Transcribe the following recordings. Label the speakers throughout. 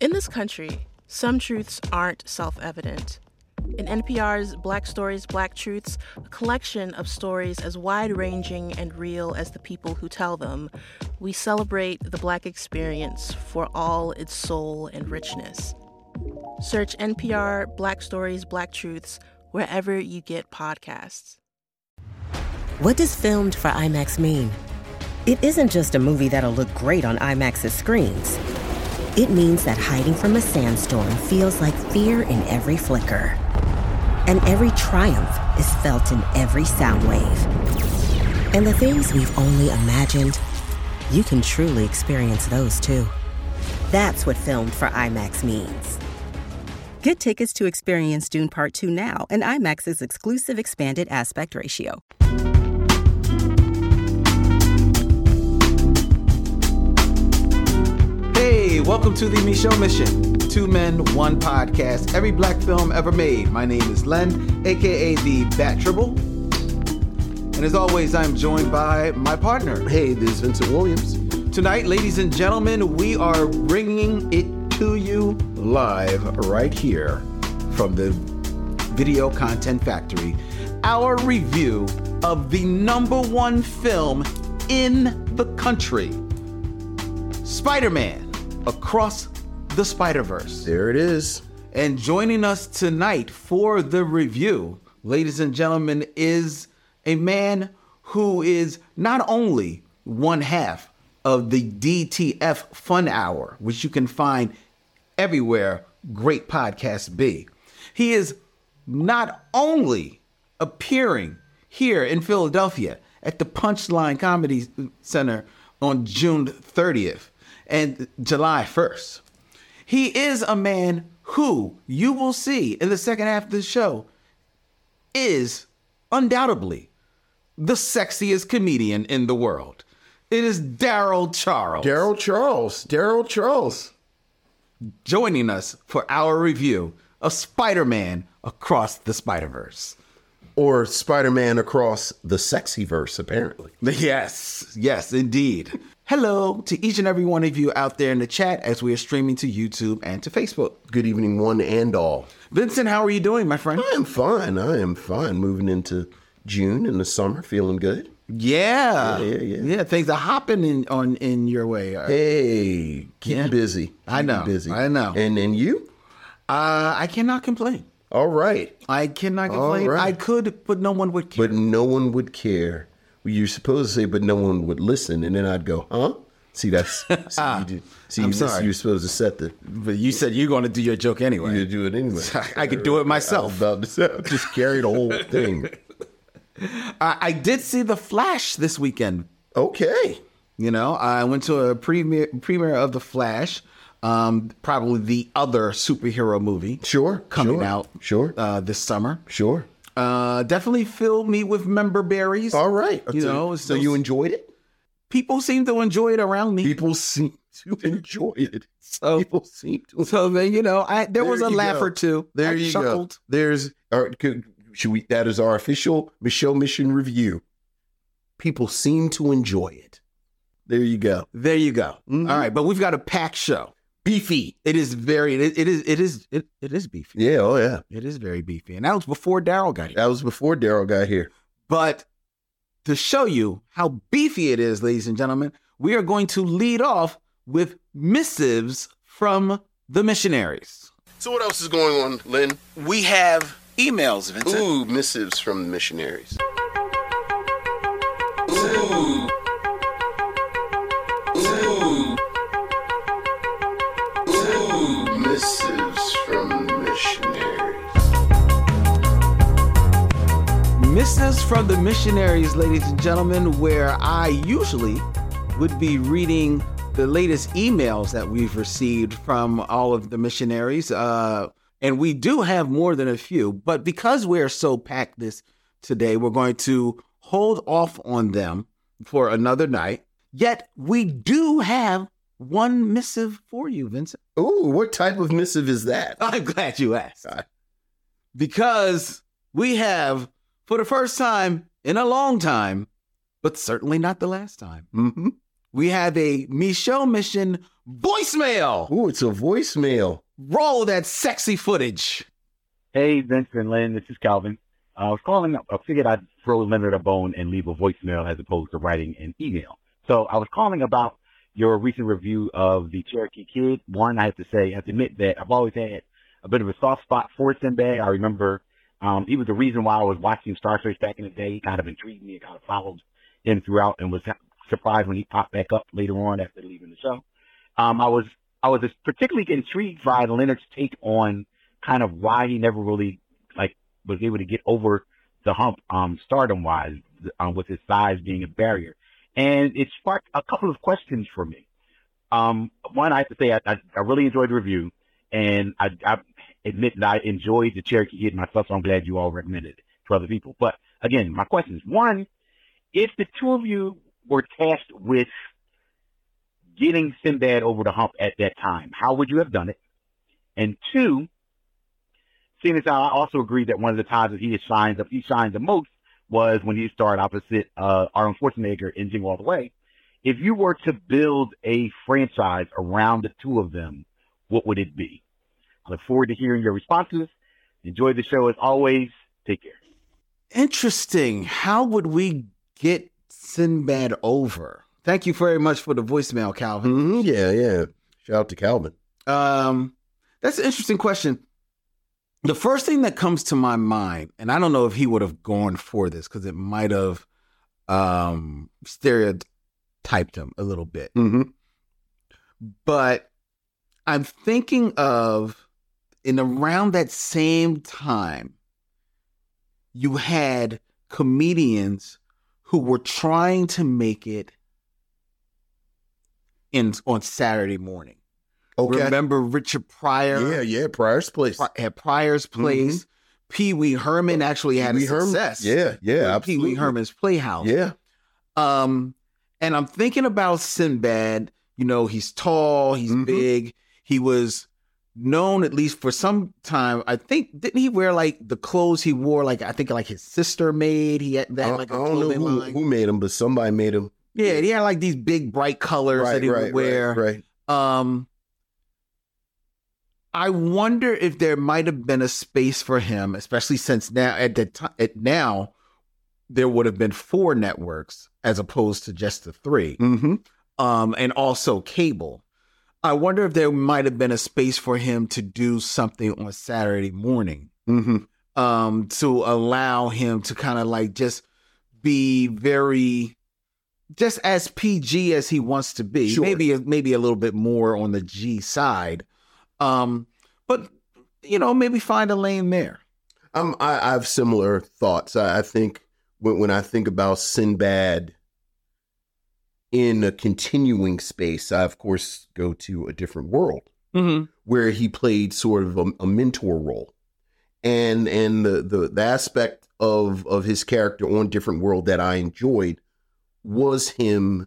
Speaker 1: In this country, some truths aren't self evident. In NPR's Black Stories, Black Truths, a collection of stories as wide ranging and real as the people who tell them, we celebrate the Black experience for all its soul and richness. Search NPR Black Stories, Black Truths wherever you get podcasts.
Speaker 2: What does filmed for IMAX mean? It isn't just a movie that'll look great on IMAX's screens. It means that hiding from a sandstorm feels like fear in every flicker. And every triumph is felt in every sound wave. And the things we've only imagined, you can truly experience those too. That's what filmed for IMAX means. Get tickets to experience Dune Part 2 now and IMAX's exclusive expanded aspect ratio.
Speaker 3: Hey, welcome to the Michelle Mission. Two men, one podcast, every black film ever made. My name is Len, aka the Bat Tribble. And as always, I'm joined by my partner.
Speaker 4: Hey, this is Vincent Williams.
Speaker 3: Tonight, ladies and gentlemen, we are bringing it to you live right here from the Video Content Factory. Our review of the number one film in the country Spider Man Across the Spider Verse.
Speaker 4: There it is.
Speaker 3: And joining us tonight for the review, ladies and gentlemen, is a man who is not only one half of the DTF Fun Hour, which you can find everywhere great podcasts be. He is not only appearing here in Philadelphia at the Punchline Comedy Center on June 30th and July 1st. He is a man who you will see in the second half of the show is undoubtedly the sexiest comedian in the world. It is Daryl Charles
Speaker 4: Daryl Charles. Daryl Charles.
Speaker 3: joining us for our review of Spider Man Across the Spider Verse.
Speaker 4: Or Spider Man across the sexy verse, apparently.
Speaker 3: Yes, yes, indeed. Hello to each and every one of you out there in the chat as we are streaming to YouTube and to Facebook.
Speaker 4: Good evening, one and all.
Speaker 3: Vincent, how are you doing, my friend?
Speaker 4: I am fine. I am fine. Moving into June in the summer, feeling good.
Speaker 3: Yeah,
Speaker 4: Yeah, yeah, yeah.
Speaker 3: things are hopping in on in your way. Uh,
Speaker 4: Hey, keep
Speaker 3: Yeah.
Speaker 4: busy.
Speaker 3: I
Speaker 4: Keep
Speaker 3: know.
Speaker 4: Busy.
Speaker 3: I know.
Speaker 4: And then you?
Speaker 3: I cannot complain.
Speaker 4: All right.
Speaker 3: I cannot complain.
Speaker 4: right.
Speaker 3: I could, but no one would care.
Speaker 4: But no one would care. Well, You're supposed to say, but no one would listen. And then I'd go, huh? See, that's. See, you do, see
Speaker 3: I'm
Speaker 4: this-
Speaker 3: sorry.
Speaker 4: you're supposed to set the.
Speaker 3: But you said you're going to do your joke anyway.
Speaker 4: You do it anyway.
Speaker 3: I could do it myself.
Speaker 4: About to say, just carry the whole thing.
Speaker 3: I, I did see The Flash this weekend.
Speaker 4: Okay.
Speaker 3: You know, I went to a premiere premiere of The Flash, um, probably the other superhero movie.
Speaker 4: Sure,
Speaker 3: coming
Speaker 4: sure,
Speaker 3: out.
Speaker 4: sure.
Speaker 3: uh, this summer.
Speaker 4: Sure.
Speaker 3: Uh, definitely filled me with member berries.
Speaker 4: All right.
Speaker 3: You
Speaker 4: so,
Speaker 3: know,
Speaker 4: so you enjoyed it?
Speaker 3: people seem to enjoy it around me.
Speaker 4: People seem to enjoy it.
Speaker 3: So-
Speaker 4: People seem to.
Speaker 3: So then you know, I Oh. there,
Speaker 4: There
Speaker 3: was a
Speaker 4: you
Speaker 3: laugh
Speaker 4: go.
Speaker 3: or two.
Speaker 4: There
Speaker 3: I
Speaker 4: you
Speaker 3: chuckled.
Speaker 4: go. There's. All right, could, should we? That is our official Michelle Mission review. People seem to enjoy it. There you go.
Speaker 3: There you go. All right, but we've got a packed show. Beefy. It is very. It, it is. It is. It, it is beefy.
Speaker 4: Yeah. Oh yeah.
Speaker 3: It is very beefy, and that was before Daryl got here.
Speaker 4: That was before Daryl got here.
Speaker 3: But to show you how beefy it is, ladies and gentlemen, we are going to lead off with missives from the missionaries.
Speaker 4: So what else is going on, Lynn?
Speaker 3: We have emails, Vincent.
Speaker 4: Ooh, missives from the missionaries. Ooh. Ooh. Missives from the missionaries.
Speaker 3: Missives from the Missionaries, ladies and gentlemen, where I usually would be reading the latest emails that we've received from all of the missionaries. Uh, and we do have more than a few, but because we're so packed this today, we're going to hold off on them for another night. Yet we do have one missive for you, Vincent.
Speaker 4: Ooh, what type of missive is that?
Speaker 3: I'm glad you asked.
Speaker 4: God.
Speaker 3: Because we have, for the first time in a long time, but certainly not the last time,
Speaker 4: Mm-hmm.
Speaker 3: we have a Michelle Mission voicemail.
Speaker 4: Ooh, it's a voicemail.
Speaker 3: Roll that sexy footage.
Speaker 5: Hey, Vincent Lynn, this is Calvin. I was calling up. I figured I'd throw Leonard a bone and leave a voicemail as opposed to writing an email. So I was calling about your recent review of the Cherokee Kid. One, I have to say, I have to admit that I've always had a bit of a soft spot for Sinbad. I remember um, he was the reason why I was watching Star Trek back in the day. He kind of intrigued me and kind of followed him throughout and was surprised when he popped back up later on after leaving the show. Um, I was I was particularly intrigued by Leonard's take on kind of why he never really like was able to get over the hump um, stardom wise um, with his size being a barrier, and it sparked a couple of questions for me. Um, one, I have to say I, I, I really enjoyed the review, and I, I admit that I enjoyed the Cherokee Kid myself. So I'm glad you all recommended it to other people. But again, my questions: one, if the two of you were tasked with getting Sinbad over the hump at that time, how would you have done it? And two, seeing as how I also agree that one of the times that he had shined up, he shined the most was when he starred opposite uh, Arnold Schwarzenegger in Jingle All the Way. If you were to build a franchise around the two of them, what would it be? I look forward to hearing your responses. Enjoy the show as always. Take care.
Speaker 3: Interesting. How would we get Sinbad over? Thank you very much for the voicemail, Calvin.
Speaker 4: hmm Yeah, yeah. Shout out to Calvin.
Speaker 3: Um, that's an interesting question. The first thing that comes to my mind, and I don't know if he would have gone for this because it might have um, stereotyped him a little bit,
Speaker 4: Mm-hmm.
Speaker 3: but I'm thinking of in around that same time, you had comedians who were trying to make it in on Saturday morning.
Speaker 4: Okay.
Speaker 3: Remember Richard Pryor?
Speaker 4: Yeah, yeah. Prior's place.
Speaker 3: Pri- at Pryor's Place. Pee Wee Herman actually had
Speaker 4: Pee
Speaker 3: a
Speaker 4: Wee Herman-
Speaker 3: success.
Speaker 4: Yeah, yeah.
Speaker 3: with Pee Wee
Speaker 4: absolutely.
Speaker 3: Herman's Playhouse.
Speaker 4: Yeah.
Speaker 3: Um, and I'm thinking about Sinbad. You know, he's tall, he's
Speaker 4: Mhm.
Speaker 3: big. He was known at least for some time. I think didn't he wear like the clothes he wore? Like I think like his sister made. He had
Speaker 4: I,
Speaker 3: that like a
Speaker 4: I don't know
Speaker 3: clothing
Speaker 4: who,
Speaker 3: line.
Speaker 4: who made him, but somebody made him.
Speaker 3: yeah, he had like these big bright colors that he would wear.
Speaker 4: Right, right.
Speaker 3: Um, I wonder if there might have been a space for him, especially since now at the time at now there would have been four networks as opposed to just the three,
Speaker 4: Mm-hmm.
Speaker 3: um, and also cable. I wonder if there might have been a space for him to do something on Saturday morning
Speaker 4: Mm-hmm.
Speaker 3: um to allow him to kind of like just be very just as PG as he wants to be.
Speaker 4: Sure.
Speaker 3: Maybe maybe a little bit more on the G side. Um but you know, maybe find a lane there.
Speaker 4: Um, I, I have similar thoughts. I, I think when, when I think about Sinbad in a continuing space, I of course go to a different world
Speaker 3: Mm-hmm.
Speaker 4: where he played sort of a, a mentor role, and and the, the the aspect of of his character on Different World that I enjoyed was him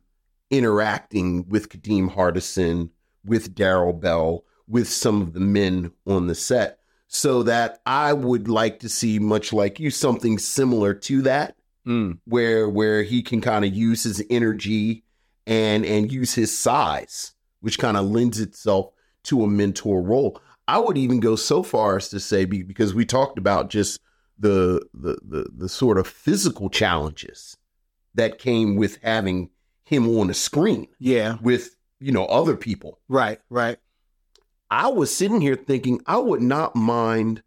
Speaker 4: interacting with Kadeem Hardison, with Daryl Bell, with some of the men on the set so that I would like to see, much like you, something similar to that,
Speaker 3: Mm,
Speaker 4: where where he can kind of use his energy and and use his size, which kind of lends itself to a mentor role. I would even go so far as to say be- because we talked about just the the the, the sort of physical challenges that came with having him on a screen
Speaker 3: Yeah.
Speaker 4: with you know other people.
Speaker 3: Right, right.
Speaker 4: I was sitting here thinking I would not mind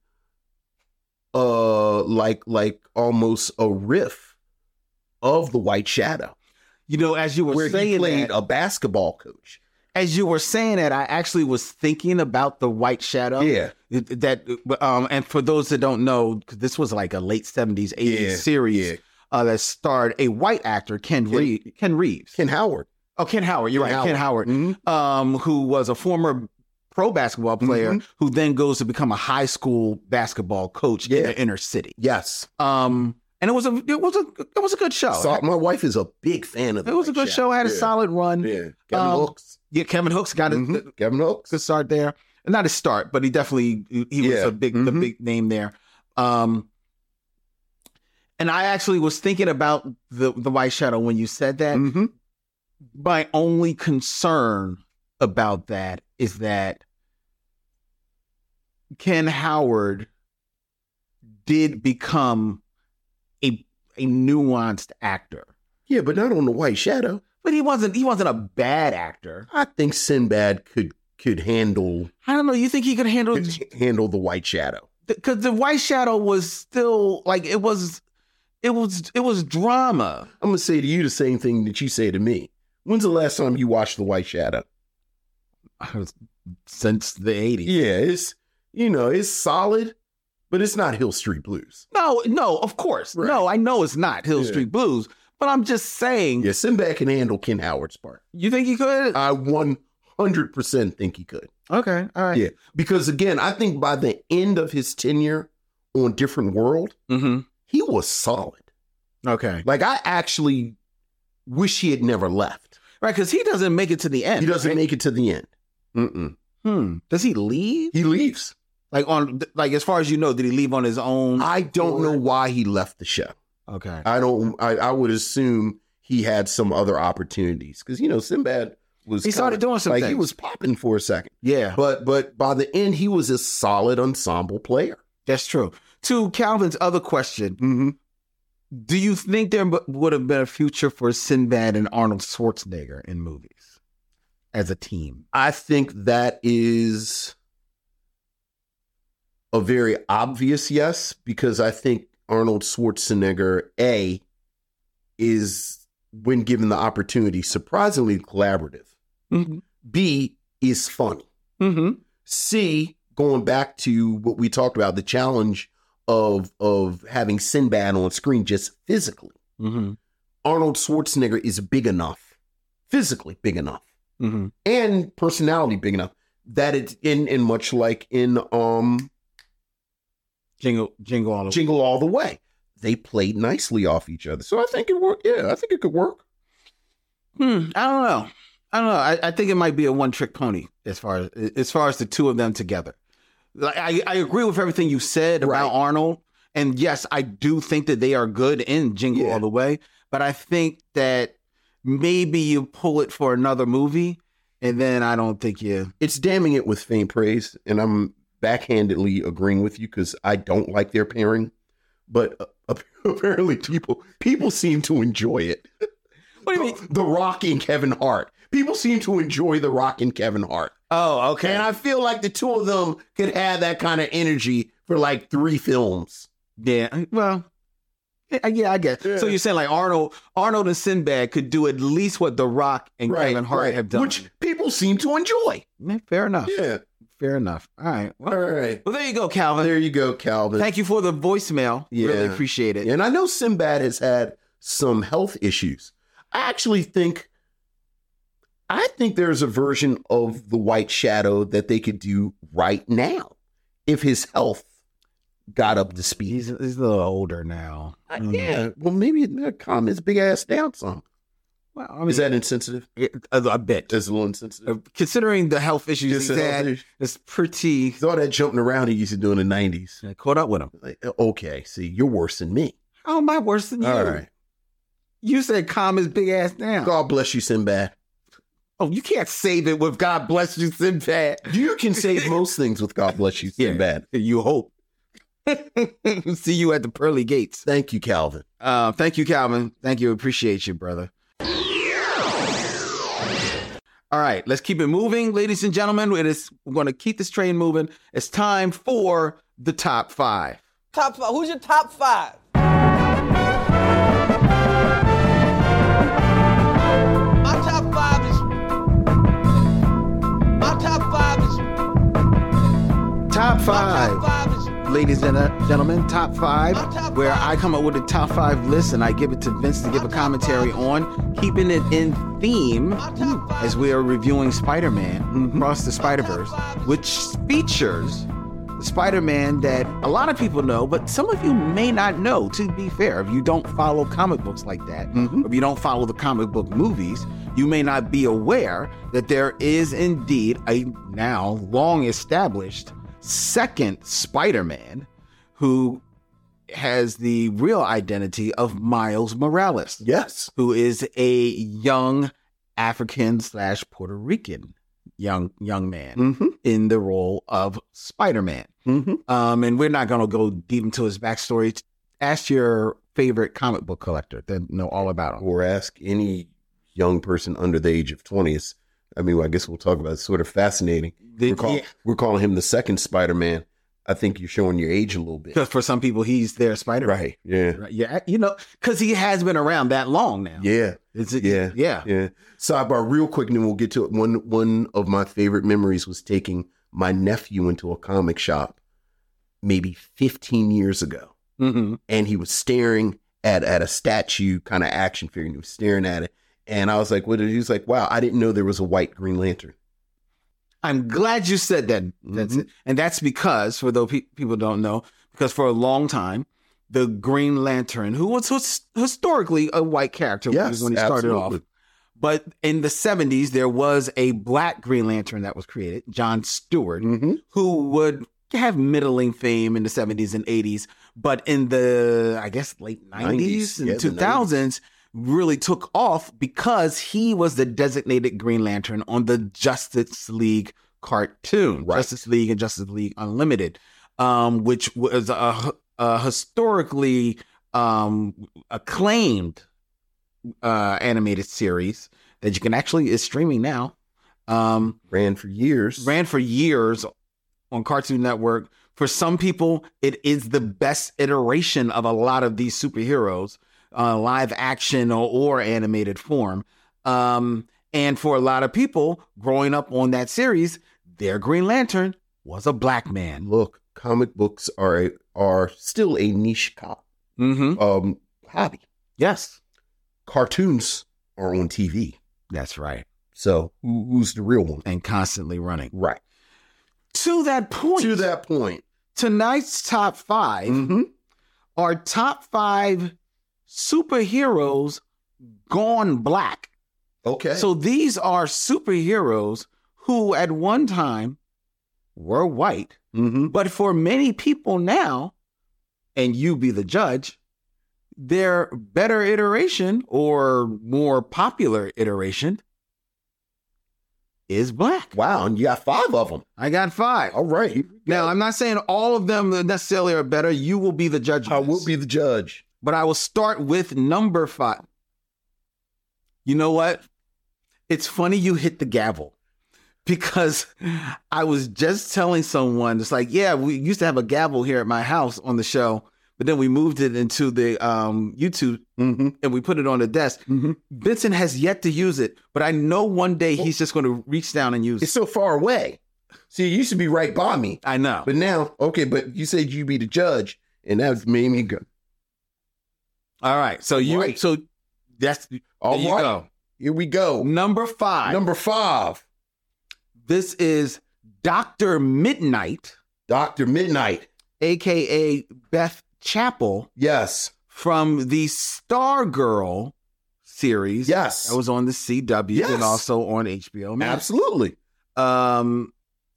Speaker 4: uh like like almost a riff of the white shadow
Speaker 3: You know, as you were
Speaker 4: where he
Speaker 3: saying
Speaker 4: played
Speaker 3: that,
Speaker 4: a basketball coach
Speaker 3: as you were saying that, I actually was thinking about the White Shadow.
Speaker 4: yeah
Speaker 3: that um and for those that don't know 'cause this was like a late 70s 80s
Speaker 4: Yeah,
Speaker 3: series
Speaker 4: yeah.
Speaker 3: uh, that starred a white actor ken,
Speaker 4: Ken-
Speaker 3: Reeves ken reeves
Speaker 4: ken howard
Speaker 3: oh ken howard you're
Speaker 4: Ken
Speaker 3: right ken
Speaker 4: Mhm.
Speaker 3: howard um who was a former pro basketball
Speaker 4: Mm-hmm.
Speaker 3: player who then goes to become a high school basketball coach in
Speaker 4: Yeah.
Speaker 3: the inner city
Speaker 4: yes
Speaker 3: um and it was a it was a it was a good show
Speaker 4: So- my wife is a big fan of
Speaker 3: Oh, it was a good show. I had a solid run. Yeah,
Speaker 4: yeah kevin
Speaker 3: Um,
Speaker 4: hooks
Speaker 3: Kevin Hooks got it
Speaker 4: Mhm. kevin hooks
Speaker 3: good start there. Not a start, but he definitely he he was
Speaker 4: Yeah.
Speaker 3: a big the
Speaker 4: Mhm.
Speaker 3: big name there. Um and I actually was thinking about the the White Shadow when you said that.
Speaker 4: Mhm.
Speaker 3: my only concern about that is that Ken Howard did become a a nuanced actor.
Speaker 4: Yeah, but not on the White Shadow.
Speaker 3: But he wasn't he wasn't a bad actor.
Speaker 4: I think Sinbad could could handle
Speaker 3: I don't know. You think he could handle
Speaker 4: could handle the White Shadow.
Speaker 3: because the White Shadow was still like it was, it was it was drama.
Speaker 4: I'm gonna say to you the same thing that you say to me. When's the last time you watched the White Shadow?
Speaker 3: Since the eighties,
Speaker 4: Yeah, it's you know it's solid, but it's not Hill Street Blues.
Speaker 3: no, no, of course,
Speaker 4: Right.
Speaker 3: no. I know it's not Hill
Speaker 4: Yeah.
Speaker 3: Street Blues, but I'm just saying.
Speaker 4: Yeah, Sinbad can handle Ken Howard's part.
Speaker 3: You think he could?
Speaker 4: I 100 percent think he could.
Speaker 3: Uh, okay, all right.
Speaker 4: Yeah, because again, I think by the end of his tenure on Different World,
Speaker 3: Mm-hmm.
Speaker 4: he was solid.
Speaker 3: Okay,
Speaker 4: Like I actually wish he had never left.
Speaker 3: right? Because he doesn't make it to the end.
Speaker 4: He doesn't
Speaker 3: right?
Speaker 4: make it to the end. Mm-mm.
Speaker 3: Hmm. Does he leave?
Speaker 4: He leaves.
Speaker 3: Like on like as far as you know, did he leave on his own?
Speaker 4: I don't know why he left the show.
Speaker 3: okay.
Speaker 4: I don't. I, I would assume he had some other opportunities because you know Sinbad was
Speaker 3: He started
Speaker 4: kinda-
Speaker 3: doing some
Speaker 4: like he
Speaker 3: things.
Speaker 4: was popping for a second,
Speaker 3: yeah,
Speaker 4: but but by the end he was a solid ensemble player.
Speaker 3: that's true. To Calvin's other question,
Speaker 4: Mm-hmm.
Speaker 3: Do you think there bu- would have been a future for Sinbad and Arnold Schwarzenegger in movies as a team?
Speaker 4: I think that is a very obvious yes because I think Arnold Schwarzenegger a is when given the opportunity surprisingly collaborative.
Speaker 3: Mm-hmm.
Speaker 4: B is funny.
Speaker 3: Mm-hmm.
Speaker 4: C, going back to what we talked about, the challenge of of having Sinbad on screen just physically.
Speaker 3: Mm-hmm.
Speaker 4: Arnold Schwarzenegger is big enough, physically big enough,
Speaker 3: Mm-hmm.
Speaker 4: and personality big enough that it's in and much like in um
Speaker 3: Jingle, jingle all the
Speaker 4: Jingle All the Way. They played nicely off each other. So I think it worked. Yeah, I think it could work.
Speaker 3: Hmm, I don't know. I don't know. I, I think it might be a one-trick pony as far as as far as the two of them together. Like, I I agree with everything you said
Speaker 4: Right.
Speaker 3: about Arnold, and yes, I do think that they are good in Jingle
Speaker 4: Yeah.
Speaker 3: All the Way. But I think that maybe you pull it for another movie, and then I don't think you.
Speaker 4: It's damning it with faint praise, and I'm backhandedly agreeing with you because I don't like their pairing, but uh, apparently people people seem to enjoy it.
Speaker 3: What do you mean?
Speaker 4: The Rock and Kevin Hart. People seem to enjoy The Rock and Kevin Hart,
Speaker 3: Oh, okay.
Speaker 4: and I feel like the two of them could have that kind of energy for like three films.
Speaker 3: Yeah. I- Well. I- Yeah, I guess. So
Speaker 4: Yeah.
Speaker 3: you're saying like Arnold, Arnold and Sinbad could do at least what The Rock and Kevin Hart have done.
Speaker 4: which people seem to enjoy.
Speaker 3: Yeah, fair enough.
Speaker 4: Yeah.
Speaker 3: Fair enough. All right. Well,
Speaker 4: All right.
Speaker 3: well, there you go, Calvin.
Speaker 4: There you go, Calvin.
Speaker 3: Thank you for the voicemail. Really
Speaker 4: Yeah.
Speaker 3: appreciate it.
Speaker 4: And I know Sinbad has had some health issues. I actually think I think there's a version of the White Shadow that they could do right now if his health got up to speed.
Speaker 3: He's, he's a little older now.
Speaker 4: Uh,
Speaker 3: Mm.
Speaker 4: yeah, well, maybe that calm his big ass down some.
Speaker 3: Well, I mean,
Speaker 4: Is that insensitive?
Speaker 3: it- a, a bit.
Speaker 4: That's a little
Speaker 3: Uh,
Speaker 4: insensitive.
Speaker 3: Considering the health issues
Speaker 4: Just
Speaker 3: he's
Speaker 4: a health
Speaker 3: had,
Speaker 4: issue.
Speaker 3: it's pretty.
Speaker 4: All that jumping around he used to do in the nineties. uh,
Speaker 3: I caught up with him.
Speaker 4: Okay, see, you're worse than me.
Speaker 3: How am I worse than you?
Speaker 4: All right.
Speaker 3: You said calm his big ass down.
Speaker 4: God bless you, Sinbad.
Speaker 3: Oh, you can't save it with God bless you, Sinbad.
Speaker 4: You can save most things with God bless you,
Speaker 3: Yeah.
Speaker 4: Sinbad.
Speaker 3: You hope. See you at the pearly gates.
Speaker 4: Thank you, Calvin.
Speaker 3: Uh, thank you, Calvin. Thank you. Appreciate you, brother. All right, let's keep it moving, ladies and gentlemen. It is we're going to keep this train moving. It's time for the top five.
Speaker 6: Top five. Who's your top five? My top five is. My top five is.
Speaker 3: Top
Speaker 6: My
Speaker 3: five,
Speaker 6: top five is.
Speaker 3: ladies and uh, gentlemen. Top five,
Speaker 6: My top
Speaker 3: where
Speaker 6: five.
Speaker 3: I come up with a top five list and I give it to Vince to give a
Speaker 6: top
Speaker 3: commentary
Speaker 6: five.
Speaker 3: on, keeping it in theme
Speaker 6: My top five.
Speaker 3: as we are reviewing Spider-Man mm-hmm, across the Spider-Verse, which features the Spider-Man that a lot of people know, but some of you may not know. To be fair, if you don't follow comic books like that, or if you don't follow the comic book movies, you may not be aware that there is indeed a now long established second Spider-Man who has the real identity of Miles Morales
Speaker 4: Yes.
Speaker 3: who is a young African slash Puerto Rican young young man
Speaker 4: Mm-hmm.
Speaker 3: in the role of Spider Man.
Speaker 4: Mm-hmm.
Speaker 3: Um, and we're not going to go deep into his backstory. Ask your favorite comic book collector that know all about him.
Speaker 4: Or ask any young person under the age of 20. It's, I mean, I guess we'll talk about it. It's sort of fascinating.
Speaker 3: The-
Speaker 4: we're, call,
Speaker 3: yeah.
Speaker 4: we're calling him the second Spider Man. I think you're showing your age a little bit.
Speaker 3: Because for some people, he's their Spider Man.
Speaker 4: Right. Yeah.
Speaker 3: Right. Yeah. You know, because he has been around that long now.
Speaker 4: Yeah.
Speaker 3: It's, it,
Speaker 4: Yeah.
Speaker 3: Yeah.
Speaker 4: Yeah. Sidebar, real quick, and then we'll get to it. One one of my favorite memories was taking my nephew into a comic shop maybe 15 years ago.
Speaker 3: hmm
Speaker 4: And he was staring at at a statue kind of action figure. And he was staring at it. And I was like, what? is- He was like, wow, I didn't know there was a white Green Lantern.
Speaker 3: I'm glad you said that. That's
Speaker 4: Mm-hmm.
Speaker 3: it. And that's because, for though pe- people don't know, because for a long time, the Green Lantern, who was his- historically a white character
Speaker 4: Yes,
Speaker 3: when he started
Speaker 4: absolutely.
Speaker 3: off, but in the 70s, there was a black Green Lantern that was created, John Stewart,
Speaker 4: Mm-hmm.
Speaker 3: who would have middling fame in the 70s and 80s, but in the, I guess, late 90s,
Speaker 4: 90s,
Speaker 3: and
Speaker 4: yeah, the
Speaker 3: 2000s, really took off because he was the designated Green Lantern on the Justice League cartoon,
Speaker 4: Right.
Speaker 3: Justice League and Justice League Unlimited, um, which was a, a historically um, acclaimed uh, animated series that you can actually is streaming now. Um,
Speaker 4: Ran for years.
Speaker 3: ran for years on Cartoon Network. For some people, it is the best iteration of a lot of these superheroes, uh, live action or, or animated form. Um, and for a lot of people growing up on that series, their Green Lantern was a black man.
Speaker 4: Look, comic books are a, are still a niche cop,
Speaker 3: Mm-hmm.
Speaker 4: um, hobby.
Speaker 3: Yes,
Speaker 4: Cartoons are on TV.
Speaker 3: that's right.
Speaker 4: So who, who's the real one?
Speaker 3: And constantly running.
Speaker 4: Right.
Speaker 3: To that point,
Speaker 4: To that point.
Speaker 3: tonight's top 5
Speaker 4: Mm-hmm.
Speaker 3: are top five superheroes gone black.
Speaker 4: Okay.
Speaker 3: So these are superheroes who at one time were white,
Speaker 4: mm-hmm.
Speaker 3: but for many people now, and you be the judge, their better iteration or more popular iteration is black.
Speaker 4: Wow, and you got five of them.
Speaker 3: I got five.
Speaker 4: All right. here we go.
Speaker 3: Now, I'm not saying all of them necessarily are better. You will be the judge. of
Speaker 4: I
Speaker 3: this.
Speaker 4: will be the judge.
Speaker 3: but I will start with number five. You know what? It's funny you hit the gavel because I was just telling someone, it's like, yeah, we used to have a gavel here at my house on the show, but then we moved it into the um, YouTube
Speaker 4: Mm-hmm.
Speaker 3: and we put it on the desk.
Speaker 4: Mm-hmm.
Speaker 3: Benson has yet to use it, but I know one day he's just going to reach down and use
Speaker 4: It's
Speaker 3: it.
Speaker 4: so far away. See, you should be right by me.
Speaker 3: I know.
Speaker 4: But now, okay, but you said you be the judge, and that made me go.
Speaker 3: All right. So you,
Speaker 4: Right.
Speaker 3: so that's, there
Speaker 4: All
Speaker 3: you
Speaker 4: right,
Speaker 3: go.
Speaker 4: Here we go.
Speaker 3: Number five.
Speaker 4: Number five,
Speaker 3: This is Dr. Midnight,
Speaker 4: Dr. Midnight.
Speaker 3: aka Beth Chapel,
Speaker 4: Yes.
Speaker 3: from the Stargirl series.
Speaker 4: Yes.
Speaker 3: That was on the CW
Speaker 4: Yes.
Speaker 3: and also on HBO Max.
Speaker 4: Absolutely.
Speaker 3: Um,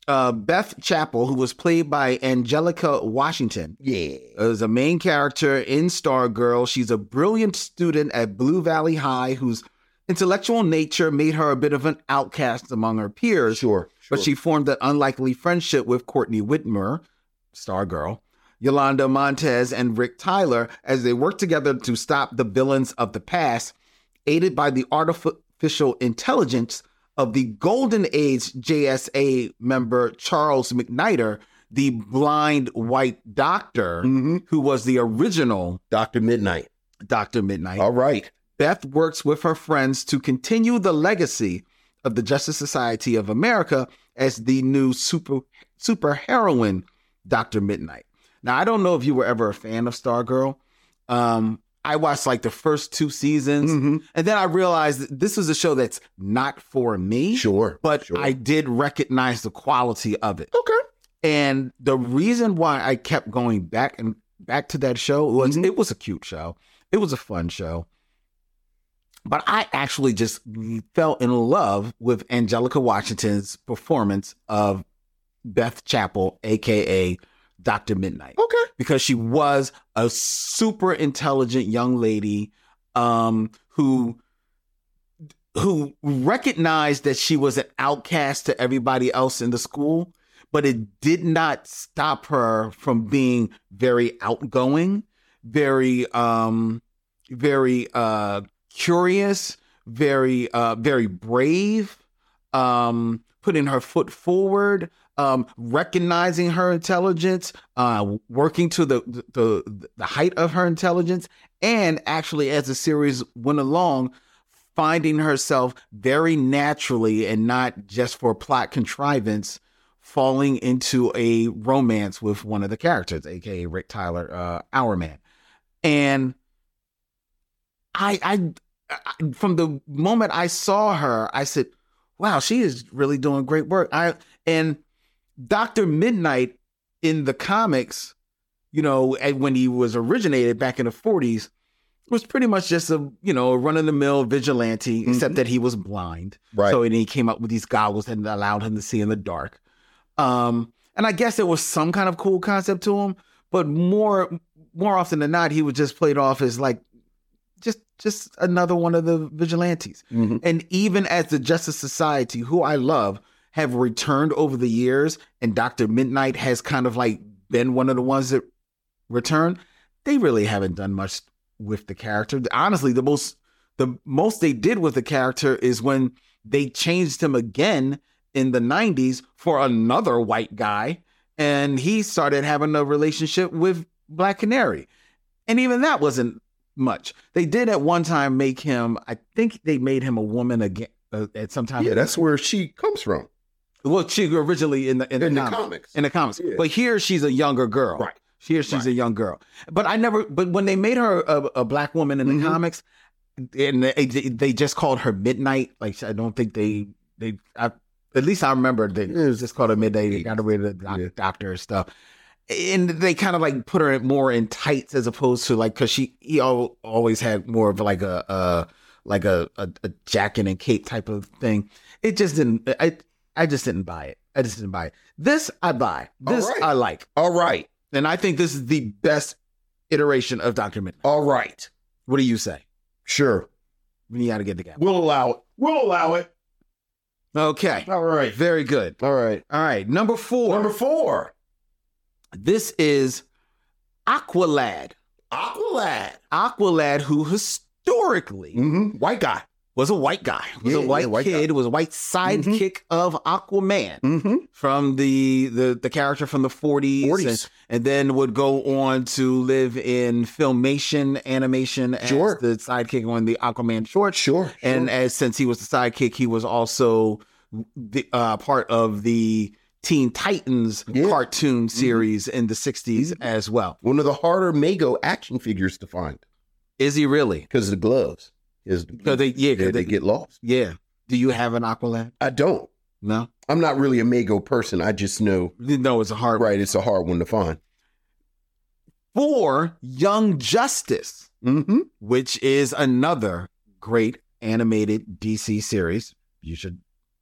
Speaker 3: uh, Beth Chapel, who was played by Angelica Washington,
Speaker 4: Yeah.
Speaker 3: is a main character in Stargirl. She's a brilliant student at Blue Valley High whose intellectual nature made her a bit of an outcast among her peers.
Speaker 4: Uh, sure,
Speaker 3: But she formed an unlikely friendship with Courtney Whitmer, Stargirl, Yolanda Montez, and Rick Tyler as they worked together to stop the villains of the past, aided by the artificial intelligence of the Golden Age JSA member Charles McNider, the blind white doctor
Speaker 4: hmm
Speaker 3: who was the original
Speaker 4: Dr. Midnight.
Speaker 3: Dr. Midnight.
Speaker 4: All right.
Speaker 3: Beth works with her friends to continue the legacy of the Justice Society of America as the new super super heroine, Doctor Midnight. Now, I don't know if you were ever a fan of Stargirl. Um, I watched like the first two seasons,
Speaker 4: Mm-hmm.
Speaker 3: and then I realized that this was a show that's not for me.
Speaker 4: Sure.
Speaker 3: But
Speaker 4: sure.
Speaker 3: I did recognize the quality of it.
Speaker 4: Okay.
Speaker 3: And the reason why I kept going back and back to that show was
Speaker 4: Mhm.
Speaker 3: it was a cute show. It was a fun show. But I actually just fell in love with Angelica Washington's performance of Beth Chapel, aka Dr. Midnight
Speaker 4: Okay.
Speaker 3: because she was a super intelligent young lady um, who who recognized that she was an outcast to everybody else in the school, but it did not stop her from being very outgoing, very um very uh curious, very uh very brave, um putting her foot forward, um recognizing her intelligence, uh working to the the the height of her intelligence and actually as the series went along finding herself very naturally and not just for plot contrivance falling into a romance with one of the characters aka rick tyler uh our man and I, I i from the moment i saw her i said wow she is really doing great work i and dr midnight in the comics you know and when he was originated back in the 40s was pretty much just a you know a run of the mill vigilante, except that he was blind.
Speaker 4: Right.
Speaker 3: So and he came up with these goggles that allowed him to see in the dark. Um, and I guess there was some kind of cool concept to him, but more more often than not, he was just played off as like just just another one of the vigilantes.
Speaker 4: Mhm.
Speaker 3: And even as the Justice Society, who I love, have returned over the years, and Doctor Midnight has kind of like been one of the ones that return. They really haven't done much with the character. Honestly, the most the most they did with the character is when they changed him again in the 90s for another white guy and he started having a relationship with Black Canary. And even that wasn't much. They did at one time make him I think they made him a woman again uh, at some time.
Speaker 4: Yeah, that's where she comes from.
Speaker 3: well she originally in the in,
Speaker 4: In the
Speaker 3: the comic
Speaker 4: comics.
Speaker 3: in the comics.
Speaker 4: Yeah.
Speaker 3: But here she's a younger girl.
Speaker 4: Right.
Speaker 3: Here she's a young girl. But I never. But when they made her a, a black woman in the
Speaker 4: Mhm.
Speaker 3: comics, and they, they just called her Midnight. Like I don't think they they. I, at least I remember they
Speaker 4: Yeah, it was
Speaker 3: just called her Midnight. They got rid of the doc,
Speaker 4: Yeah.
Speaker 3: doctor and stuff. And they kind of like put her more in tights as opposed to like because she he al- always had more of like a uh like a, a a jacket and cape type of thing. It just didn't. I I just didn't buy it. I just didn't buy it. This I buy.
Speaker 4: All
Speaker 3: This
Speaker 4: right.
Speaker 3: I like.
Speaker 4: All right.
Speaker 3: And I think this is the best iteration of Dr. Midnight.
Speaker 4: All right.
Speaker 3: What do you say?
Speaker 4: Sure.
Speaker 3: We got to get the gap.
Speaker 4: We'll allow it. We'll allow it.
Speaker 3: Okay.
Speaker 4: All right.
Speaker 3: Very good.
Speaker 4: All right.
Speaker 3: All right. Number four.
Speaker 4: Number four,
Speaker 3: this is Aqualad.
Speaker 4: Aqualad.
Speaker 3: Aqualad, who historically
Speaker 4: Mm-hmm. White guy.
Speaker 3: was a white guy, was
Speaker 4: Yeah,
Speaker 3: a white,
Speaker 4: yeah, white
Speaker 3: kid, was a white sidekick of Aquaman
Speaker 4: Mm-hmm.
Speaker 3: from the, the the character from the 40s,
Speaker 4: 40s.
Speaker 3: And, and then would go on to live in filmation, animation as
Speaker 4: Sure.
Speaker 3: the sidekick on the Aquaman short.
Speaker 4: Sure.
Speaker 3: and as since he was the sidekick, he was also the, uh, part of the Teen Titans
Speaker 4: Yeah. Mm-hmm.
Speaker 3: cartoon series in the '60s as well.
Speaker 4: one of the harder Mago action figures to find
Speaker 3: Is he really?
Speaker 4: because of the gloves. Is
Speaker 3: Because they, yeah, 'cause
Speaker 4: they,
Speaker 3: they-
Speaker 4: get lost.
Speaker 3: yeah. Do you have an Aqualad?
Speaker 4: I don't.
Speaker 3: No,
Speaker 4: I'm not really a Mago person. I just know.
Speaker 3: no, it's a hard
Speaker 4: Right. It's a hard one to find.
Speaker 3: For Young Justice,
Speaker 4: Mm-hmm.
Speaker 3: which is another great animated DC series. You should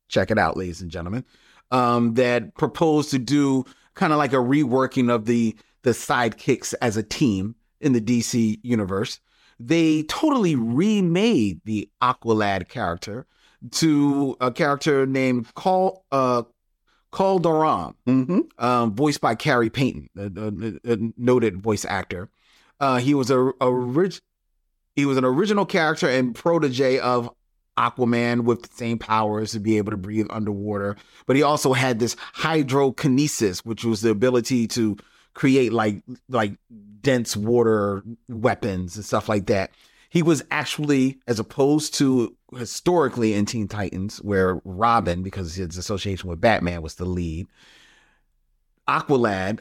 Speaker 3: check it out, ladies and gentlemen. Um, that proposed to do kind of like a reworking of the the sidekicks as a team in the DC universe. They totally remade the Aqualad character to a character named Call uh Calderon
Speaker 4: Mm-hmm.
Speaker 3: um, voiced by Carrie Payton, a, a- a noted voice actor. Uh, he was a, a orig- he was an original character and protege of Aquaman with the same powers to be able to breathe underwater, but he also had this hydrokinesis, which was the ability to create like like dense water weapons and stuff like that. He was actually, as opposed to historically in Teen Titans, where Robin, because his association with Batman, was the lead, Aqualad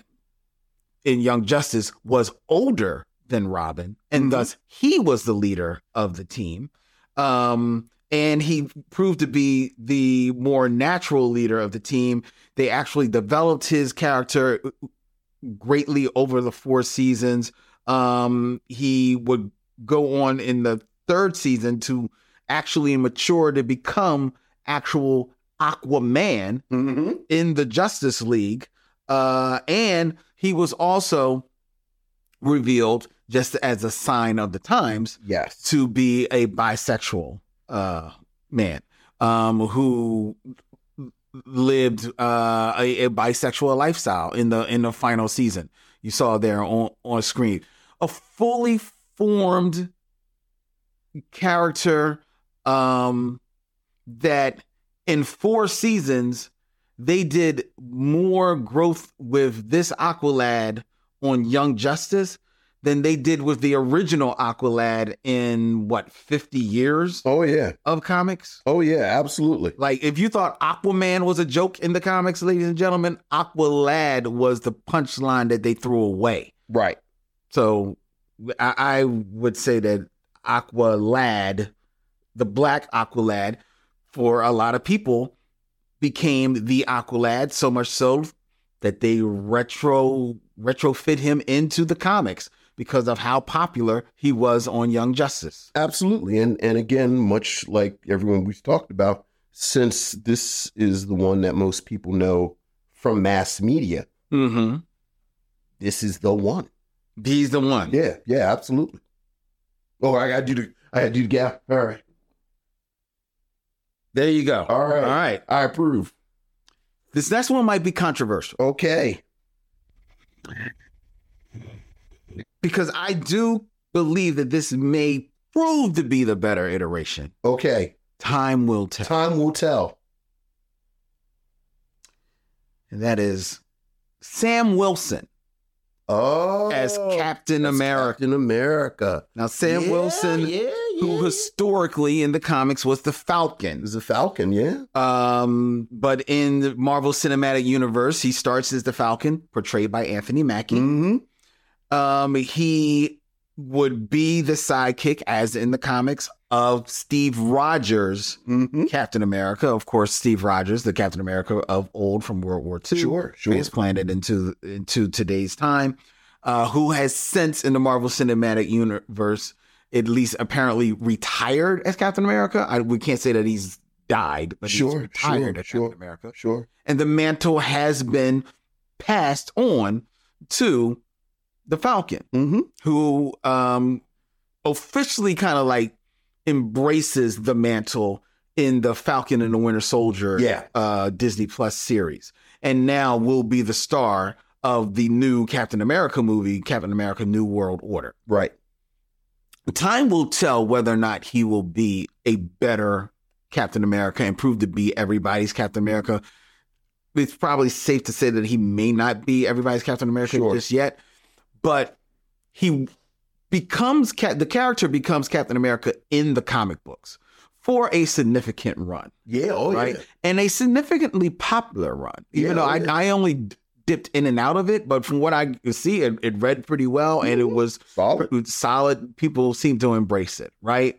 Speaker 3: in Young Justice was older than Robin, and
Speaker 4: Mhm.
Speaker 3: thus he was the leader of the team. Um, and he proved to be the more natural leader of the team. They actually developed his character greatly over the four seasons. Um, he would go on in the third season to actually mature to become actual Aquaman
Speaker 4: Mm-hmm.
Speaker 3: in the Justice League, uh, and he was also revealed just as a sign of the times
Speaker 4: Yes.
Speaker 3: to be a bisexual uh, man um, who lived uh, a, a bisexual lifestyle in the in the final season. You saw there on on screen a fully formed character um, that in four seasons they did more growth with this Aqualad on Young Justice than they did with the original Aqualad in what 50 years
Speaker 4: Oh yeah.
Speaker 3: of comics.
Speaker 4: Oh yeah. Absolutely.
Speaker 3: Like if you thought Aquaman was a joke in the comics, ladies and gentlemen, Aqualad was the punchline that they threw away.
Speaker 4: Right.
Speaker 3: So I, I would say that Aqualad, the black Aqualad, for a lot of people, became the Aqualad so much so that they retro retrofit him into the comics because of how popular he was on Young Justice.
Speaker 4: Absolutely. And and again, much like everyone we've talked about, since this is the one that most people know from mass media,
Speaker 3: Mm-hmm.
Speaker 4: this is the one.
Speaker 3: He's the one.
Speaker 4: Yeah, yeah, absolutely. Oh, I gotta do the I gotta do the gap. All right.
Speaker 3: There you go.
Speaker 4: All right.
Speaker 3: All right.
Speaker 4: I approve.
Speaker 3: This next one might be controversial
Speaker 4: Okay.
Speaker 3: because I do believe that this may prove to be the better iteration.
Speaker 4: Okay.
Speaker 3: Time will tell.
Speaker 4: Time will tell.
Speaker 3: And that is Sam Wilson
Speaker 4: Oh
Speaker 3: as Captain
Speaker 4: as
Speaker 3: America.
Speaker 4: Captain America.
Speaker 3: Now, Sam
Speaker 4: Yeah,
Speaker 3: Wilson,
Speaker 4: yeah, yeah,
Speaker 3: who historically in the comics was the Falcon.
Speaker 4: is a Falcon, yeah.
Speaker 3: Um, but in the Marvel Cinematic Universe, he starts as the Falcon, portrayed by Anthony Mackie.
Speaker 4: Mm-hmm.
Speaker 3: Um, he would be the sidekick, as in the comics, of Steve Rogers,
Speaker 4: Mm-hmm.
Speaker 3: Captain America. Of course, Steve Rogers, the Captain America of old from World War II,
Speaker 4: Sure, sure.
Speaker 3: transplanted into into today's time, uh, who has since in the Marvel Cinematic Universe, at least apparently retired as Captain America. I, we can't say that he's died, but
Speaker 4: Sure,
Speaker 3: he's retired
Speaker 4: sure,
Speaker 3: as
Speaker 4: sure.
Speaker 3: Captain America
Speaker 4: Sure.
Speaker 3: and the mantle has been passed on to the Falcon,
Speaker 4: Mm-hmm.
Speaker 3: who um, officially kind of like embraces the mantle in the Falcon and the Winter Soldier
Speaker 4: Yeah.
Speaker 3: uh, Disney Plus series, and now will be the star of the new Captain America movie, Captain America: New World Order.
Speaker 4: Right.
Speaker 3: Time will tell whether or not he will be a better Captain America and prove to be everybody's Captain America. It's probably safe to say that he may not be everybody's Captain America
Speaker 4: Sure.
Speaker 3: just yet, but he becomes Cap- the character becomes Captain America in the comic books for a significant run
Speaker 4: Yeah, oh
Speaker 3: right?
Speaker 4: yeah.
Speaker 3: And a significantly popular run, even
Speaker 4: Yeah,
Speaker 3: though
Speaker 4: oh,
Speaker 3: I,
Speaker 4: yeah.
Speaker 3: I only dipped in and out of it, but from what I could see, it, it read pretty well and
Speaker 4: Mm-hmm.
Speaker 3: it was
Speaker 4: Solid.
Speaker 3: pr- solid. People seem to embrace it, right?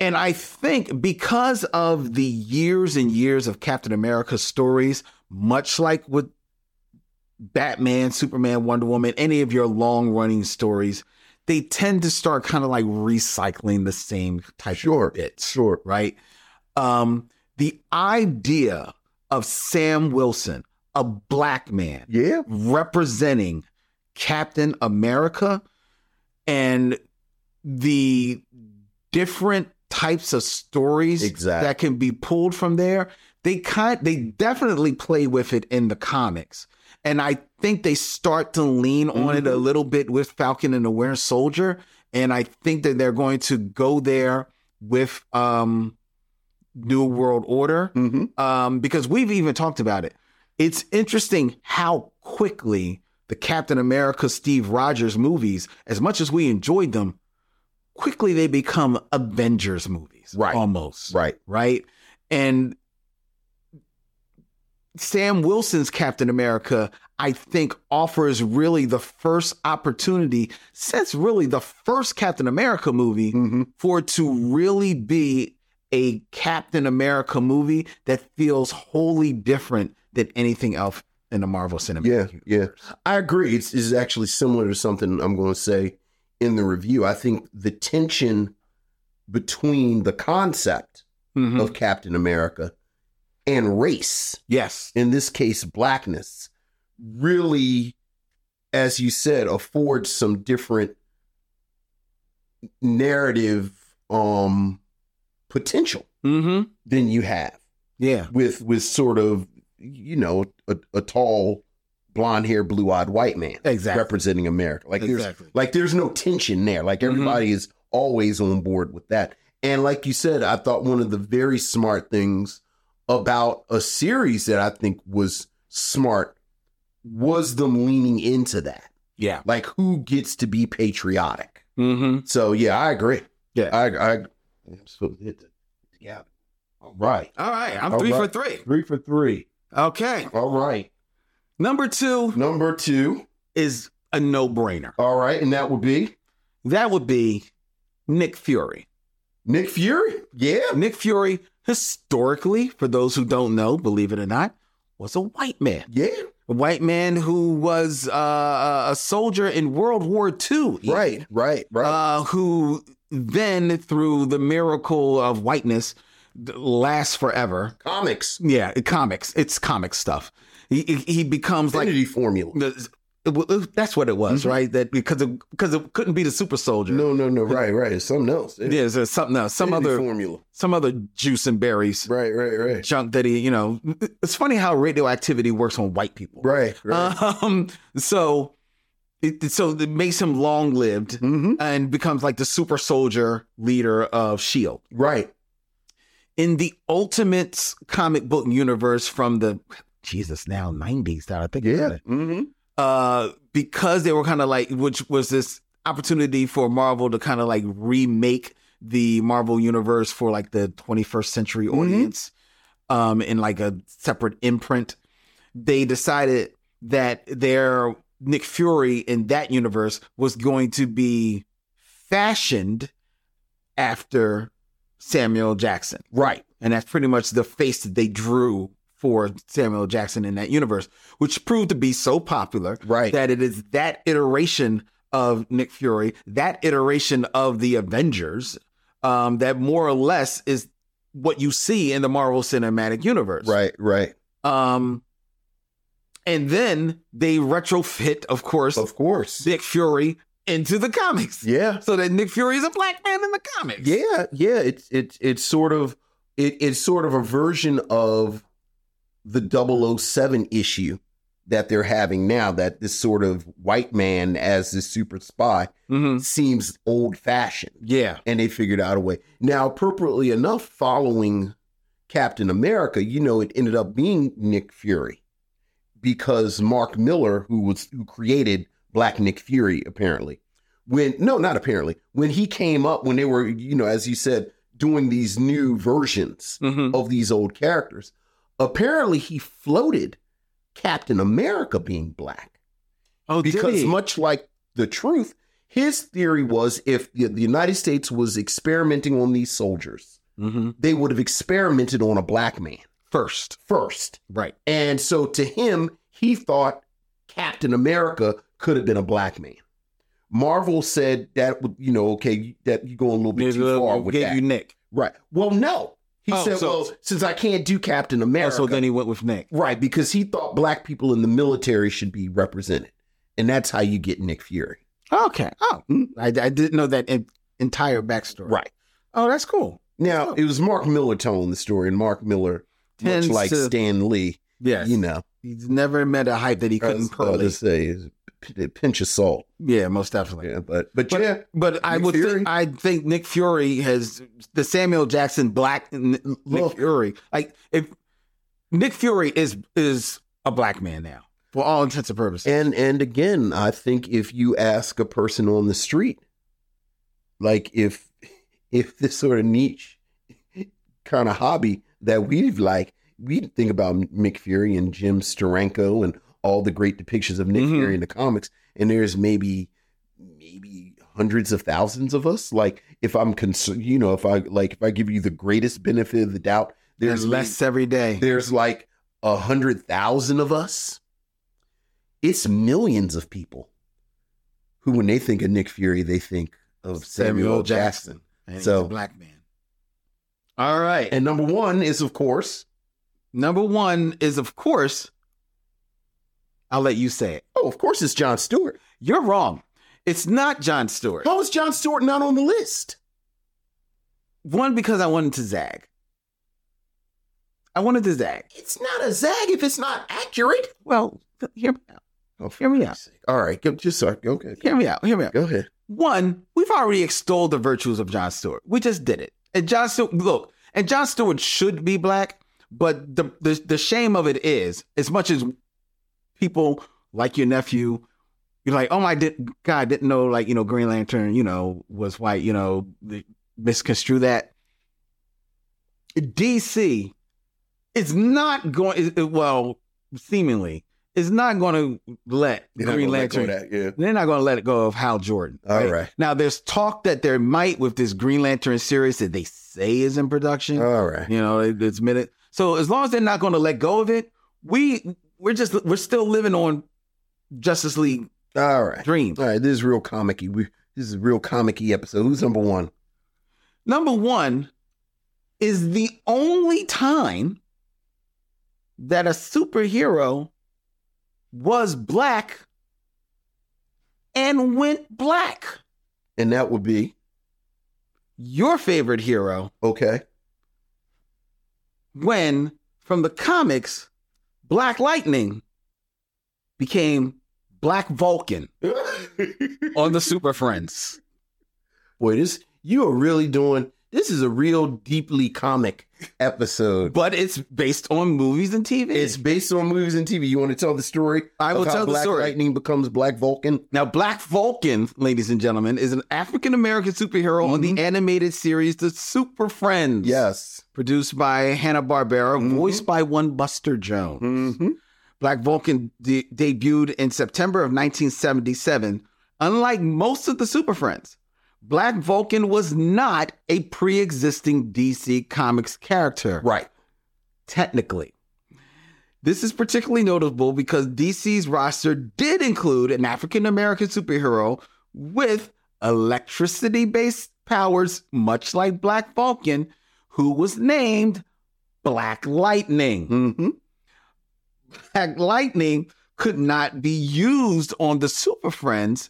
Speaker 3: And I think because of the years and years of Captain America stories, much like with Batman, Superman, Wonder Woman, any of your long running stories, they tend to start kind of like recycling the same type
Speaker 4: Sure.
Speaker 3: of bits
Speaker 4: Sure.
Speaker 3: right? Um, the idea of Sam Wilson, a black man,
Speaker 4: Yeah.
Speaker 3: representing Captain America and the different types of stories
Speaker 4: Exactly.
Speaker 3: that can be pulled from there. They kind they definitely play with it in the comics. And I think they start to lean on it a little bit with Falcon and the Winter Soldier. And I think that they're going to go there with um New World Order
Speaker 4: Mm-hmm.
Speaker 3: um, because we've even talked about it. It's interesting how quickly the Captain America Steve Rogers movies, as much as we enjoyed them, quickly they become Avengers movies.
Speaker 4: Right.
Speaker 3: Almost.
Speaker 4: Right.
Speaker 3: Right. And Sam Wilson's Captain America, I think, offers really the first opportunity since really the first Captain America movie
Speaker 4: Mm-hmm.
Speaker 3: for it to really be a Captain America movie that feels wholly different than anything else in the Marvel Cinematic
Speaker 4: Yeah,
Speaker 3: Universe.
Speaker 4: yeah. I agree. It's, it's actually similar to something I'm going to say in the review. I think the tension between the concept
Speaker 3: Mhm.
Speaker 4: of Captain America and race,
Speaker 3: Yes.
Speaker 4: in this case, blackness, really, as you said, affords some different narrative um, potential
Speaker 3: Mm-hmm.
Speaker 4: than you have
Speaker 3: Yeah.
Speaker 4: with with sort of you know a, a tall blonde hair blue eyed white man
Speaker 3: Exactly.
Speaker 4: representing america like
Speaker 3: Exactly.
Speaker 4: there's like there's no tension there like everybody is always on board with that and like you said i thought one of the very smart things about a series that i think was smart was them leaning into that
Speaker 3: Yeah.
Speaker 4: like who gets to be patriotic
Speaker 3: Mm-hmm.
Speaker 4: so yeah i agree
Speaker 3: Yeah.
Speaker 4: i i I'm supposed to hit the- yeah all right
Speaker 3: All right. I'm
Speaker 4: All
Speaker 3: three
Speaker 4: right.
Speaker 3: for three.
Speaker 4: three for three
Speaker 3: Okay.
Speaker 4: all right
Speaker 3: Number two
Speaker 4: Number two.
Speaker 3: is a no brainer.
Speaker 4: All right, and that would be
Speaker 3: That would be Nick Fury.
Speaker 4: Nick Fury. Yeah.
Speaker 3: Nick Fury, historically, for those who don't know, believe it or not, was a white man.
Speaker 4: Yeah.
Speaker 3: A white man who was uh, a soldier in World War II. even.
Speaker 4: Right. Right. Right.
Speaker 3: Uh, who then, through the miracle of whiteness, d- lasts forever.
Speaker 4: Comics.
Speaker 3: Yeah, comics. It's comic stuff. He, he he becomes like
Speaker 4: Infinity formula.
Speaker 3: the, it w- it- that's what it was, right? That because it, because it couldn't be the super soldier.
Speaker 4: Mm-hmm. No. No. No. Right. Right. It's something else.
Speaker 3: yeah, it's, uh, something else, some
Speaker 4: Infinity
Speaker 3: other
Speaker 4: formula.
Speaker 3: some other juice and berries
Speaker 4: Right. Right. Right.
Speaker 3: junk that he, you know. It's funny how radioactivity works on white people.
Speaker 4: Right. Right.
Speaker 3: Um, so it, so it makes him long lived
Speaker 4: mm-hmm.
Speaker 3: and becomes like the super soldier leader of Shield
Speaker 4: Right.
Speaker 3: E in the Ultimates comic book universe from the Jesus now nineties. That I think about
Speaker 4: Yeah.
Speaker 3: it.
Speaker 4: Mm-hmm.
Speaker 3: uh, because they were kind of like, which was this opportunity for Marvel to kind of like remake the Marvel universe for like the 21st century audience, um, in like a separate imprint. They decided that their Nick Fury in that universe was going to be fashioned after Samuel Jackson.
Speaker 4: Right.
Speaker 3: And that's pretty much the face that they drew for Samuel Jackson in that universe, which proved to be so popular
Speaker 4: Right.
Speaker 3: that it is that iteration of Nick Fury, that iteration of the Avengers, um, that more or less is what you see in the Marvel Cinematic Universe.
Speaker 4: Right. Right.
Speaker 3: Um, and then they retrofit, of course,
Speaker 4: Of course.
Speaker 3: Nick Fury into the comics.
Speaker 4: Yeah.
Speaker 3: So that Nick Fury is a black man in the comics.
Speaker 4: Yeah. Yeah. It's it's it's sort of it, it's sort of a version of the 007 issue that they're having now that this sort of white man as this super spy
Speaker 3: Mhm.
Speaker 4: seems old fashioned
Speaker 3: Yeah.
Speaker 4: and they figured out a way. Now, appropriately enough, following Captain America, you know, it ended up being Nick Fury because Mark Miller, who was who created Black Nick Fury, apparently, when no, not apparently, when he came up, when they were, you know, as you said, doing these new versions
Speaker 3: Mhm.
Speaker 4: of these old characters, apparently he floated Captain America being black
Speaker 3: Oh, did
Speaker 4: because
Speaker 3: he?
Speaker 4: much like the truth, his theory was if the, the United States was experimenting on these soldiers,
Speaker 3: Mhm.
Speaker 4: they would have experimented on a black man
Speaker 3: first,
Speaker 4: first.
Speaker 3: right?
Speaker 4: And so to him, he thought Captain America could have been a black man. Marvel said that would, you know, okay, that you go a little bit
Speaker 3: Maybe
Speaker 4: too
Speaker 3: we'll-
Speaker 4: far
Speaker 3: we'll
Speaker 4: with
Speaker 3: get
Speaker 4: that.
Speaker 3: you Nick.
Speaker 4: right. Well, no. He
Speaker 3: Oh,
Speaker 4: said,
Speaker 3: so-
Speaker 4: well, since I can't do Captain
Speaker 3: Oh,
Speaker 4: America.
Speaker 3: so then he went with Nick.
Speaker 4: right, because he thought black people in the military should be represented. And that's how you get Nick Fury.
Speaker 3: Okay. Oh, I, I didn't know that en- entire backstory.
Speaker 4: mm. Right.
Speaker 3: Oh, that's cool.
Speaker 4: Now it was Mark Miller telling the story, and Mark Miller,
Speaker 3: Tends
Speaker 4: much like
Speaker 3: to-
Speaker 4: Stan Lee,
Speaker 3: Yes.
Speaker 4: you know, uh,
Speaker 3: he's never met a hype that he couldn't
Speaker 4: I was about
Speaker 3: pearl.
Speaker 4: to say is a pinch of salt.
Speaker 3: Yeah, most definitely.
Speaker 4: Yeah, but but,
Speaker 3: But,
Speaker 4: yeah,
Speaker 3: but I
Speaker 4: Nick
Speaker 3: would
Speaker 4: Fury.
Speaker 3: think, I think Nick Fury has the Samuel Jackson black N- Nick
Speaker 4: Look.
Speaker 3: Fury. Like if Nick Fury is is a black man now for all intents and purposes.
Speaker 4: and and again, I think if you ask a person on the street, like if if this sort of niche kind of hobby that we've like, we think about Mick Fury and Jim Steranko and all the great depictions of Nick
Speaker 3: Mhm.
Speaker 4: Fury in the comics, and there's maybe maybe hundreds of thousands of us. Like if I'm concerned, you know, if I like if I give you the greatest benefit of the doubt, there's
Speaker 3: There's less every day.
Speaker 4: there's like a hundred thousand of us. It's millions of people who, when they think of Nick Fury, they think of Samuel, Jackson.
Speaker 3: And he's
Speaker 4: So-
Speaker 3: a black man. All right.
Speaker 4: And number one is, of course,
Speaker 3: Number one is, of course, I'll let you say it.
Speaker 4: oh, of course, it's John Stewart.
Speaker 3: You're wrong. It's not John Stewart.
Speaker 4: How is John Stewart not on the list?
Speaker 3: One because I wanted to zag. I wanted to zag.
Speaker 4: It's not a zag if it's not accurate.
Speaker 3: Well, th- hear me out.
Speaker 4: Oh,
Speaker 3: Hear me out.
Speaker 4: All right, go- just sorry. Okay,
Speaker 3: Hear me out. Hear me out.
Speaker 4: go ahead.
Speaker 3: One, we've already extolled the virtues of John Stewart. We just did it. And John Stewart, look, and John Stewart should be black, but the, the the shame of it is, as much as people like your nephew, you're like, oh my di- God, didn't know, like, you know, Green Lantern, you know, was white, you know, they misconstrue that. DC is not going, well, seemingly, is not going to let
Speaker 4: You're not
Speaker 3: Green
Speaker 4: gonna let go
Speaker 3: Lantern
Speaker 4: of that, Yeah.
Speaker 3: they're not going to let it go of Hal Jordan.
Speaker 4: All right.
Speaker 3: Now, there's talk that there might with this Green Lantern series that they say is in production.
Speaker 4: All right.
Speaker 3: You know, it- it's minute. So as long as they're not going to let go of it, we we're just we're still living on Justice League
Speaker 4: All right.
Speaker 3: dreams.
Speaker 4: All right. This is real comic We This is a real comic episode. Who's number one?
Speaker 3: Number one is the only time that a superhero was black and went black.
Speaker 4: And that would be
Speaker 3: Your favorite hero.
Speaker 4: okay.
Speaker 3: when, from the comics, Black Lightning became Black Vulcan on the Super Friends.
Speaker 4: Boy, this you are really doing. This is a real deeply comic episode.
Speaker 3: But it's based on movies and TV.
Speaker 4: It's based on movies and TV. You want to tell the story?
Speaker 3: I will
Speaker 4: of how
Speaker 3: tell the
Speaker 4: Black
Speaker 3: story.
Speaker 4: Lightning becomes Black Vulcan.
Speaker 3: now, Black Vulcan, ladies and gentlemen, is an African American superhero on the animated series The Super Friends.
Speaker 4: Yes.
Speaker 3: Produced by Hanna Barbera, voiced by one Buster Jones. Black Vulcan de- debuted in September of 1977. Unlike most of the Super Friends, Black Vulcan was not a pre existing DC Comics character,
Speaker 4: Right.
Speaker 3: technically. This is particularly notable because DC's roster did include an African American superhero with electricity based powers, much like Black Vulcan, who was named Black Lightning.
Speaker 4: Mm-hmm.
Speaker 3: Black Lightning could not be used on the Super Friends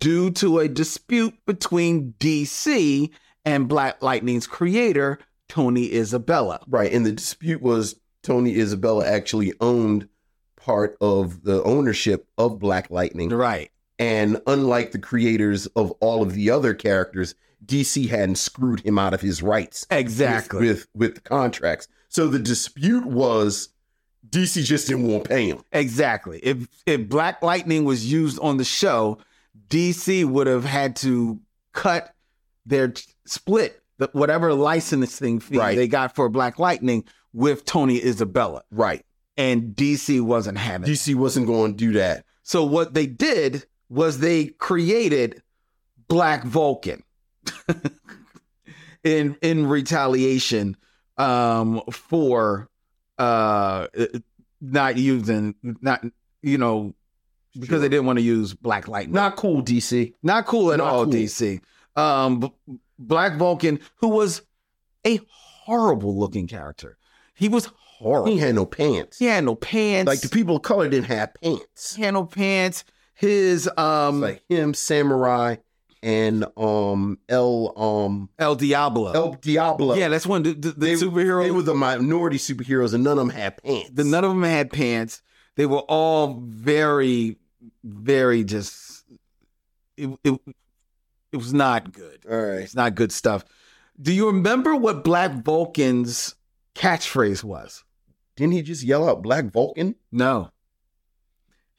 Speaker 3: due to a dispute between DC and Black Lightning's creator, Tony Isabella.
Speaker 4: Right. And the dispute was Tony Isabella actually owned part of the ownership of Black Lightning.
Speaker 3: Right.
Speaker 4: And unlike the creators of all of the other characters, DC hadn't screwed him out of his rights
Speaker 3: Exactly.
Speaker 4: with, with with contracts. So the dispute was DC just didn't want to pay him.
Speaker 3: exactly. If if Black Lightning was used on the show, DC would have had to cut their t- split the, whatever licensing fee
Speaker 4: Right.
Speaker 3: they got for Black Lightning with Tony Isabella.
Speaker 4: Right.
Speaker 3: And DC wasn't having it.
Speaker 4: DC wasn't going to do that.
Speaker 3: So what they did was they created Black Vulcan in in retaliation um, for uh, not using not you know because they didn't want to use Black Lightning.
Speaker 4: Not cool, DC.
Speaker 3: Not cool at
Speaker 4: Not
Speaker 3: all,
Speaker 4: cool.
Speaker 3: DC. Um, B- Black Vulcan, who was a horrible looking character, he was horrible.
Speaker 4: He had no pants.
Speaker 3: He had no pants.
Speaker 4: Like the people of color didn't have pants.
Speaker 3: Channel pants. His um
Speaker 4: Like him, Samurai, and um El um
Speaker 3: El Diablo.
Speaker 4: El Diablo.
Speaker 3: yeah, that's one. The, the, the
Speaker 4: They-
Speaker 3: superhero.
Speaker 4: They were the minority superheroes, and none of them had pants.
Speaker 3: the, none of them had pants. They were all very, very just. It, it, it was not good.
Speaker 4: All right.
Speaker 3: It's not good stuff. Do you remember what Black Vulcan's catchphrase was?
Speaker 4: Didn't he just yell out Black Vulcan?
Speaker 3: No.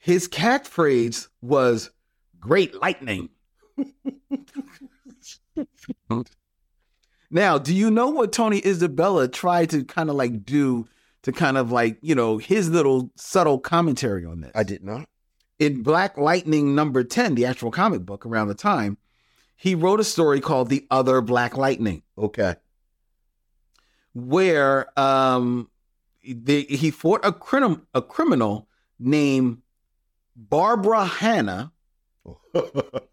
Speaker 3: His catchphrase was "Great lightning." now, do you know what Tony Isabella tried to kind of like do to kind of like you know his little subtle commentary on this?
Speaker 4: I did not.
Speaker 3: in Black Lightning number ten, the actual comic book around the time, he wrote a story called "The Other Black Lightning."
Speaker 4: Okay.
Speaker 3: where um the, he fought a crim- a criminal named Barbara Hanna,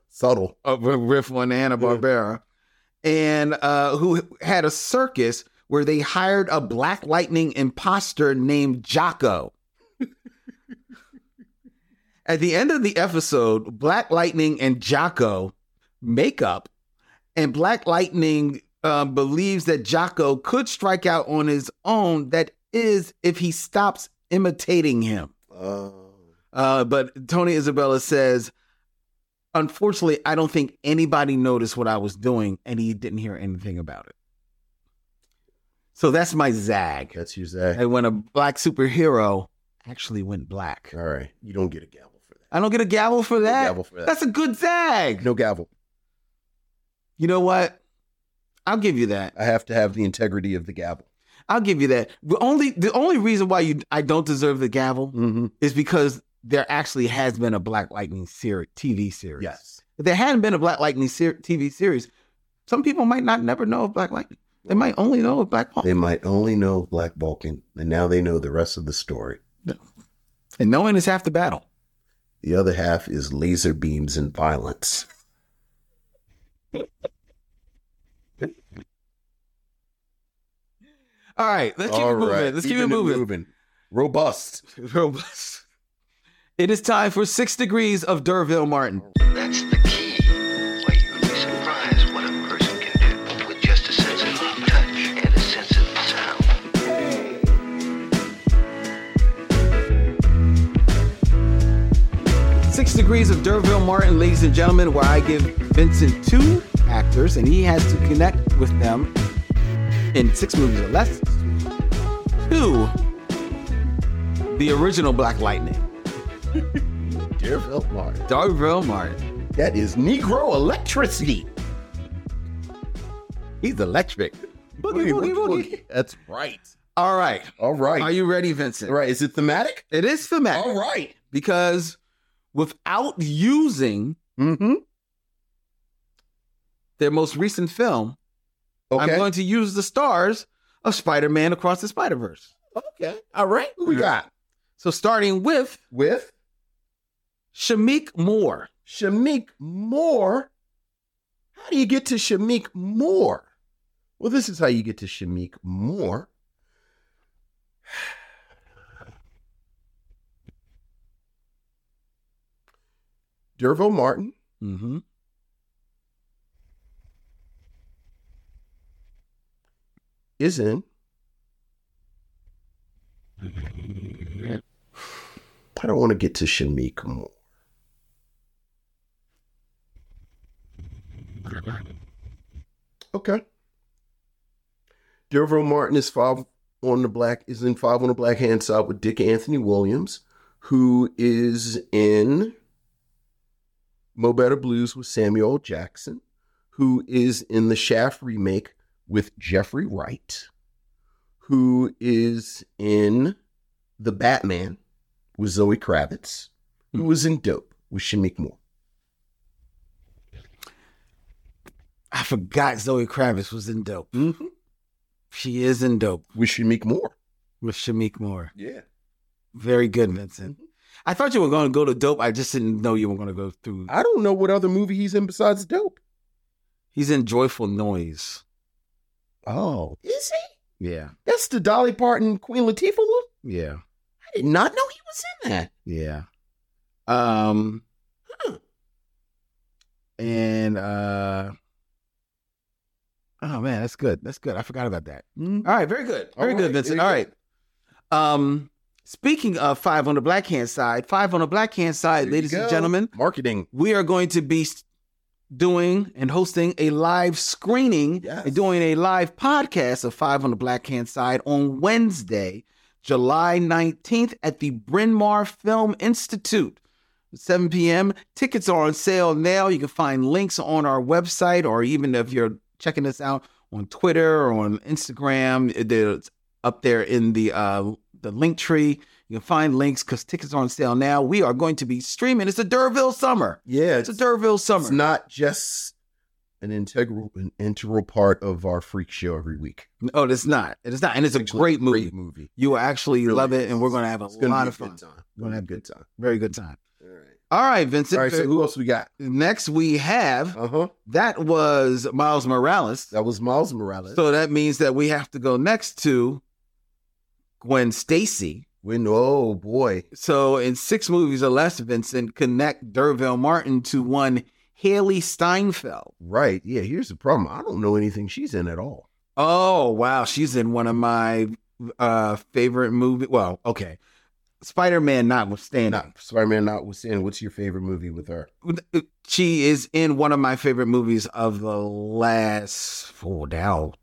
Speaker 4: Subtle.
Speaker 3: a r- riff on Hanna Barbera, and uh, who had a circus where they hired a Black Lightning imposter named Jocko. At the end of the episode, Black Lightning and Jocko make up, and Black Lightning uh, believes that Jocko could strike out on his own. That is, if he stops imitating him.
Speaker 4: Oh.
Speaker 3: Uh, but Tony Isabella says, unfortunately, I don't think anybody noticed what I was doing, and he didn't hear anything about it. So that's my zag.
Speaker 4: That's you, Zach.
Speaker 3: And when a black superhero actually went black,
Speaker 4: All right. You don't get a gavel for that.
Speaker 3: I don't get a gavel for that.
Speaker 4: gavel for that.
Speaker 3: That's a good zag.
Speaker 4: No gavel.
Speaker 3: You know what? I'll give you that.
Speaker 4: I have to have the integrity of the gavel.
Speaker 3: I'll give you that. The only the only reason why you I don't deserve the gavel
Speaker 4: Mm-hmm.
Speaker 3: is because there actually has been a Black Lightning series TV series.
Speaker 4: Yes.
Speaker 3: If there hadn't been a Black Lightning ser- TV series, some people might not never know of Black Lightning. They might only know of Black Paul.
Speaker 4: They might only know Black Vulcan, and now they know the rest of the story.
Speaker 3: And knowing is half the battle.
Speaker 4: The other half is laser beams and violence.
Speaker 3: All right, let's keep
Speaker 4: All
Speaker 3: it moving.
Speaker 4: right.
Speaker 3: Let's keep it
Speaker 4: Keeping
Speaker 3: moving.
Speaker 4: Robust.
Speaker 3: Robust. It is time for six degrees of Derville Martin.
Speaker 7: That's the key. Why you'd be surprised what a person can do with just a sense of touch and a sense of sound.
Speaker 3: Six Degrees of Derville Martin, ladies and gentlemen, where I give Vincent two actors and he has to connect with them in six movies or less to the original Black Lightning.
Speaker 4: Dear Veltmar.
Speaker 3: Derville Martin.
Speaker 4: That is Negro electricity. He's electric.
Speaker 3: Boogie, boogie, boogie.
Speaker 4: That's right.
Speaker 3: All right.
Speaker 4: All right.
Speaker 3: Are you ready, Vincent?
Speaker 4: All right. Is it thematic?
Speaker 3: It is thematic
Speaker 4: All right.
Speaker 3: because without using
Speaker 4: Mm-hmm.
Speaker 3: their most recent film,
Speaker 4: Okay.
Speaker 3: I'm going to use the stars of Spider Man Across the Spider Verse.
Speaker 4: okay. All right. Who we got?
Speaker 3: So starting with
Speaker 4: With
Speaker 3: Shamik Moore.
Speaker 4: Shamik Moore. How do you get to Shamik Moore? Well, this is how you get to Shamik Moore. Dervo Martin
Speaker 3: Mm-hmm.
Speaker 4: is in. I don't want to get to Shamik Moore. Okay. Dervo Martin is five on the black is in five on the black hand side with Dick Anthony Williams, who is in Mo Better Blues with Samuel L. Jackson, who is in the Shaft remake with Jeffrey Wright, who is in The Batman with Zoe Kravitz, who was in Dope with Shamik Moore.
Speaker 3: I forgot Zoe Kravitz was in Dope.
Speaker 4: Mm-hmm.
Speaker 3: She is in Dope
Speaker 4: With Shamik Moore.
Speaker 3: with Shamik Moore.
Speaker 4: Yeah. Mm-hmm.
Speaker 3: Very good, Vincent. I thought you were going to go to Dope. I just didn't know you were going to go through.
Speaker 4: I don't know what other movie he's in besides Dope.
Speaker 3: He's in Joyful Noise.
Speaker 4: Oh. Is he?
Speaker 3: Yeah,
Speaker 4: That's the Dolly Parton Queen Latifah one?
Speaker 3: yeah,
Speaker 4: I did not know he was in that.
Speaker 3: yeah. Um, and uh, oh man, that's good. That's good. I forgot about that. All right, very good.
Speaker 4: Mm-hmm. All
Speaker 3: Very good,
Speaker 4: right,
Speaker 3: Vincent.
Speaker 4: very
Speaker 3: All right. Um, speaking of five on the black hand side, five on the black hand
Speaker 4: There
Speaker 3: side,
Speaker 4: you
Speaker 3: ladies and
Speaker 4: go.
Speaker 3: gentlemen.
Speaker 4: Marketing.
Speaker 3: we are going to be s- doing and hosting a live screening
Speaker 4: Yes.
Speaker 3: and doing a live podcast of Five on the Black Hand Side on Wednesday, July 19th at the Bryn Mawr Film Institute. 7 p.m. Tickets are on sale now. You can find links on our website, or even if you're checking us out on Twitter or on Instagram, it's up there in the uh, the link tree. You can find links because tickets are on sale now. We are going to be streaming. It's a Durville summer.
Speaker 4: Yeah.
Speaker 3: It's a Durville summer.
Speaker 4: It's not just an integral an integral part of our freak show every week.
Speaker 3: oh, it's not. It is not, and it's a
Speaker 4: Actually,
Speaker 3: great movie.
Speaker 4: movie.
Speaker 3: You will actually
Speaker 4: Really
Speaker 3: love it,
Speaker 4: is.
Speaker 3: and we're going to have a
Speaker 4: It's gonna
Speaker 3: lot
Speaker 4: be
Speaker 3: of
Speaker 4: a good
Speaker 3: fun.
Speaker 4: time.
Speaker 3: We're gonna have
Speaker 4: good time.
Speaker 3: Very good time.
Speaker 4: All right.
Speaker 3: All right, Vincent.
Speaker 4: All right. So who else we got?
Speaker 3: Next, we have
Speaker 4: Uh huh.
Speaker 3: that was Miles Morales.
Speaker 4: That was Miles Morales.
Speaker 3: So that means that we have to go next to Gwen Stacy.
Speaker 4: when oh boy,
Speaker 3: So in six movies or less, Vincent connect Derville Martin to one Haley Steinfeld.
Speaker 4: Right. Yeah. Here's the problem. I don't know anything she's in at all.
Speaker 3: Oh wow, she's in one of my uh favorite movie. Well, okay, Spider Man notwithstanding,
Speaker 4: Not Spider Man notwithstanding. What's your favorite movie with her?
Speaker 3: she is in one of my favorite movies of the last. Oh, now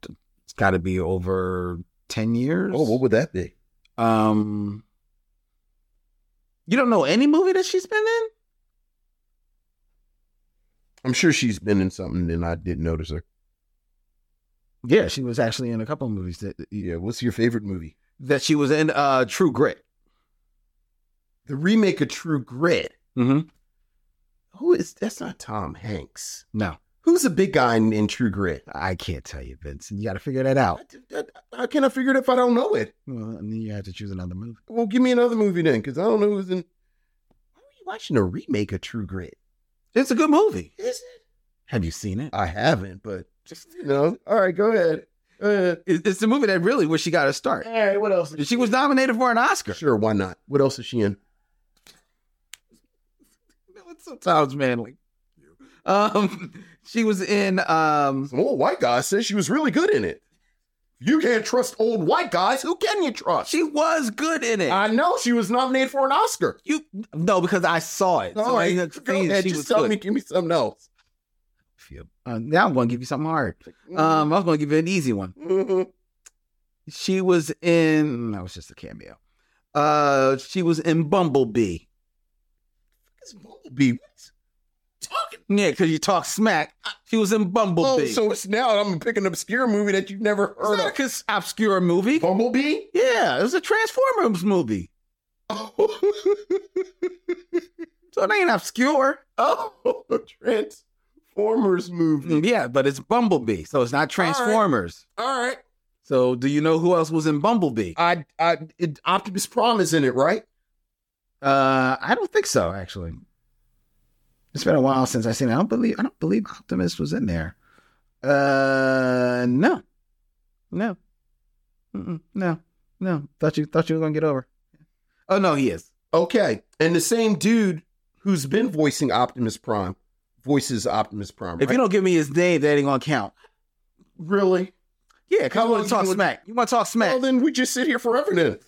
Speaker 3: it's got to be over ten years.
Speaker 4: Oh, what would that be?
Speaker 3: um, you don't know any movie that she's been in?
Speaker 4: I'm sure she's been in something and I didn't notice her.
Speaker 3: Yeah, she was actually in a couple of movies that
Speaker 4: Yeah. What's your favorite movie?
Speaker 3: that she was in. Uh, True Grit.
Speaker 4: The remake of True Grit.
Speaker 3: Mm-hmm.
Speaker 4: Who is that's not Tom Hanks.
Speaker 3: No,
Speaker 4: Who's the big guy in, in True Grit?
Speaker 3: I can't tell you, Vincent. You got to figure that out.
Speaker 4: How can I figure it if I don't know it?
Speaker 3: Well, and then you have to choose another movie.
Speaker 4: Well, give me another movie then, because I don't know who's in. Why are you watching a remake of True Grit?
Speaker 3: It's a good movie.
Speaker 4: Is it?
Speaker 3: Have you seen it?
Speaker 4: I haven't, but just you know. All right, go ahead. Go ahead.
Speaker 3: It- It's the movie that really where she got her start.
Speaker 4: All right, what else?
Speaker 3: She was nominated for an Oscar.
Speaker 4: Sure, why not? What else is she in?
Speaker 3: No, it's sometimes manly. Um, she was in um,
Speaker 4: Some old white guy says she was really good in it. You can't trust old white guys. Who can you trust?
Speaker 3: she was good in it.
Speaker 4: I know she was nominated for an Oscar.
Speaker 3: you no, because I saw it.
Speaker 4: All
Speaker 3: So
Speaker 4: right,
Speaker 3: I had
Speaker 4: go
Speaker 3: seen
Speaker 4: ahead.
Speaker 3: she
Speaker 4: Just
Speaker 3: was
Speaker 4: tell
Speaker 3: good.
Speaker 4: me, give me something else.
Speaker 3: Uh, now I'm going to give you something hard. Um, I was going to give you an easy one.
Speaker 4: Mhm.
Speaker 3: She was in. That was just a cameo. Uh, she was in Bumblebee.
Speaker 4: It's Bumblebee.
Speaker 3: Yeah, because you talk smack. She was in
Speaker 4: Oh,
Speaker 3: Bumblebee.
Speaker 4: so it's now I'm picking an obscure movie that you've never
Speaker 3: it's
Speaker 4: heard
Speaker 3: not a
Speaker 4: of.
Speaker 3: cons- obscure movie.
Speaker 4: Bumblebee?
Speaker 3: Yeah, it was a Transformers movie. So it ain't obscure.
Speaker 4: oh, Transformers movie.
Speaker 3: Yeah, but it's Bumblebee, so it's not Transformers.
Speaker 4: All right.
Speaker 3: So do you know who else was in Bumblebee?
Speaker 4: I, I, it, Optimus Prime is in it, right?
Speaker 3: Uh, I don't think so, actually. It's been a while since I seen it. I don't believe I don't believe Optimus was in there. Uh, no, no, Mm-mm, no, no. Thought you thought you were gonna get over. Oh no, he is.
Speaker 4: Okay. And the same dude who's been voicing Optimus Prime voices Optimus Prime.
Speaker 3: If you don't give me his name, that ain't gonna count.
Speaker 4: really,
Speaker 3: Yeah, because I
Speaker 4: How
Speaker 3: want
Speaker 4: long
Speaker 3: to talk
Speaker 4: you would-
Speaker 3: smack. You want to talk
Speaker 4: well
Speaker 3: smack?
Speaker 4: then we just sit here forever then.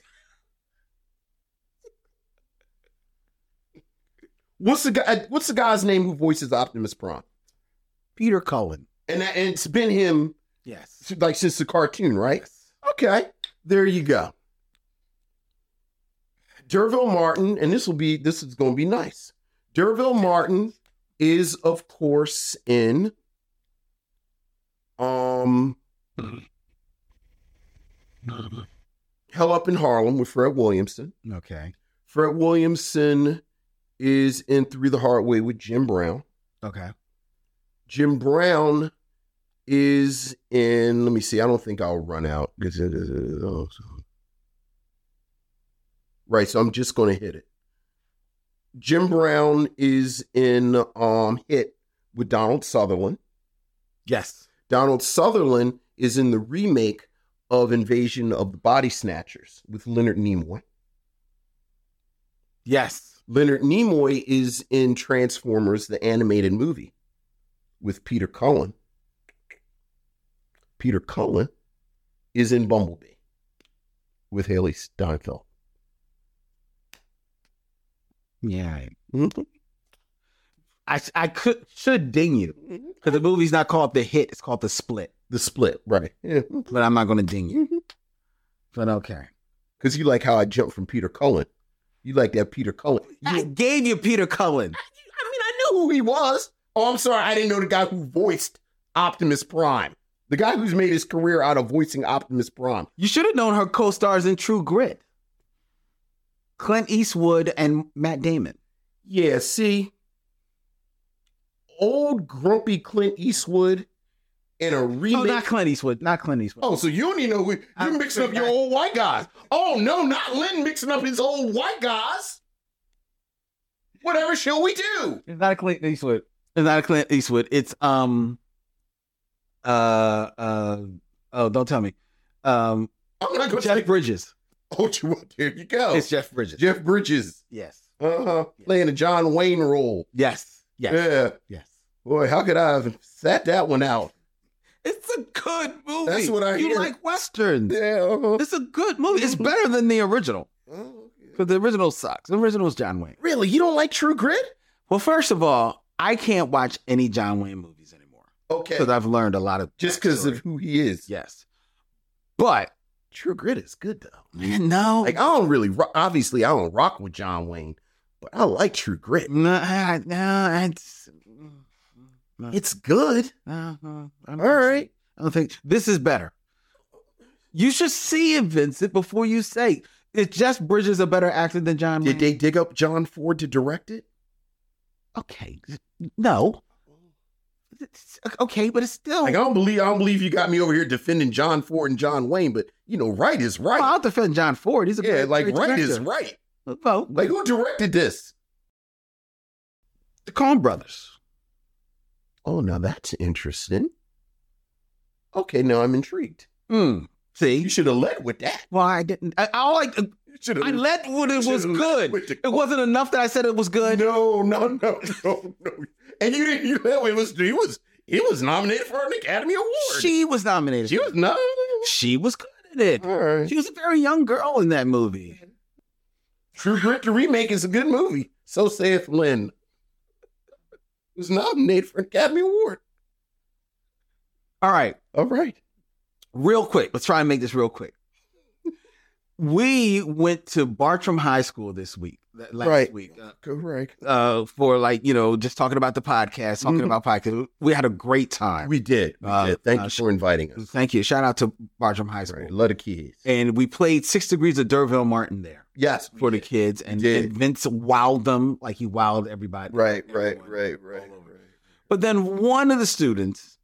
Speaker 4: What's the guy? What's the guy's name who voices Optimus Prime?
Speaker 3: Peter Cullen.
Speaker 4: And, that, and it's been him
Speaker 3: Yes.
Speaker 4: like since the cartoon, right? Okay, there you go. Derville Martin, and this will be this is going to be nice. Derville Martin is of course in um Hell Up in Harlem with Fred Williamson.
Speaker 3: Okay.
Speaker 4: Fred Williamson is in Through the Hard Way with Jim Brown.
Speaker 3: Okay.
Speaker 4: Jim Brown is in. Let me see. I don't think I'll run out. Right. So I'm just going to hit it. Jim Brown is in um, Hit with Donald Sutherland.
Speaker 3: Yes.
Speaker 4: Donald Sutherland is in the remake of Invasion of the Body Snatchers with Leonard Nimoy.
Speaker 3: Yes.
Speaker 4: Leonard Nimoy is in Transformers, the animated movie with Peter Cullen. Peter Cullen is in Bumblebee with Haley Steinfeld.
Speaker 3: Yeah. I
Speaker 4: Mhm.
Speaker 3: I, I could should ding you because the movie's not called the hit; it's called the split.
Speaker 4: The split, right? Yeah.
Speaker 3: But I'm not gonna ding you. But okay.
Speaker 4: Because you like how I jumped from Peter Cullen. You like that Peter Cullen. You-
Speaker 3: I gave you Peter Cullen.
Speaker 4: I mean, I knew who he was. Oh, I'm sorry. I didn't know the guy who voiced Optimus Prime. The guy who's made his career out of voicing Optimus Prime.
Speaker 3: You should have known her co-stars in True Grit. Clint Eastwood and Matt Damon.
Speaker 4: Yeah, see, old grumpy Clint Eastwood and a
Speaker 3: Oh, not
Speaker 4: remake.
Speaker 3: Clint Eastwood. Not Clint Eastwood.
Speaker 4: Oh, so you don't even know who
Speaker 3: I-
Speaker 4: you're mixing up your old white guys. Oh no, not Lynn mixing up his old white guys. Whatever shall we do?
Speaker 3: It's not a Clint Eastwood. It's not a Clint Eastwood. It's um uh uh oh don't tell me. Um
Speaker 4: I'm not gonna
Speaker 3: Jeff
Speaker 4: take-
Speaker 3: Bridges.
Speaker 4: Oh, you want? There you go. Uh-huh.
Speaker 3: It's Jeff Bridges.
Speaker 4: Jeff Bridges,
Speaker 3: yes.
Speaker 4: uh huh, playing a John Wayne role.
Speaker 3: Yes. Yes.
Speaker 4: Yeah,
Speaker 3: Yes.
Speaker 4: Boy, how could I have sat that one out?
Speaker 3: It's a good movie.
Speaker 4: That's what I
Speaker 3: You
Speaker 4: hear.
Speaker 3: like westerns.
Speaker 4: Yeah. oh,
Speaker 3: It's a good movie. It's better than the original.
Speaker 4: oh, yeah.
Speaker 3: Because the original sucks. The original is John Wayne.
Speaker 4: Really? You don't like True Grit?
Speaker 3: Well, first of all, I can't watch any John Wayne movies anymore.
Speaker 4: Okay.
Speaker 3: Because I've learned a lot of
Speaker 4: Just because of
Speaker 3: backstory.
Speaker 4: who he is.
Speaker 3: Yes. But
Speaker 4: True Grit is good though.
Speaker 3: no.
Speaker 4: Mm-hmm. Like I don't really ro- obviously I don't rock with John Wayne, but I like True Grit.
Speaker 3: no, I, no,
Speaker 4: uh,
Speaker 3: I, no,
Speaker 4: It's good.
Speaker 3: no, no, uh-huh, I don't
Speaker 4: All right.
Speaker 3: I don't think this is better. You should see it, Vincent, before you say it. Jeff Bridges is a better actor than John
Speaker 4: Did
Speaker 3: Wayne.
Speaker 4: they dig up John Ford to direct it?
Speaker 3: Okay, no. It's- Okay, but it's still.
Speaker 4: Like I don't believe I don't believe you got me over here defending John Ford and John Wayne, but you know, right is right.
Speaker 3: Well, I'll defend John Ford. He's a
Speaker 4: yeah,
Speaker 3: great-
Speaker 4: like
Speaker 3: great
Speaker 4: right is
Speaker 3: director.
Speaker 4: right.
Speaker 3: Well,
Speaker 4: Like who directed this?
Speaker 3: the Coen Brothers.
Speaker 4: Oh, now that's interesting. Okay, now I'm intrigued.
Speaker 3: Mm.
Speaker 4: You
Speaker 3: See,
Speaker 4: should have led with that.
Speaker 3: well, I didn't. I, I like.
Speaker 4: You should
Speaker 3: I led when it was
Speaker 4: Should've led
Speaker 3: good.
Speaker 4: with the-
Speaker 3: It wasn't enough that I said it was good.
Speaker 4: No, no, no, no, no. And you didn't. You know, it was. He was. He was nominated for an Academy Award.
Speaker 3: She was nominated.
Speaker 4: She was no.
Speaker 3: She was good at it.
Speaker 4: All right.
Speaker 3: She was a very young girl in that movie.
Speaker 4: True Grit the remake is a good movie. So saith Lynn. It was nominated for an Academy Award.
Speaker 3: All right.
Speaker 4: All right.
Speaker 3: real quick. Let's try and make this real quick. We went to Bartram High School this week, th- last
Speaker 4: Right.
Speaker 3: week, uh,
Speaker 4: Go right.
Speaker 3: uh, for like you know, just talking about the podcast, talking
Speaker 4: Mhm.
Speaker 3: about podcast. We had a great time.
Speaker 4: We did. We
Speaker 3: Uh,
Speaker 4: did. Thank
Speaker 3: uh,
Speaker 4: you
Speaker 3: sh-
Speaker 4: for inviting us.
Speaker 3: Thank you. Shout out to Bartram High School,
Speaker 4: Right. Love the kids.
Speaker 3: and we played Six Degrees of Derville Martin there
Speaker 4: Yes. we
Speaker 3: for the
Speaker 4: did.
Speaker 3: kids, and,
Speaker 4: did.
Speaker 3: and Vince wowed them like he wowed everybody.
Speaker 4: Right. Right.
Speaker 3: everyone
Speaker 4: Right.
Speaker 3: all
Speaker 4: Right.
Speaker 3: over.
Speaker 4: right.
Speaker 3: But then one of the students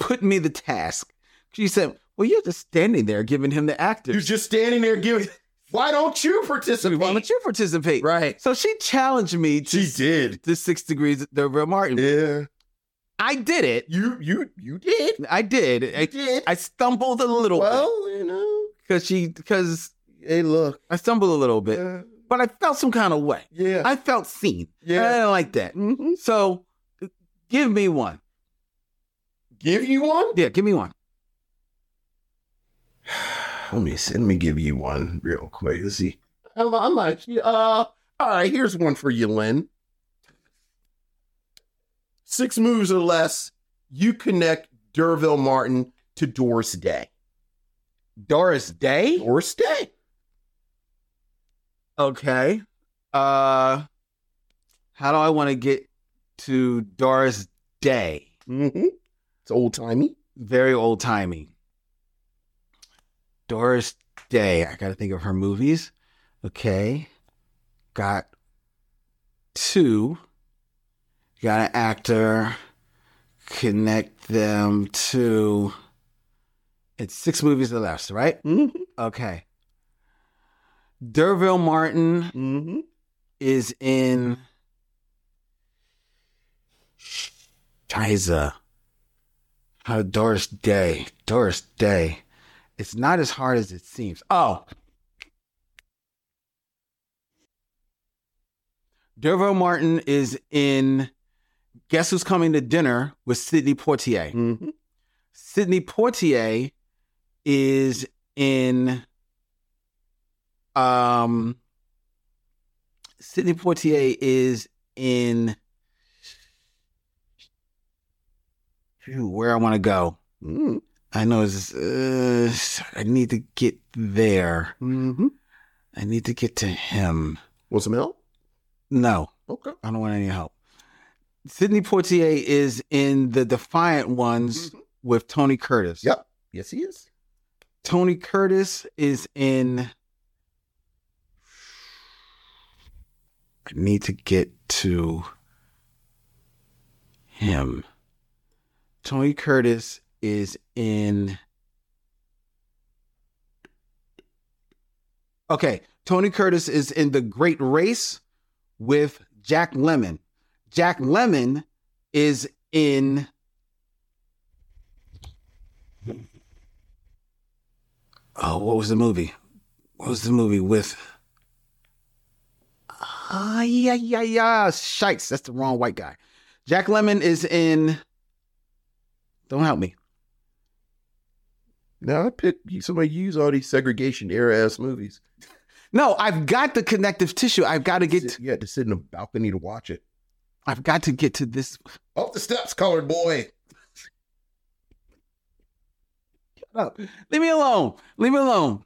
Speaker 3: put me the task. She said, "Well, you're just standing there giving him the actors.
Speaker 4: You're just standing there giving. Why don't you participate?
Speaker 3: Why don't you participate?"
Speaker 4: Right.
Speaker 3: So she challenged me to,
Speaker 4: She did.
Speaker 3: to six degrees the real Martin.
Speaker 4: Yeah.
Speaker 3: I did it.
Speaker 4: You. You. You did.
Speaker 3: I did.
Speaker 4: You
Speaker 3: I,
Speaker 4: did.
Speaker 3: I stumbled a little bit
Speaker 4: well, you know.
Speaker 3: because she because
Speaker 4: Hey, look.
Speaker 3: I stumbled a little bit,
Speaker 4: uh,
Speaker 3: but I felt some kind of way.
Speaker 4: yeah.
Speaker 3: I felt seen.
Speaker 4: Yeah.
Speaker 3: And I didn't like that.
Speaker 4: Mhm.
Speaker 3: So give me one.
Speaker 4: Give you one.
Speaker 3: Yeah, give me one.
Speaker 4: Let me see. Let me give you one real quick. Let's see. I'm, I'm not. Uh. All right. Here's one for you, Lynn. Six moves or less. You connect Derville Martin to Doris Day.
Speaker 3: Doris Day.
Speaker 4: Doris Day.
Speaker 3: Okay. Uh, how do I want to get to Doris Day?
Speaker 4: Mm-hmm. It's old timey.
Speaker 3: very old timey. Doris Day. I gotta think of her movies. Okay. Got two. Got an actor. Connect them to it's six movies or less, right?
Speaker 4: Mm-hmm.
Speaker 3: Okay. Derville Martin
Speaker 4: Mm-hmm.
Speaker 3: is in Chiza. Uh, Doris Day. Doris Day. It's not as hard as it seems. Oh. Dervo Martin is in Guess Who's Coming to Dinner with Sidney Poitier.
Speaker 4: Mm-hmm.
Speaker 3: Sidney Poitier is in um Sidney Poitier is in Phew, where I want to go. Hmm.
Speaker 4: Mm-hmm.
Speaker 3: I know it's uh, I need to get there. I need to get to him.
Speaker 4: Mm-hmm. Want some help?
Speaker 3: No,
Speaker 4: Okay.
Speaker 3: I don't want any help. Sidney Poitier is in the Defiant Ones with Tony Curtis.
Speaker 4: Yep. Yes, he is.
Speaker 3: Tony Curtis is in. I need to get to him. Tony Curtis is in. Okay, Tony Curtis is in The Great Race with Jack Lemon. Jack Lemon is in. Oh, what was the movie? What was the movie with? Ah, yeah, yeah, yeah. Shikes. That's the wrong white guy. Jack Lemon is in. Don't help me.
Speaker 4: Now I pick somebody use all these segregation era ass movies.
Speaker 3: No, I've got the connective tissue. I've got to get.
Speaker 4: you had to sit in a balcony to watch it.
Speaker 3: I've got to get to this.
Speaker 4: Off the steps, colored boy.
Speaker 3: Up. Leave me alone. Leave me alone.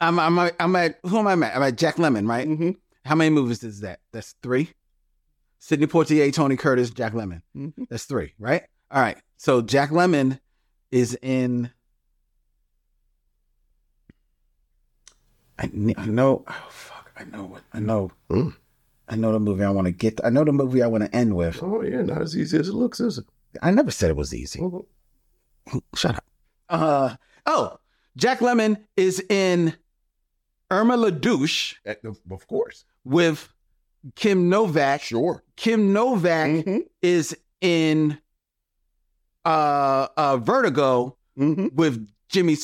Speaker 3: I'm. I'm. I'm at. Who am I at? I'm at Jack Lemon, right?
Speaker 4: Mhm.
Speaker 3: How many movies is that? That's three. Sidney Poitier, Tony Curtis, Jack Lemon.
Speaker 4: Mhm.
Speaker 3: That's three, right? All right. So Jack Lemon is in. I, kn- I know. Oh fuck! I know what I know.
Speaker 4: Hmm.
Speaker 3: I know the movie I want to get. I know the movie I want to end with.
Speaker 4: Oh yeah, not as easy as it looks, is it?
Speaker 3: I never said it was easy.
Speaker 4: Mhm.
Speaker 3: Shut up. Uh oh. Jack Lemon is in Irma LaDouche
Speaker 4: Eh, Of of course.
Speaker 3: with Kim Novak.
Speaker 4: Sure.
Speaker 3: Kim Novak
Speaker 4: Mhm.
Speaker 3: is in uh, uh, Vertigo
Speaker 4: Mm-hmm.
Speaker 3: with Jimmy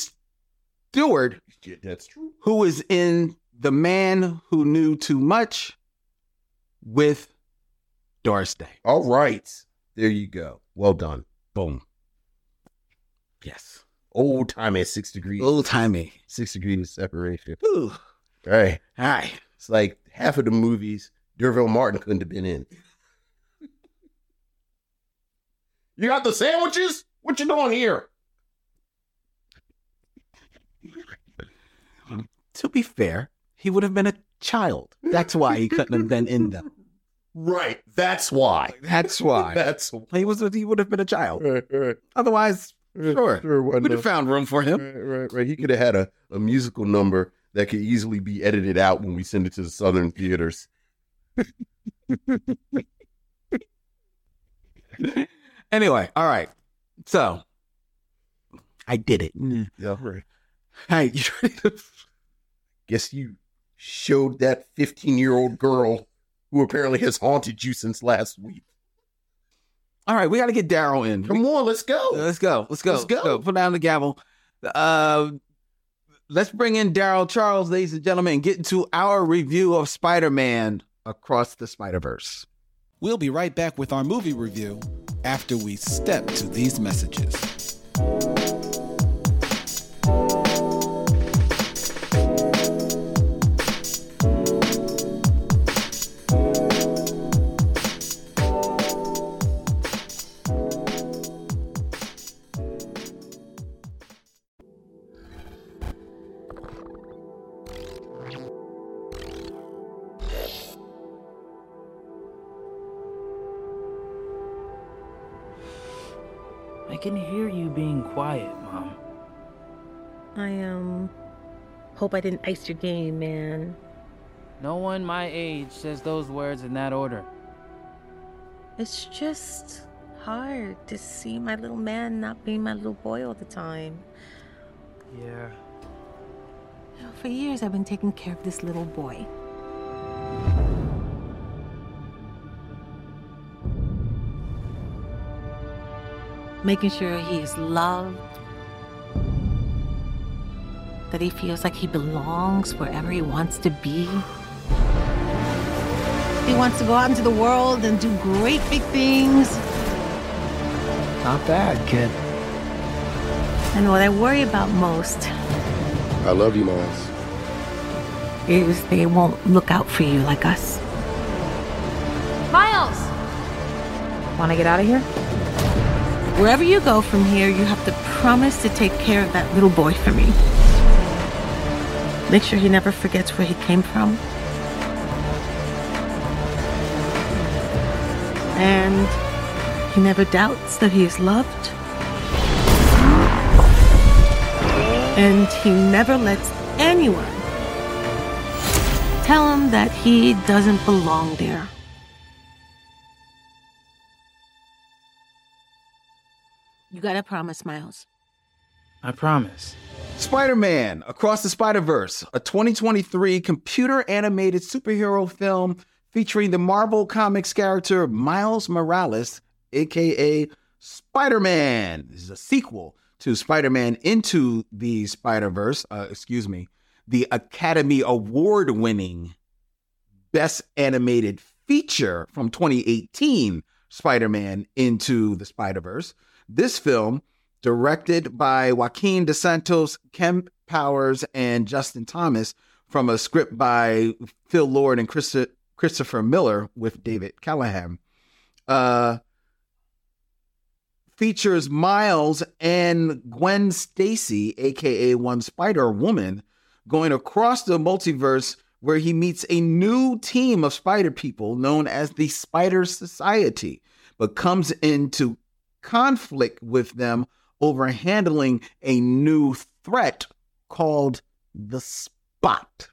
Speaker 3: Stewart,
Speaker 4: that's true.
Speaker 3: who is in The Man Who Knew Too Much with Doris Day.
Speaker 4: All right. There you go. Well done.
Speaker 3: Boom. Yes.
Speaker 4: Old time at six degrees.
Speaker 3: Old timey.
Speaker 4: Six degrees of separation.
Speaker 3: Ooh.
Speaker 4: All right.
Speaker 3: All right.
Speaker 4: It's like half of the movies Derville Martin couldn't have been in. You got the sandwiches? What you doing here?
Speaker 3: To be fair, he would have been a child. That's why he couldn't have been in them.
Speaker 4: Right. That's why.
Speaker 3: That's why.
Speaker 4: That's why.
Speaker 3: He was he would have been a child.
Speaker 4: Right, right.
Speaker 3: Otherwise,
Speaker 4: Sure.
Speaker 3: sure.
Speaker 4: why
Speaker 3: We'd
Speaker 4: not?
Speaker 3: have found room for him.
Speaker 4: Right, right, right. He could have had a, a musical number that could easily be edited out when we send it to the Southern theaters.
Speaker 3: Anyway, all right. So I did it.
Speaker 4: Yeah, right.
Speaker 3: Hey, you ready to
Speaker 4: Guess you showed that 15 year old girl who apparently has haunted you since last week.
Speaker 3: All right, we got to get Daryl in.
Speaker 4: Come on, let's go.
Speaker 3: Mm-hmm. Let's go. Let's go.
Speaker 4: Let's go.
Speaker 3: Put down the gavel. Uh, let's bring in Daryl Charles, ladies and gentlemen, and get into our review of Spider Man Across the Spider Verse.
Speaker 8: We'll be right back with our movie review after we step to these messages.
Speaker 9: I can hear you being quiet, Mom.
Speaker 10: I um hope I didn't ice your game, man.
Speaker 9: No one my age says those words in that order.
Speaker 10: It's just hard to see my little man not being my little boy all the time.
Speaker 9: Yeah.
Speaker 10: You know, for years I've been taking care of this little boy. Making sure he is loved, that he feels like he belongs wherever he wants to be. He wants to go out into the world and do great big things.
Speaker 9: Not bad, kid.
Speaker 10: And what I worry about most
Speaker 4: I love you, Moms.
Speaker 10: is they won't look out for you like us.
Speaker 11: Miles! Want to get out of here?
Speaker 10: Wherever you go from here, you have to promise to take care of that little boy for me. Make sure he never forgets where he came from. And he never doubts that he is loved. And he never lets anyone tell him that he doesn't belong there. You gotta promise, Miles.
Speaker 9: I promise.
Speaker 3: Spider Man Across the Spider Verse, a 2023 computer animated superhero film featuring the Marvel Comics character Miles Morales, aka Spider Man. This is a sequel to Spider Man Into the Spider Verse, uh, excuse me, the Academy Award winning Best Animated Feature from 2018 Spider Man into the Spider Verse. This film, directed by Joaquin DeSantos, Kemp Powers, and Justin Thomas, from a script by Phil Lord and Christa- Christopher Miller with David Callahan, uh, features Miles and Gwen Stacy, aka One Spider Woman, going across the multiverse where he meets a new team of spider people known as the Spider Society, but comes into conflict with them over handling a new threat called the Spot.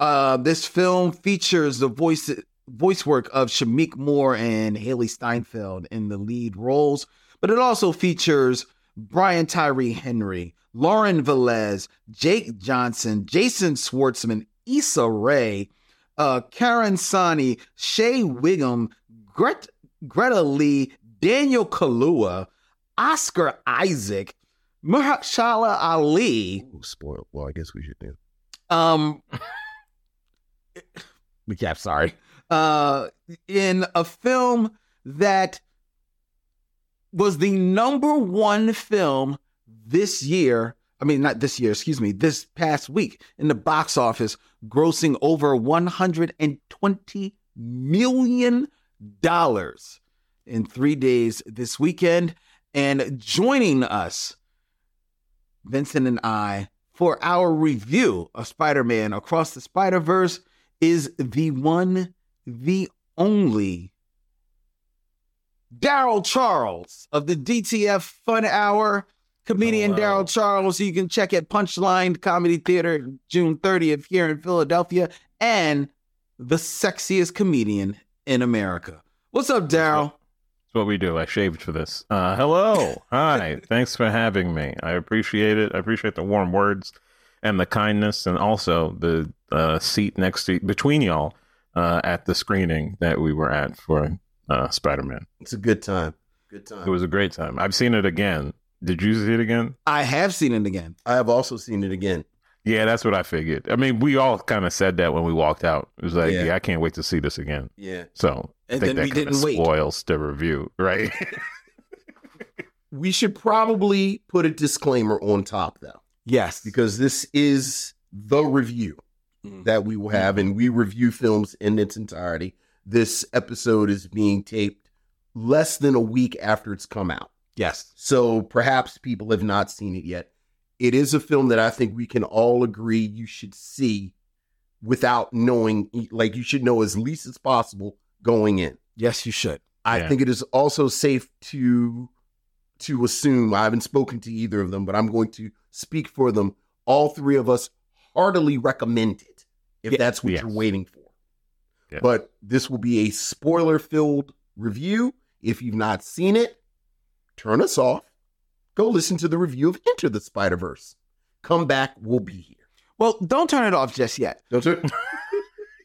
Speaker 3: Uh, this film features the voice voice work of Shamik Moore and Haley Steinfeld in the lead roles, but it also features Brian Tyree Henry, Lauren Velez, Jake Johnson, Jason Schwartzman, Issa Rae, uh, Karen Sani, Shay Wiggum, Gret- Greta Lee, Daniel Kalua, Oscar Isaac, Mahershala Ali.
Speaker 4: Ooh, spoiled. Well, I guess we should do.
Speaker 3: Um, yeah, sorry. Uh, in a film that was the number one film this year. I mean, not this year, excuse me, this past week in the box office, grossing over $120 million in three days this weekend. And joining us, Vincent and I, for our review of Spider Man Across the Spider Verse is the one, the only Daryl Charles of the DTF Fun Hour comedian
Speaker 12: Oh, wow.
Speaker 3: Daryl Charles. You can check at Punchline Comedy Theater June 30th here in Philadelphia, and the sexiest comedian in America. What's up, Daryl?
Speaker 13: That's what we do. I shaved for this. Uh, hello. Hi. Thanks for having me. I appreciate it. I appreciate the warm words and the kindness, and also the uh, seat next to between y'all uh, at the screening that we were at for uh, Spider Man.
Speaker 4: It's a good time. Good time.
Speaker 13: It was a great time. I've seen it again. Did you see it again?
Speaker 3: I have seen it again.
Speaker 4: I have also seen it again.
Speaker 13: Yeah, that's what I figured. I mean, we all kind of said that when we walked out. It was like,
Speaker 4: Yeah.
Speaker 13: yeah, I can't wait to see this again.
Speaker 4: Yeah.
Speaker 13: So
Speaker 3: And
Speaker 13: I think
Speaker 3: then we
Speaker 13: that kind of
Speaker 3: didn't wait.
Speaker 13: spoils the review, right?
Speaker 4: We should probably put a disclaimer on top, though.
Speaker 3: Yes.
Speaker 4: Because this is the review that we will have, and we review films in its entirety. This episode is being taped less than a week after it's come out.
Speaker 3: Yes.
Speaker 4: So perhaps people have not seen it yet. It is a film that I think we can all agree you should see without knowing, like, you should know as least as possible going in.
Speaker 3: Yes, you should.
Speaker 4: I
Speaker 3: Yeah.
Speaker 4: think it is also safe to to assume I haven't spoken to either of them, but I'm going to speak for them. All three of us heartily recommend it if that's what you're waiting for. But this will be a spoiler filled review. If you've not seen it, turn us off. Go listen to the review of Enter the Spider Verse. Come back, we'll be here.
Speaker 3: Well, don't turn it off just yet.
Speaker 4: Don't turn.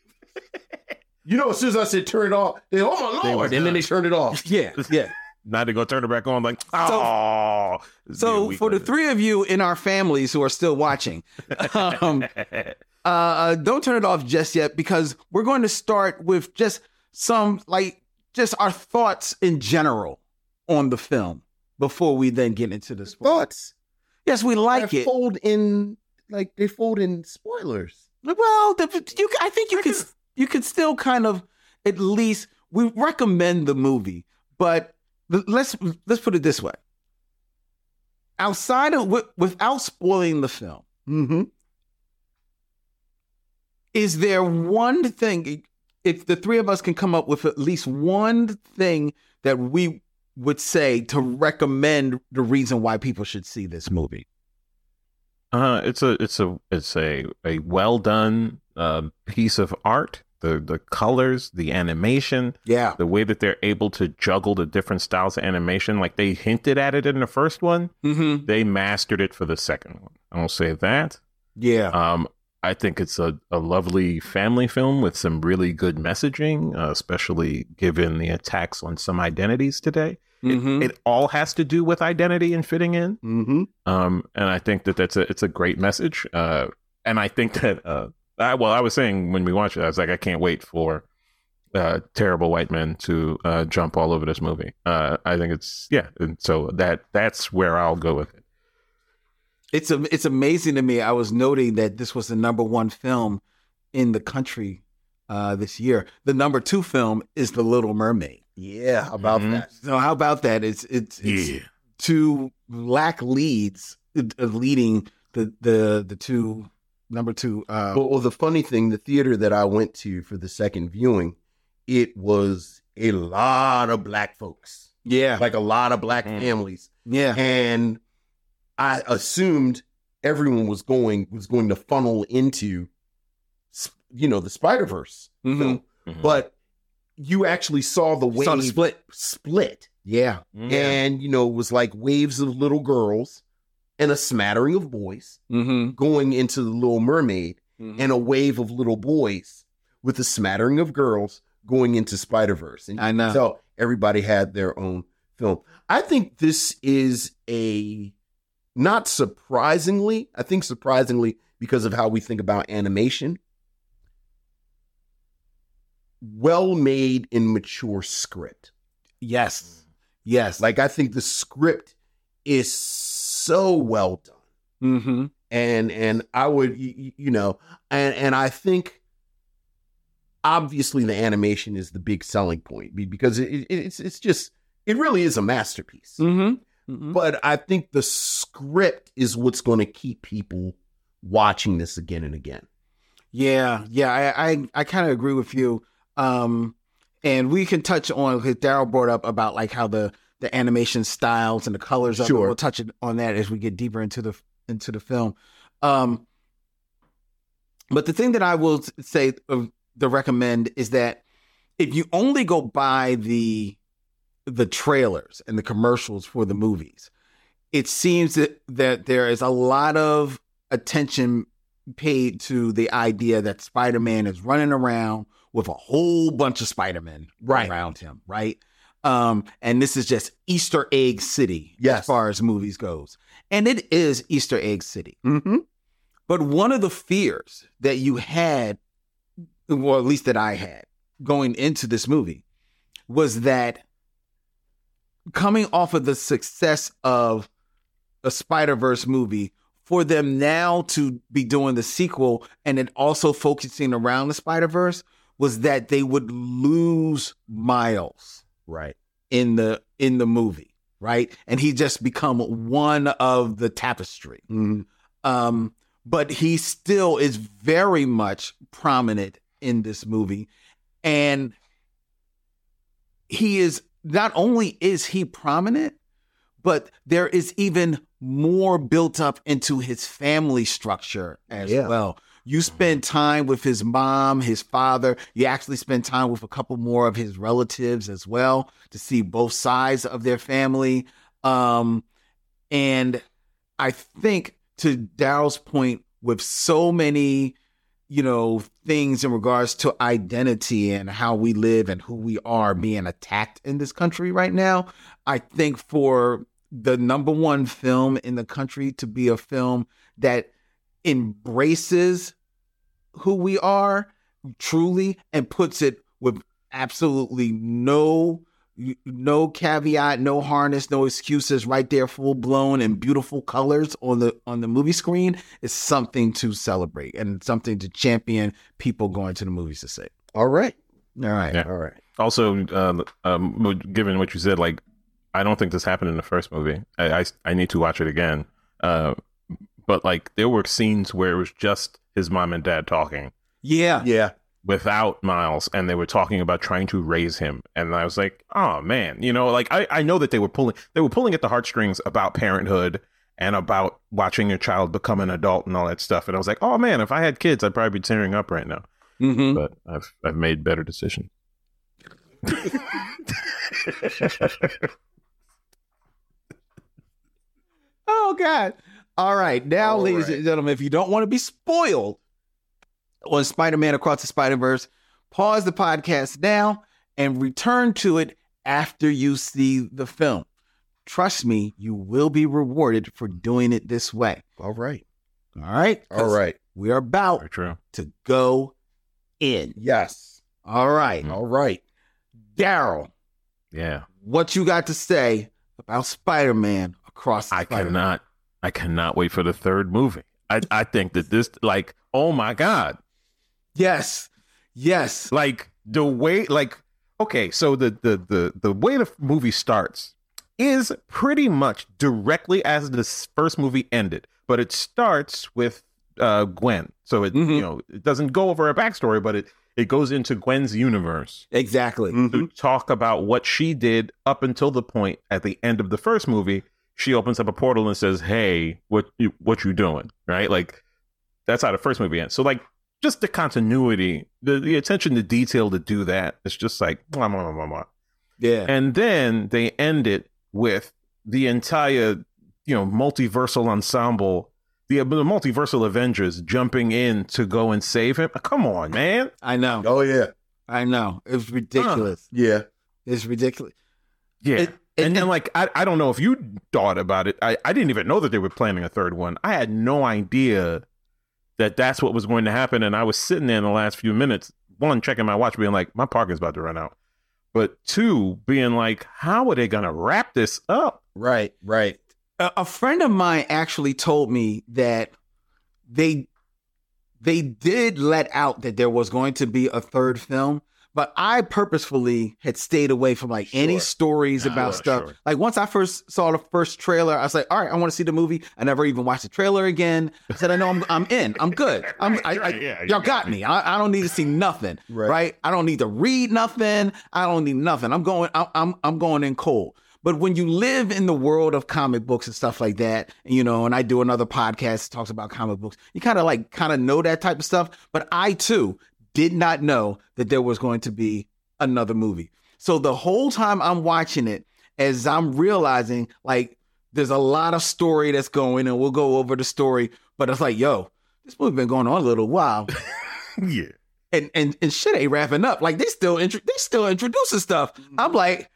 Speaker 4: you know, as soon as I said turn it off, they oh my
Speaker 13: They
Speaker 4: lord,
Speaker 13: were
Speaker 4: and then
Speaker 13: done.
Speaker 4: they turned it off.
Speaker 3: Yeah, yeah.
Speaker 13: Now they go turn it back on, like, oh.
Speaker 3: So for the three of you in our families who are still watching, um, uh, uh, don't turn it off just yet because we're going to start with just some like just our thoughts in general on the film before we then get into the spoilers.
Speaker 4: thoughts.
Speaker 3: Yes, we like
Speaker 4: They
Speaker 3: it.
Speaker 4: Fold in like they fold in spoilers.
Speaker 3: Well, the, you, I think you could you could still kind of at least we recommend the movie, but l- let's let's put it this way: outside of wi- without spoiling the film, mm-hmm, is there one thing? If the three of us can come up with at least one thing that we would say to recommend the reason why people should see this movie,
Speaker 13: Uh, it's a it's a it's a a well done uh, piece of art. The the colors, the animation,
Speaker 3: yeah,
Speaker 13: the way that they're able to juggle the different styles of animation. Like they hinted at it in the first one,
Speaker 3: mm-hmm.
Speaker 13: they mastered it for the second one. I'll say that.
Speaker 3: Yeah.
Speaker 13: Um, I think it's a, a lovely family film with some really good messaging, uh, especially given the attacks on some identities today.
Speaker 3: Mhm.
Speaker 13: It, it all has to do with identity and fitting in.
Speaker 4: Mm-hmm.
Speaker 13: Um, and I think that that's a it's a great message. Uh, and I think that uh, I, well, I was saying when we watched it, I was like, I can't wait for uh, terrible white men to uh, jump all over this movie. Uh, I think it's yeah, and so that that's where I'll go with it.
Speaker 3: It's a, it's amazing to me. I was noting that this was the number one film in the country uh, this year. The number two film is The Little Mermaid.
Speaker 4: Yeah, how about
Speaker 13: Mm-hmm.
Speaker 3: Mhm.
Speaker 4: that?
Speaker 3: So how about that? It's it's, it's
Speaker 4: Yeah.
Speaker 3: two black leads uh, leading the the the two number two. Uh,
Speaker 4: well, well, the funny thing, the theater that I went to for the second viewing, it was a lot of black folks.
Speaker 3: Yeah.
Speaker 4: Like a lot of black families.
Speaker 3: Yeah.
Speaker 4: And I assumed everyone was going was going to funnel into sp- you know, the Spider-Verse.
Speaker 3: Mhm.
Speaker 4: film.
Speaker 13: Mm-hmm.
Speaker 3: Mhm.
Speaker 4: But Mm-hmm. you actually saw the
Speaker 3: You
Speaker 4: wave
Speaker 3: saw the split.
Speaker 4: split.
Speaker 3: Yeah.
Speaker 4: Mm-hmm. And you know, it was like waves of little girls and a smattering of boys
Speaker 3: Mhm.
Speaker 4: going into the Little Mermaid
Speaker 3: Mm-hmm.
Speaker 4: and a wave of little boys with a smattering of girls going into Spider Verse. And
Speaker 3: I know.
Speaker 4: So everybody had their own film. I think this is a not surprisingly, I think surprisingly because of how we think about animation, well made and mature script.
Speaker 3: Yes. Yes.
Speaker 4: Like I think the script is so well done
Speaker 3: Mm-hmm.
Speaker 4: and and I would y- y- you know and and I think obviously the animation is the big selling point be- because it, it, it's it's just it really is a masterpiece.
Speaker 3: Mm-hmm.
Speaker 4: But I think the script is what's going to keep people watching this again and again.
Speaker 3: Yeah, yeah, I I, I kind of agree with you. Um, and we can touch on because Daryl brought up about like how the the animation styles and the colors of it.
Speaker 4: Sure.
Speaker 3: We'll touch it on that as we get deeper into the into the film. Um, but the thing that I will s- say of the recommend is that if you only go by the the trailers and the commercials for the movies, it seems that, that there is a lot of attention paid to the idea that Spider Man is running around with a whole bunch of Spider Men
Speaker 4: Right.
Speaker 3: around him, right? Um, and this is just Easter Egg City as
Speaker 4: Yes.
Speaker 3: far as movies goes, and it is Easter Egg City.
Speaker 4: Mm-hmm.
Speaker 3: But one of the fears that you had, or at least that I had, going into this movie, was that coming off of the success of a Spider Verse movie, for them now to be doing the sequel and then also focusing around the Spider Verse was that they would lose Miles
Speaker 4: Right.
Speaker 3: in the in the movie, right? And he just become one of the tapestry. Um, but he still is very much prominent in this movie, and he is not only is he prominent, but there is even more built up into his family structure as
Speaker 4: Yeah.
Speaker 3: well. You spend time with his mom, his father. You actually spend time with a couple more of his relatives as well to see both sides of their family. Um, and I think to Daryl's point, with so many, you know, things in regards to identity and how we live and who we are being attacked in this country right now, I think for the number one film in the country to be a film that embraces who we are truly and puts it with absolutely no no caveat, no harness, no excuses right there full blown in beautiful colors on the on the movie screen is something to celebrate and something to champion people going to the movies to see.
Speaker 4: All right.
Speaker 3: All right.
Speaker 13: Yeah.
Speaker 4: All right.
Speaker 13: Also, um, um, given what you said, like I don't think this happened in the first movie. I I, I need to watch it again. Uh, but like there were scenes where it was just his mom and dad talking
Speaker 3: Yeah.
Speaker 4: Yeah.
Speaker 13: without Miles, and they were talking about trying to raise him, and I was like, oh man, you know, like I I know that they were pulling they were pulling at the heartstrings about parenthood and about watching your child become an adult and all that stuff, and I was like, oh man, if I had kids, I'd probably be tearing up right now.
Speaker 3: Mm-hmm.
Speaker 13: But I've I've made better decisions.
Speaker 3: Oh God. All right. Now,
Speaker 4: All
Speaker 3: ladies
Speaker 4: right.
Speaker 3: and gentlemen, if you don't want to be spoiled on Spider-Man Across the Spider-Verse, pause the podcast now and return to it after you see the film. Trust me, you will be rewarded for doing it this way.
Speaker 4: All right.
Speaker 3: All right.
Speaker 4: All right.
Speaker 3: We are about
Speaker 13: Very true.
Speaker 3: to go in.
Speaker 4: Yes.
Speaker 3: All right, all right. Daryl,
Speaker 13: Yeah.
Speaker 3: what you got to say about Spider Man across the
Speaker 13: I cannot I cannot wait for the third movie. I, I think that this like, oh my God.
Speaker 3: Yes. Yes.
Speaker 13: Like the way like okay, so the the the the way the movie starts is pretty much directly as the s- first movie ended, but it starts with uh Gwen. So it you know, it doesn't go over her backstory, but it it goes into Gwen's universe.
Speaker 3: Exactly.
Speaker 13: to talk about what she did up until the point at the end of the first movie. She opens up a portal and says, "Hey, what you, what you doing?" Right? Like that's how the first movie ends. So like just the continuity, the, the attention to detail to do that. It's just like blah blah blah blah. blah.
Speaker 3: Yeah.
Speaker 13: And then they end it with the entire, you know, multiversal ensemble, the, the multiversal Avengers jumping in to go and save him. Come on, man.
Speaker 3: I know.
Speaker 4: Oh yeah.
Speaker 3: I know. It's ridiculous.
Speaker 4: Yeah.
Speaker 3: It's ridiculous.
Speaker 13: Yeah.
Speaker 3: It-
Speaker 13: and then, like, I, I don't know if you thought about it. I, I didn't even know that they were planning a third one. I had no idea that that's what was going to happen. And I was sitting there in the last few minutes, one, checking my watch, being like, my parker's about to run out. But two, being like, how are they going to wrap this up?
Speaker 3: Right,
Speaker 4: right.
Speaker 3: A, a friend of mine actually told me that they they did let out that there was going to be a third film, but I purposefully had stayed away from like any
Speaker 4: Sure.
Speaker 3: stories
Speaker 13: Nah,
Speaker 3: about
Speaker 13: sure,
Speaker 3: stuff.
Speaker 13: sure.
Speaker 3: Like once I first saw the first trailer, I was like, "All right, I want to see the movie." I never even watched the trailer again. I said, "I know I'm I'm in. I'm good. I'm I, I,
Speaker 13: Right, yeah, you
Speaker 3: y'all
Speaker 13: got
Speaker 3: got me. I, I don't need to see nothing.
Speaker 4: Right.
Speaker 3: Right. I don't need to read nothing. I don't need nothing. I'm going. I'm I'm, I'm going in cold." But when you live in the world of comic books and stuff like that, you know, and I do another podcast that talks about comic books, you kind of like kind of know that type of stuff. But I too did not know that there was going to be another movie. So the whole time I'm watching it, as I'm realizing like there's a lot of story that's going, and we'll go over the story. But it's like, yo, this movie been going on a little while
Speaker 13: yeah.
Speaker 3: and and and shit ain't wrapping up. Like they still intro- they still introducing stuff. I'm like,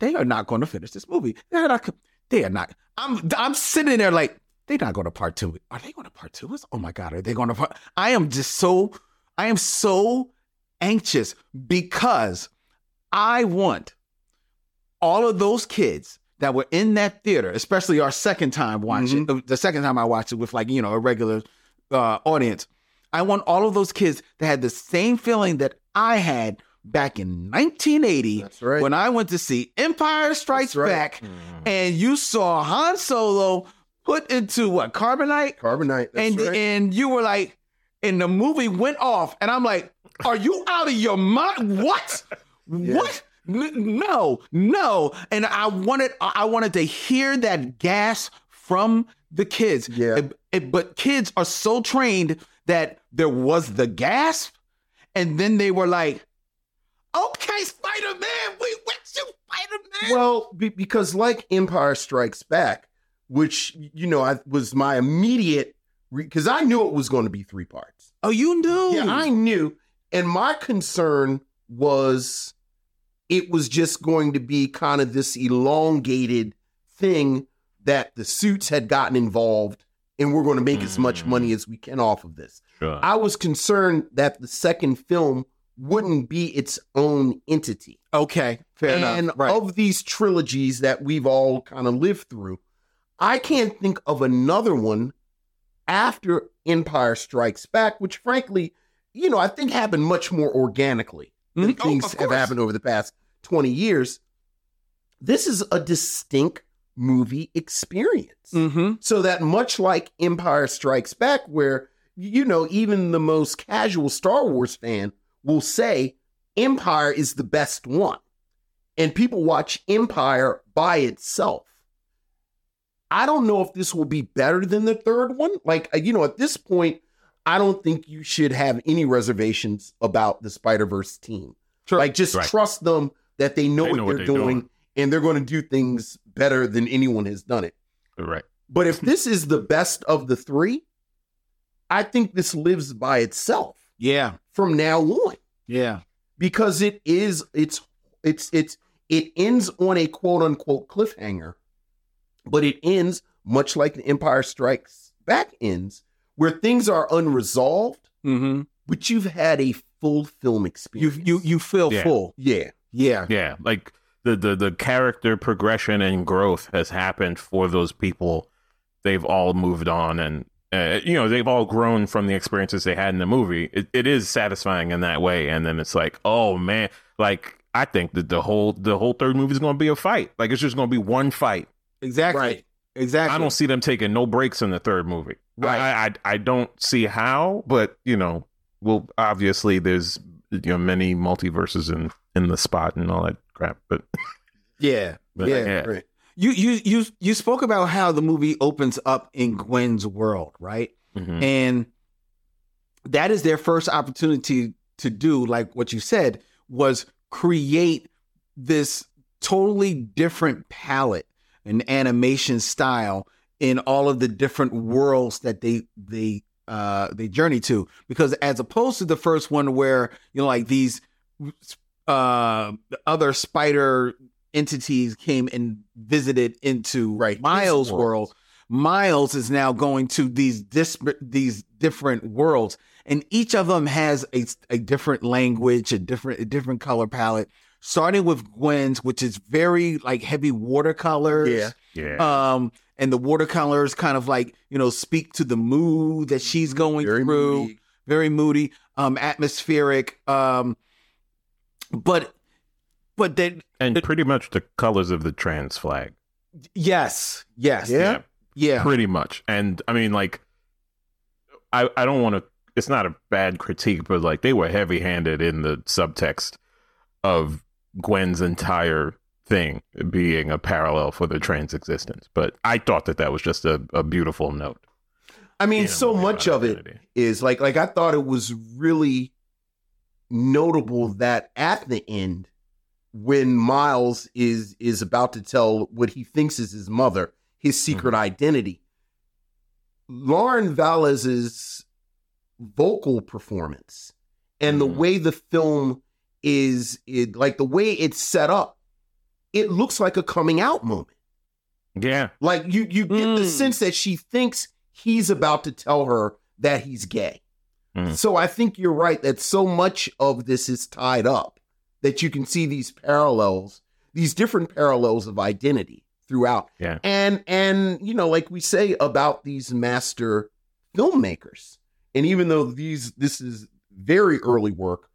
Speaker 3: they are not going to finish this movie. They're not. co- They are not. I'm I'm sitting there like they're not going to part two. it. Are they going to part two? us? Oh my god, are they going to part? I am just so I am so anxious because I want all of those kids that were in that theater, especially our second time watching, the, the second time I watched it with like you know a regular uh, audience. I want all of those kids that had the same feeling that I had back in 1980
Speaker 4: That's right.
Speaker 3: when I went to see Empire Strikes
Speaker 4: That's right.
Speaker 3: Back,
Speaker 13: Mm-hmm.
Speaker 3: and you saw Han Solo put into what carbonite,
Speaker 4: Carbonite. That's
Speaker 3: and
Speaker 4: right.
Speaker 3: and you were like, and the movie went off, and I'm like, are you out of your mind? What? What? N- No, no. And I wanted, I I wanted to hear that gasp from the kids.
Speaker 4: Yeah.
Speaker 3: It- it- but kids are so trained that there was the gasp, and then they were like, "Okay, Spider Man, we with you, Spider Man."
Speaker 4: Well, be- because like Empire Strikes Back, which you know I was my immediate because I knew it was going to be three parts.
Speaker 3: oh, you knew.
Speaker 4: Yeah, I knew, and my concern was it was just going to be kind of this elongated thing that the suits had gotten involved, and we're going to make as much
Speaker 13: Mm.
Speaker 4: money as we can off of this.
Speaker 13: Sure.
Speaker 4: I was concerned that the second film wouldn't be its own entity
Speaker 3: okay, fair
Speaker 4: and
Speaker 3: enough. Right.
Speaker 4: of these trilogies that we've all kind of lived through, I can't think of another one after Empire Strikes Back, which frankly, you know, I think happened much more organically than
Speaker 3: Mhm. Oh,
Speaker 4: things
Speaker 3: of
Speaker 4: have
Speaker 3: course.
Speaker 4: happened over the past 20 years. This is a distinct movie experience.
Speaker 3: Mm-hmm.
Speaker 4: So that much like Empire Strikes Back, where you know even the most casual Star Wars fan will say Empire is the best one, and people watch Empire by itself. I don't know if this will be better than the third one. Like uh, you know, at this point, I don't think you should have any reservations about the Spider Verse team.
Speaker 3: Sure.
Speaker 4: Like just
Speaker 13: Right.
Speaker 4: trust them that they know
Speaker 13: They
Speaker 4: what
Speaker 13: know what
Speaker 4: they're
Speaker 13: they're
Speaker 4: doing,
Speaker 13: doing.
Speaker 4: and they're going to do things better than anyone has done it.
Speaker 13: Right.
Speaker 4: But if this is the best of the three, I think this lives by itself
Speaker 3: Yeah,
Speaker 4: from now on
Speaker 3: yeah,
Speaker 4: because it is it's it's it's it ends on a quote unquote cliffhanger, but it ends much like the Empire Strikes Back ends, where things are unresolved,
Speaker 3: mm-hmm.
Speaker 4: but you've had a full film experience.
Speaker 3: You you you feel
Speaker 13: Yeah.
Speaker 3: full.
Speaker 4: Yeah.
Speaker 3: Yeah.
Speaker 13: Yeah, like the, the the character progression and growth has happened for those people. They've all moved on, and uh, you know they've all grown from the experiences they had in the movie. It, it is satisfying in that way, and then it's like, oh man, like I think that the whole the whole third movie is going to be a fight. Like it's just going to be one fight.
Speaker 3: Exactly. Exactly.
Speaker 13: I don't see them taking no breaks in the third movie. Right. I, I I don't see how, but you know, well, obviously there's you know many multiverses in in the spot and all that crap, but
Speaker 3: Yeah.
Speaker 13: But,
Speaker 3: yeah.
Speaker 13: yeah.
Speaker 4: Right.
Speaker 3: You you you you spoke about how the movie opens up in Gwen's world, right?
Speaker 13: Mhm.
Speaker 3: And that is their first opportunity to do like what you said was create this totally different palette and animation style in all of the different worlds that they they uh they journey to because as opposed to the first one where you know like these uh other spider entities came and visited into
Speaker 4: Right.
Speaker 3: Miles
Speaker 4: His
Speaker 3: world. Miles is now going to these disparate these different worlds and each of them has a, a different language, a different a different color palette. Starting with Gwen's, which is very like heavy watercolors.
Speaker 4: Yeah.
Speaker 13: yeah.
Speaker 3: Um, and the watercolors kind of like you know speak to the mood that she's going
Speaker 4: Mm-hmm. Very
Speaker 3: through.
Speaker 4: moody.
Speaker 3: Very moody, um, atmospheric. Um, but but then
Speaker 13: and pretty much the colors of the trans flag.
Speaker 3: yes, yes,
Speaker 4: Yeah.
Speaker 3: yeah,
Speaker 13: pretty much. And I mean, like, I I don't want to. It's not a bad critique, but like they were heavy handed in the subtext of Gwen's entire thing being a parallel for the trans existence. But I thought that that was just a, a beautiful note.
Speaker 4: I mean,
Speaker 13: Yeah,
Speaker 4: so
Speaker 13: yeah,
Speaker 4: much of it
Speaker 13: identity.
Speaker 4: is like like I thought it was really notable that at the end when Miles is is about to tell what he thinks is his mother his secret identity, Lauren Vales's vocal performance and the
Speaker 13: Mhm.
Speaker 4: way the film is it like the way it's set up, it looks like a coming out moment.
Speaker 13: Yeah,
Speaker 4: Like you you get the
Speaker 3: Mm.
Speaker 4: sense that she thinks he's about to tell her that he's gay.
Speaker 13: Mm.
Speaker 4: So I think you're right that so much of this is tied up that you can see these parallels, these different parallels of identity throughout.
Speaker 13: Yeah.
Speaker 4: And and you know like we say about these master filmmakers. And even though these this is very early work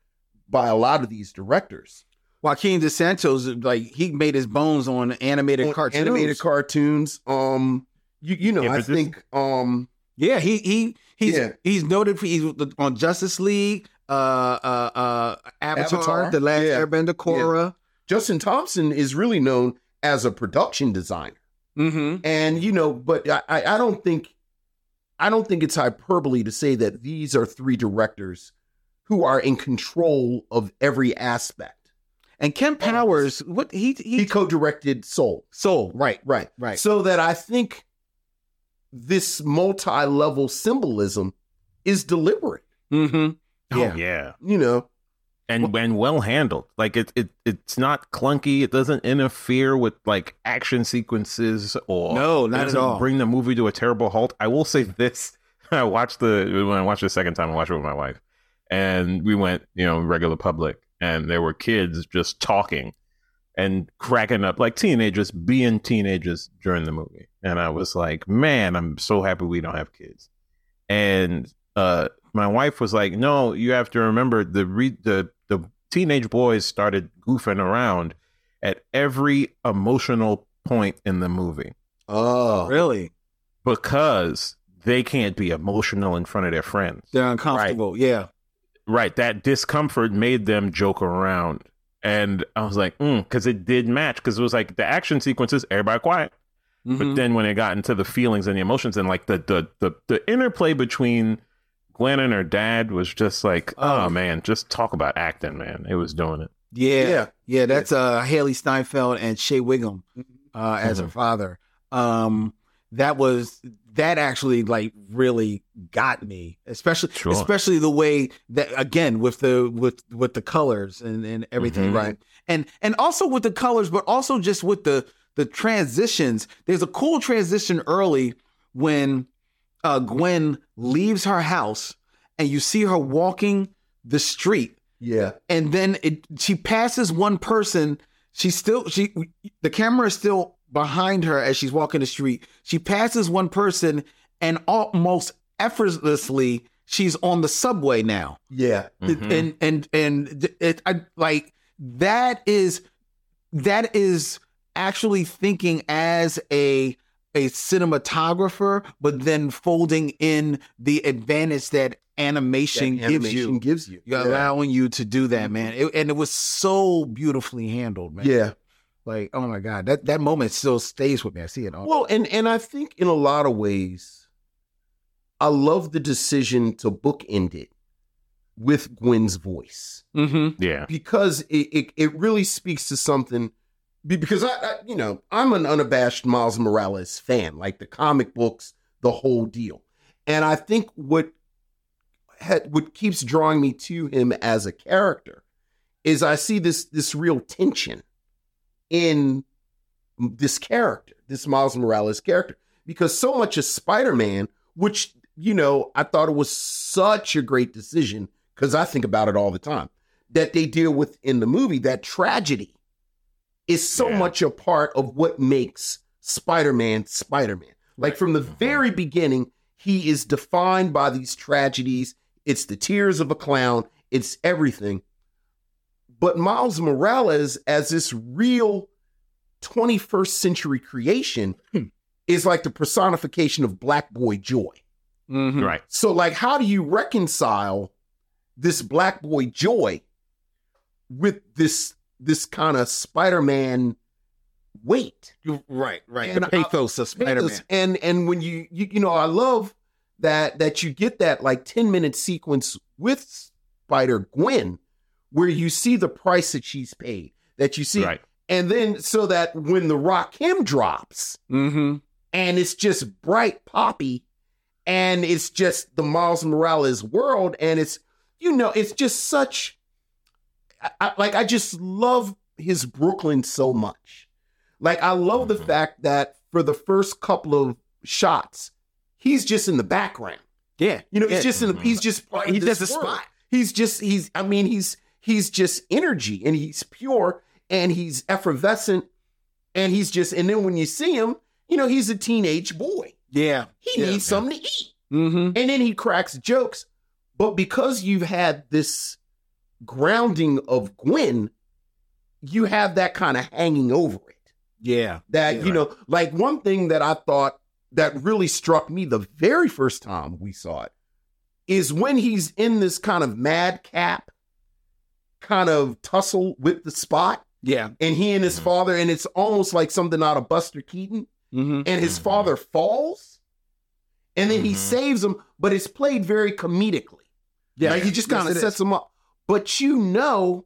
Speaker 4: by a lot of these directors,
Speaker 3: Joaquin DeSantos, like he made his bones on animated
Speaker 4: on
Speaker 3: cartoons.
Speaker 4: animated cartoons, um you you know,
Speaker 13: Yeah,
Speaker 4: I
Speaker 13: but this-
Speaker 4: think um
Speaker 3: yeah, he he he's
Speaker 4: Yeah.
Speaker 3: he's noted for he's on Justice League, uh, uh, uh, Avatar,
Speaker 4: Avatar,
Speaker 3: The Last
Speaker 4: yeah,
Speaker 3: Airbender, Korra.
Speaker 4: Justin Thompson is really known as a production designer.
Speaker 3: Mm-hmm.
Speaker 4: And you know, but I, I I don't think I don't think it's hyperbole to say that these are three directors who are in control of every aspect.
Speaker 3: And Ken Powers, what he he,
Speaker 4: He co-directed Soul.
Speaker 3: sold
Speaker 4: Right, right,
Speaker 3: right.
Speaker 4: So that I think this multi-level symbolism is deliberate,
Speaker 3: Mm-hmm. Yeah.
Speaker 13: Oh, yeah.
Speaker 4: you know.
Speaker 13: and and well handled. Like it, it it's not clunky. It doesn't interfere with like action sequences or
Speaker 3: No,
Speaker 13: it
Speaker 3: not at
Speaker 13: doesn't
Speaker 3: all.
Speaker 13: Bring the movie to a terrible halt. I will say this: I watched the when I watched it the second time. I watched it with my wife, and we went you know regular public, and there were kids just talking and cracking up like teenagers being teenagers during the movie. And I was like, man, I'm so happy we don't have kids. And uh, my wife was like, no, you have to remember the re- the the teenage boys started goofing around at every emotional point in the movie
Speaker 4: Oh.
Speaker 3: Really,
Speaker 13: because they can't be emotional in front of their friends.
Speaker 3: they're uncomfortable. Yeah,
Speaker 13: Right. That discomfort made them joke around. And I was like, because it did match, because it was like the action sequences, everybody quiet. But
Speaker 3: Mhm.
Speaker 13: then when it got into the feelings and the emotions and like the, the, the, the interplay between Gwen and her dad was just like, oh,
Speaker 3: Oh.
Speaker 13: man, just talk about acting, man. It was doing it.
Speaker 3: yeah, yeah,
Speaker 4: Yeah.
Speaker 3: That's uh Haley Steinfeld and Shea Wiggum uh, as her father. Um, that was that actually like really got me, especially
Speaker 13: Sure.
Speaker 3: especially the way that again with the with with the colors and and everything,
Speaker 13: Mhm.
Speaker 3: right? And and also with the colors, but also just with the the transitions. There's a cool transition early when uh, Gwen leaves her house and you see her walking the street.
Speaker 4: Yeah.
Speaker 3: And then it she passes one person. She still she the camera is still behind her as she's walking the street. She passes one person and almost effortlessly she's on the subway now.
Speaker 4: Yeah.
Speaker 13: Mhm.
Speaker 3: And and and it I like that is that is actually thinking as a a cinematographer, but then folding in the advantage that animation,
Speaker 4: That
Speaker 3: gives you.
Speaker 4: animation gives you.
Speaker 3: You're
Speaker 4: Yeah. Mm-hmm.
Speaker 3: allowing you to do that, man. It, and it was so beautifully handled, man.
Speaker 4: Yeah.
Speaker 3: Like, oh my God, that, that moment still stays with me. I see it all.
Speaker 4: Well, and and I think in a lot of ways, I love the decision to bookend it with Gwen's voice
Speaker 3: Mm-hmm.
Speaker 13: Yeah.
Speaker 4: because it it, it really speaks to something. be- Because I, I, you know, I'm an unabashed Miles Morales fan, like the comic books, the whole deal. And I think what had, what keeps drawing me to him as a character is I see this this real tension in this character, this Miles Morales character, because so much of Spider Man, which you know, I thought it was such a great decision because I think about it all the time that they deal with in the movie that tragedy is so much a part of what makes Spider Man Spider Man. Like from the very beginning, he is defined by these tragedies. It's the tears of a clown, it's everything. But Miles Morales, as this real 21st century creation, is like the personification of black boy joy.
Speaker 3: Mm-hmm.
Speaker 13: Right.
Speaker 4: So, like, how do you reconcile this black boy joy with this this kind of Spider-Man weight?
Speaker 3: Right, right.
Speaker 4: And
Speaker 3: the
Speaker 4: I-
Speaker 3: pathos of Spider Man.
Speaker 4: And and when you, you you know, I love that that you get that like 10 minute sequence with Spider Gwen where you see the price that she's paid, that you see.
Speaker 13: Right.
Speaker 4: And then so that when the rock him drops,
Speaker 3: Mm-hmm.
Speaker 4: and it's just bright poppy and it's just the Miles Morales world and it's you know it's just such I, I- like I just love his Brooklyn so much. Like I love the fact that for the first couple of shots he's just in the background.
Speaker 3: Yeah.
Speaker 4: You know,
Speaker 3: yeah. Mm-hmm.
Speaker 4: he's just in the, he's just part of
Speaker 3: He
Speaker 4: this
Speaker 3: does a
Speaker 4: world.
Speaker 3: spot.
Speaker 4: He's just he's I mean he's he's just energy and he's pure and he's effervescent and he's just and then when you see him, you know, he's a teenage boy.
Speaker 3: Yeah.
Speaker 4: He
Speaker 3: Yeah.
Speaker 4: needs something to eat.
Speaker 3: Mm-hmm.
Speaker 4: And then he cracks jokes. But because you've had this grounding of Gwen, you have that kind of hanging over it
Speaker 3: Yeah.
Speaker 4: that
Speaker 3: Yeah.
Speaker 4: you know like one thing that i thought that really struck me the very first time we saw it is when he's in this kind of madcap kind of tussle with the spot
Speaker 3: Yeah.
Speaker 4: and he and his father and it's almost like something out of buster keaton
Speaker 3: Mm-hmm.
Speaker 4: and his father falls and then he
Speaker 13: Mhm.
Speaker 4: saves him but it's played very comedically
Speaker 3: Yeah.
Speaker 4: like he just
Speaker 3: Yes,
Speaker 4: kind
Speaker 3: it
Speaker 4: of
Speaker 3: is.
Speaker 4: sets him up but you know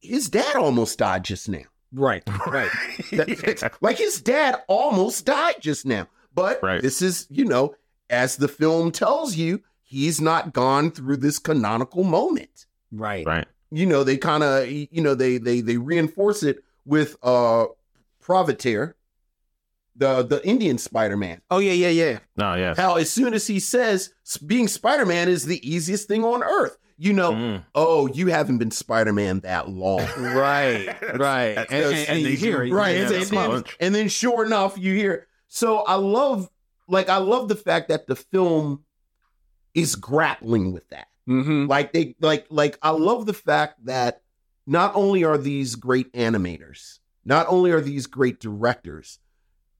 Speaker 4: his dad almost died just now
Speaker 3: Right. Right.
Speaker 4: that- Like his dad almost died just now. But
Speaker 13: Right.
Speaker 4: this is, you know, as the film tells you, he's not gone through this canonical moment.
Speaker 3: right.
Speaker 13: Right.
Speaker 4: You know, they kind of, you know, they they they reinforce it with uh Provateer, the the Indian Spider-Man.
Speaker 3: Oh, yeah, yeah, yeah.
Speaker 13: No. Yes.
Speaker 4: How as soon as he says s- being Spider-Man is the easiest thing on earth, you know,
Speaker 13: Mm.
Speaker 4: oh, you haven't been Spider-Man that long.
Speaker 3: Right, right, and, and, and you hear it,
Speaker 4: right?
Speaker 3: yeah,
Speaker 4: and,
Speaker 13: that's
Speaker 4: and then,
Speaker 13: much.
Speaker 4: and then sure enough, you hear. So I love, like, I love the fact that the film is grappling with that.
Speaker 3: Mm-hmm.
Speaker 4: Like they, like, like I love the fact that not only are these great animators, not only are these great directors,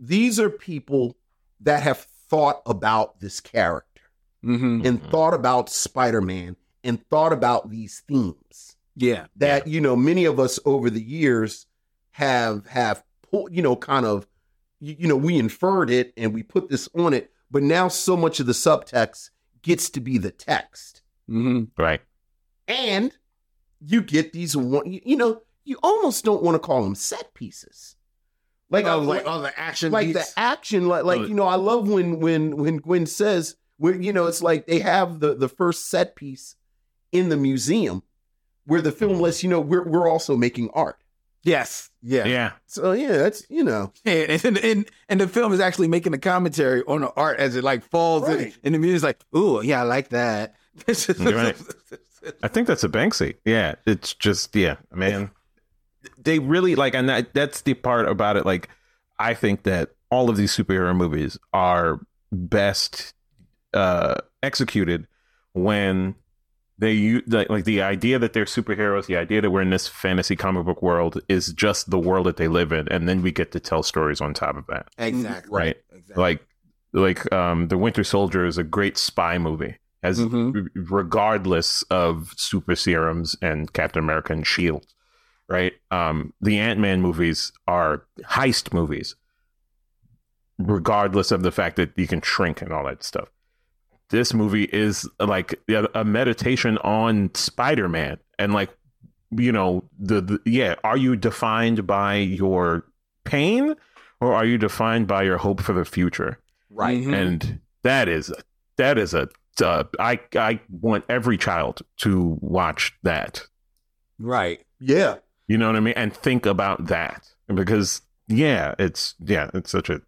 Speaker 4: these are people that have thought about this character
Speaker 3: Mm-hmm.
Speaker 4: and thought about Spider-Man and thought about these themes
Speaker 3: Yeah,
Speaker 4: that you know many of us over the years have have pu- you know kind of you, you know we inferred it and we put this on it but now so much of the subtext gets to be the text
Speaker 3: mm-hmm.
Speaker 13: Right.
Speaker 4: and you get these one you, you know you almost don't want to call them set pieces like I-
Speaker 3: oh, like all the action,
Speaker 4: like
Speaker 3: beats.
Speaker 4: the action like like
Speaker 13: Oh.
Speaker 4: you know i love when when when gwen says where you know it's like they have the the first set piece in the museum where the film lets you know we're, we're also making art
Speaker 3: Yes, yeah,
Speaker 13: Yeah.
Speaker 4: so yeah that's you know
Speaker 3: And, and and and the film is actually making a commentary on the art as it like falls in,
Speaker 4: Right.
Speaker 3: and the music's like, ooh, yeah, I like that.
Speaker 13: Right. I think that's a Banksy. Yeah, it's just yeah, man. They really like, and that, that's the part about it. Like, I think that all of these superhero movies are best uh, executed when they u- like, like the idea that they're superheroes, the idea that we're in this fantasy comic book world is just the world that they live in, and then we get to tell stories on top of that.
Speaker 3: Exactly.
Speaker 13: Right. Like like um, the Winter Soldier is a great spy movie, as r- regardless of super serums and Captain America and Shield. E Right. Um, the Ant Man movies are heist movies, regardless of the fact that you can shrink and all that stuff this movie is like a a meditation on Spider-Man and like you know the, the yeah are you defined by your pain or are you defined by your hope for the future
Speaker 3: Right.
Speaker 4: Mm-hmm.
Speaker 3: Mhm.
Speaker 13: and that is that is a uh, I I want every child to watch that
Speaker 3: right
Speaker 4: yeah
Speaker 13: you know what I mean and think about that because yeah it's yeah it's such a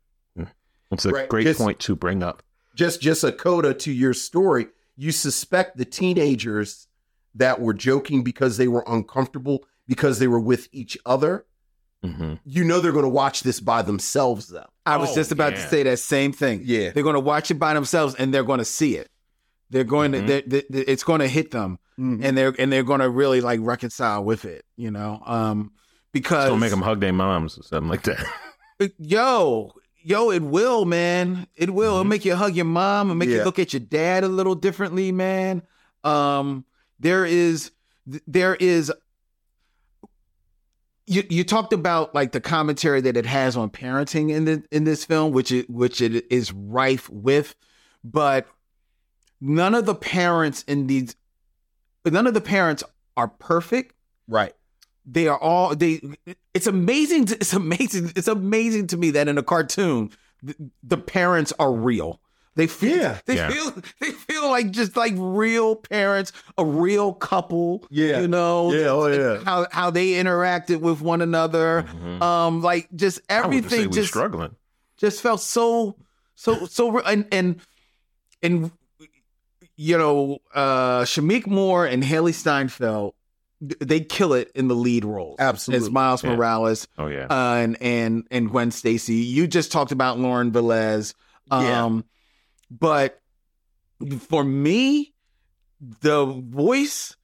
Speaker 13: it's a
Speaker 4: Right,
Speaker 13: great
Speaker 4: just-
Speaker 13: point to bring up
Speaker 4: just just a coda to your story you suspect the teenagers that were joking because they were uncomfortable because they were with each other
Speaker 13: Mm-hmm.
Speaker 4: you know they're going to watch this by themselves though
Speaker 3: I was
Speaker 13: Oh,
Speaker 3: just about to say that same thing. Yeah, they're going to watch it by themselves and they're going to see it. They're going
Speaker 13: Mm-hmm.
Speaker 4: Mhm.
Speaker 3: to they're, they they- it's going to hit them,
Speaker 4: Mm-hmm.
Speaker 3: and they're and they're going to really like reconcile with it. You know, um, because
Speaker 13: don't make them hug their moms or something like that
Speaker 3: yo yo it will man it will it'll make you hug your mom and make you
Speaker 13: Mm-hmm. Yeah.
Speaker 3: look at your dad a little differently man um there is th- there is you you talked about like the commentary that it has on parenting in the in this film which it which it is rife with but none of the parents in these none of the parents are perfect
Speaker 4: right
Speaker 3: they are all they it's amazing to, it's amazing it's amazing to me that in a cartoon the, the parents are real they feel they
Speaker 4: Yeah.
Speaker 3: feel they feel like just like real parents a real couple
Speaker 4: Yeah.
Speaker 3: you know
Speaker 4: Yeah, oh, yeah.
Speaker 3: how how they interacted with one another um like just everything
Speaker 13: Mm-hmm. I would say we
Speaker 3: just
Speaker 13: struggling
Speaker 3: just felt so so so re- and and and you know uh Shamik Moore and Haley Steinfeld th- they kill it in the lead roles
Speaker 4: Absolutely.
Speaker 3: as Miles
Speaker 4: Yeah.
Speaker 3: Morales
Speaker 13: oh yeah
Speaker 3: uh, and and and Gwen Stacy you just talked about Lauren Velez um but for me the voice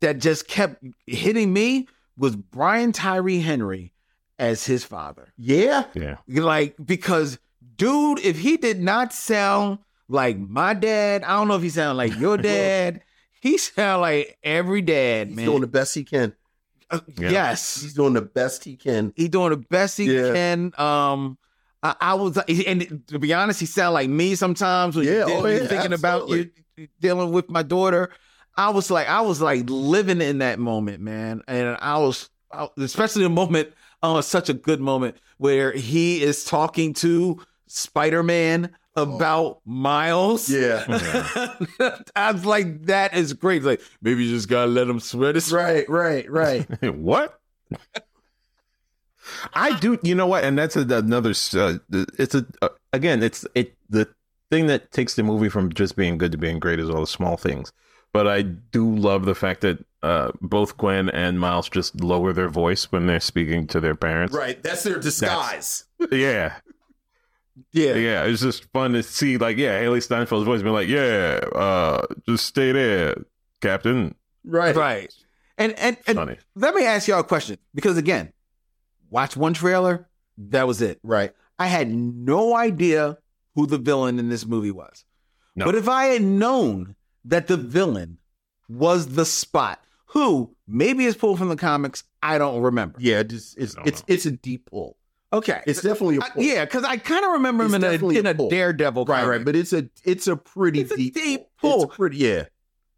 Speaker 3: that just kept hitting me was Brian Tyree Henry as his father
Speaker 4: yeah
Speaker 13: yeah
Speaker 3: like because dude if he did not sound like my dad i don't know if he sounded like your dad he sound like every dad
Speaker 4: he's
Speaker 3: man Uh,
Speaker 4: doing the best he can
Speaker 3: yes
Speaker 4: he's doing the best he can
Speaker 3: he doing the best he
Speaker 4: Yeah.
Speaker 3: can um I, I was and to be honest he sound like me sometimes when
Speaker 4: Yeah,
Speaker 3: you're
Speaker 4: oh,
Speaker 3: dealing-
Speaker 4: yeah,
Speaker 3: thinking about you
Speaker 4: absolutely.
Speaker 3: dealing with my daughter i was like i was like living in that moment man and i was I- especially the moment oh such a good moment where he is talking to spider-man about miles
Speaker 4: Oh. Yeah.
Speaker 3: i was like that is great like maybe you just gotta let him sweat it
Speaker 4: right right right
Speaker 13: what? I do. You know what? And that's a, another. Uh, it's a uh, again. It's it the thing that takes the movie from just being good to being great is all the small things. But I do love the fact that uh, both Gwen and Miles just lower their voice when they're speaking to their parents.
Speaker 4: right that's their disguise
Speaker 13: Yeah.
Speaker 3: Yeah.
Speaker 13: Yeah. It's just fun to see, like, yeah, Haley Steinfeld's voice being like, yeah, uh, just stay there, Captain.
Speaker 4: right
Speaker 3: right and and, and
Speaker 13: Funny.
Speaker 3: let me ask y'all a question because again watch one trailer that was it
Speaker 4: right
Speaker 3: i had no idea who the villain in this movie was
Speaker 13: No.
Speaker 3: but if i had known that the villain was the spot who maybe is pulled from the comics i don't remember
Speaker 4: yeah just it's
Speaker 13: don't
Speaker 4: it's it's a deep pull
Speaker 3: okay
Speaker 4: it's definitely a
Speaker 3: I-
Speaker 4: pull.
Speaker 3: yeah because i kind of remember him in
Speaker 4: It's
Speaker 3: a,
Speaker 4: definitely
Speaker 3: in a
Speaker 4: a pull.
Speaker 3: daredevil
Speaker 4: right
Speaker 3: comic.
Speaker 4: right but it's a it's a pretty
Speaker 3: It's a
Speaker 4: deep,
Speaker 3: deep pull.
Speaker 4: It's pretty yeah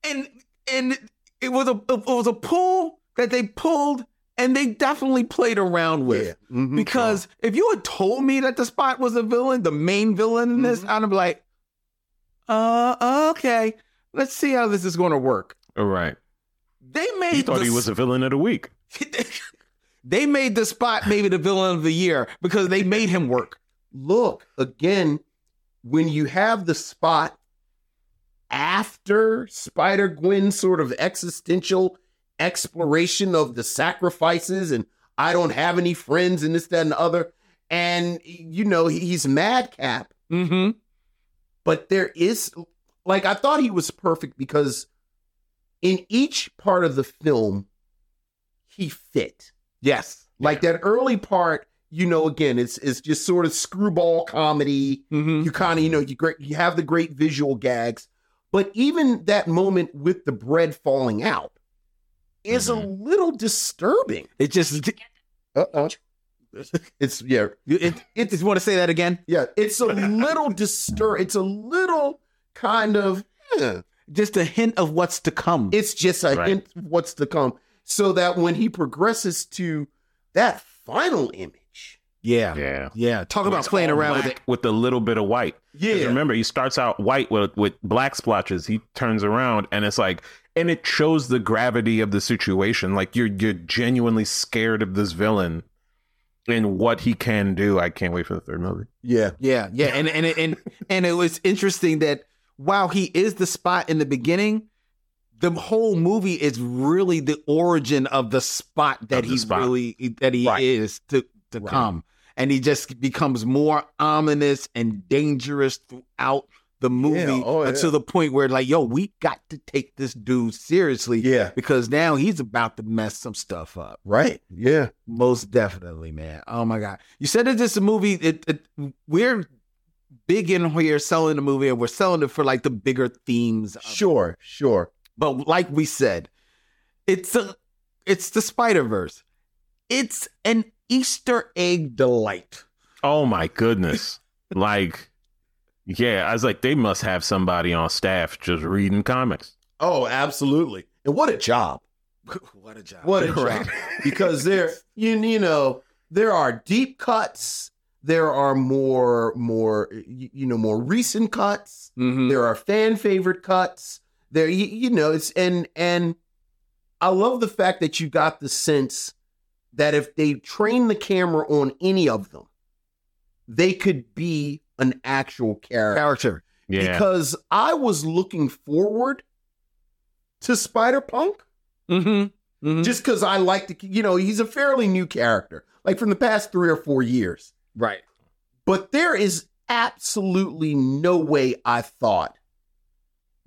Speaker 3: and and it was a it was a pull that they pulled and they definitely played around with
Speaker 4: Yeah.
Speaker 13: Mm-hmm.
Speaker 4: Mhm.
Speaker 3: because if you had told me that the spot was a villain, the main villain in this,
Speaker 13: Mm-hmm.
Speaker 3: I'd be like, uh, okay, let's see how this is going to work.
Speaker 13: All right.
Speaker 3: They made
Speaker 13: He thought
Speaker 3: the
Speaker 13: he was a villain of the week.
Speaker 3: they made the spot maybe the villain of the year because they made him work.
Speaker 4: look again when you have the spot after Spider Gwen's sort of existential exploration of the sacrifices and I don't have any friends and this, that, and the other. And, you know, he- he's madcap.
Speaker 3: Mm-hmm.
Speaker 4: But there is, like, I thought he was perfect because in each part of the film, he fit.
Speaker 3: Yes.
Speaker 4: Like that early part, you know, again, it's it's just sort of screwball comedy.
Speaker 3: Mm-hmm.
Speaker 4: You kind of, you know, you great, you have the great visual gags, but even that moment with the bread falling out is
Speaker 3: Mm-hmm.
Speaker 4: a little disturbing.
Speaker 3: It just,
Speaker 4: uh oh, it's yeah.
Speaker 3: It, it, just want to say that again.
Speaker 4: Yeah, it's a little disturb. It's a little kind of. eh.
Speaker 3: Just a hint of what's to come.
Speaker 4: It's just a
Speaker 13: Right.
Speaker 4: hint of what's to come. So that when he progresses to that final image,
Speaker 3: yeah. yeah.
Speaker 13: Yeah.
Speaker 3: Talk about
Speaker 13: It's
Speaker 3: playing
Speaker 13: all
Speaker 3: around with
Speaker 13: black
Speaker 3: it.
Speaker 13: with a little bit of white. 'Cause
Speaker 4: Yeah.
Speaker 13: Remember, he starts out white with, with black splotches. He turns around and it's like, and it shows the gravity of the situation. Like you're you're genuinely scared of this villain and what he can do. I can't wait for the third movie.
Speaker 4: yeah,
Speaker 3: Yeah, yeah, and and and and it was interesting that while he is the spot in the beginning, the whole movie is really the origin of the spot that
Speaker 13: the
Speaker 3: he
Speaker 13: spot.
Speaker 3: really that he
Speaker 4: Right.
Speaker 3: is to to come, and he just becomes more ominous and dangerous throughout the movie
Speaker 4: oh,
Speaker 3: uh,
Speaker 4: yeah.
Speaker 3: to the point where like, yo, we got to take this dude seriously,
Speaker 4: Yeah.
Speaker 3: because now he's about to mess some stuff up.
Speaker 4: right, yeah.
Speaker 3: Most definitely, man. Oh my god, you said that this is a movie. It, it we're big in here selling the movie, and we're selling it for like the bigger themes. of it.
Speaker 4: Sure, sure.
Speaker 3: but like we said, it's a it's the Spider Verse. It's an Easter egg delight.
Speaker 13: Oh my goodness. like, yeah, I was like, they must have somebody on staff just reading comics.
Speaker 4: Oh, absolutely. And what a job.
Speaker 3: what a job!
Speaker 4: What a job. because there you, you know, there are deep cuts, there are more more you, you know, more recent cuts,
Speaker 3: Mhm.
Speaker 4: there are fan favorite cuts. There you, you know, it's and and I love the fact that you got the sense that if they train the camera on any of them, they could be an actual character
Speaker 3: Character.
Speaker 13: Yeah.
Speaker 4: because I was looking forward to Spider Punk
Speaker 3: Mm-hmm.
Speaker 4: just because I like to, you know, he's a fairly new character, like from the past three or four years.
Speaker 3: right.
Speaker 4: But there is absolutely no way I thought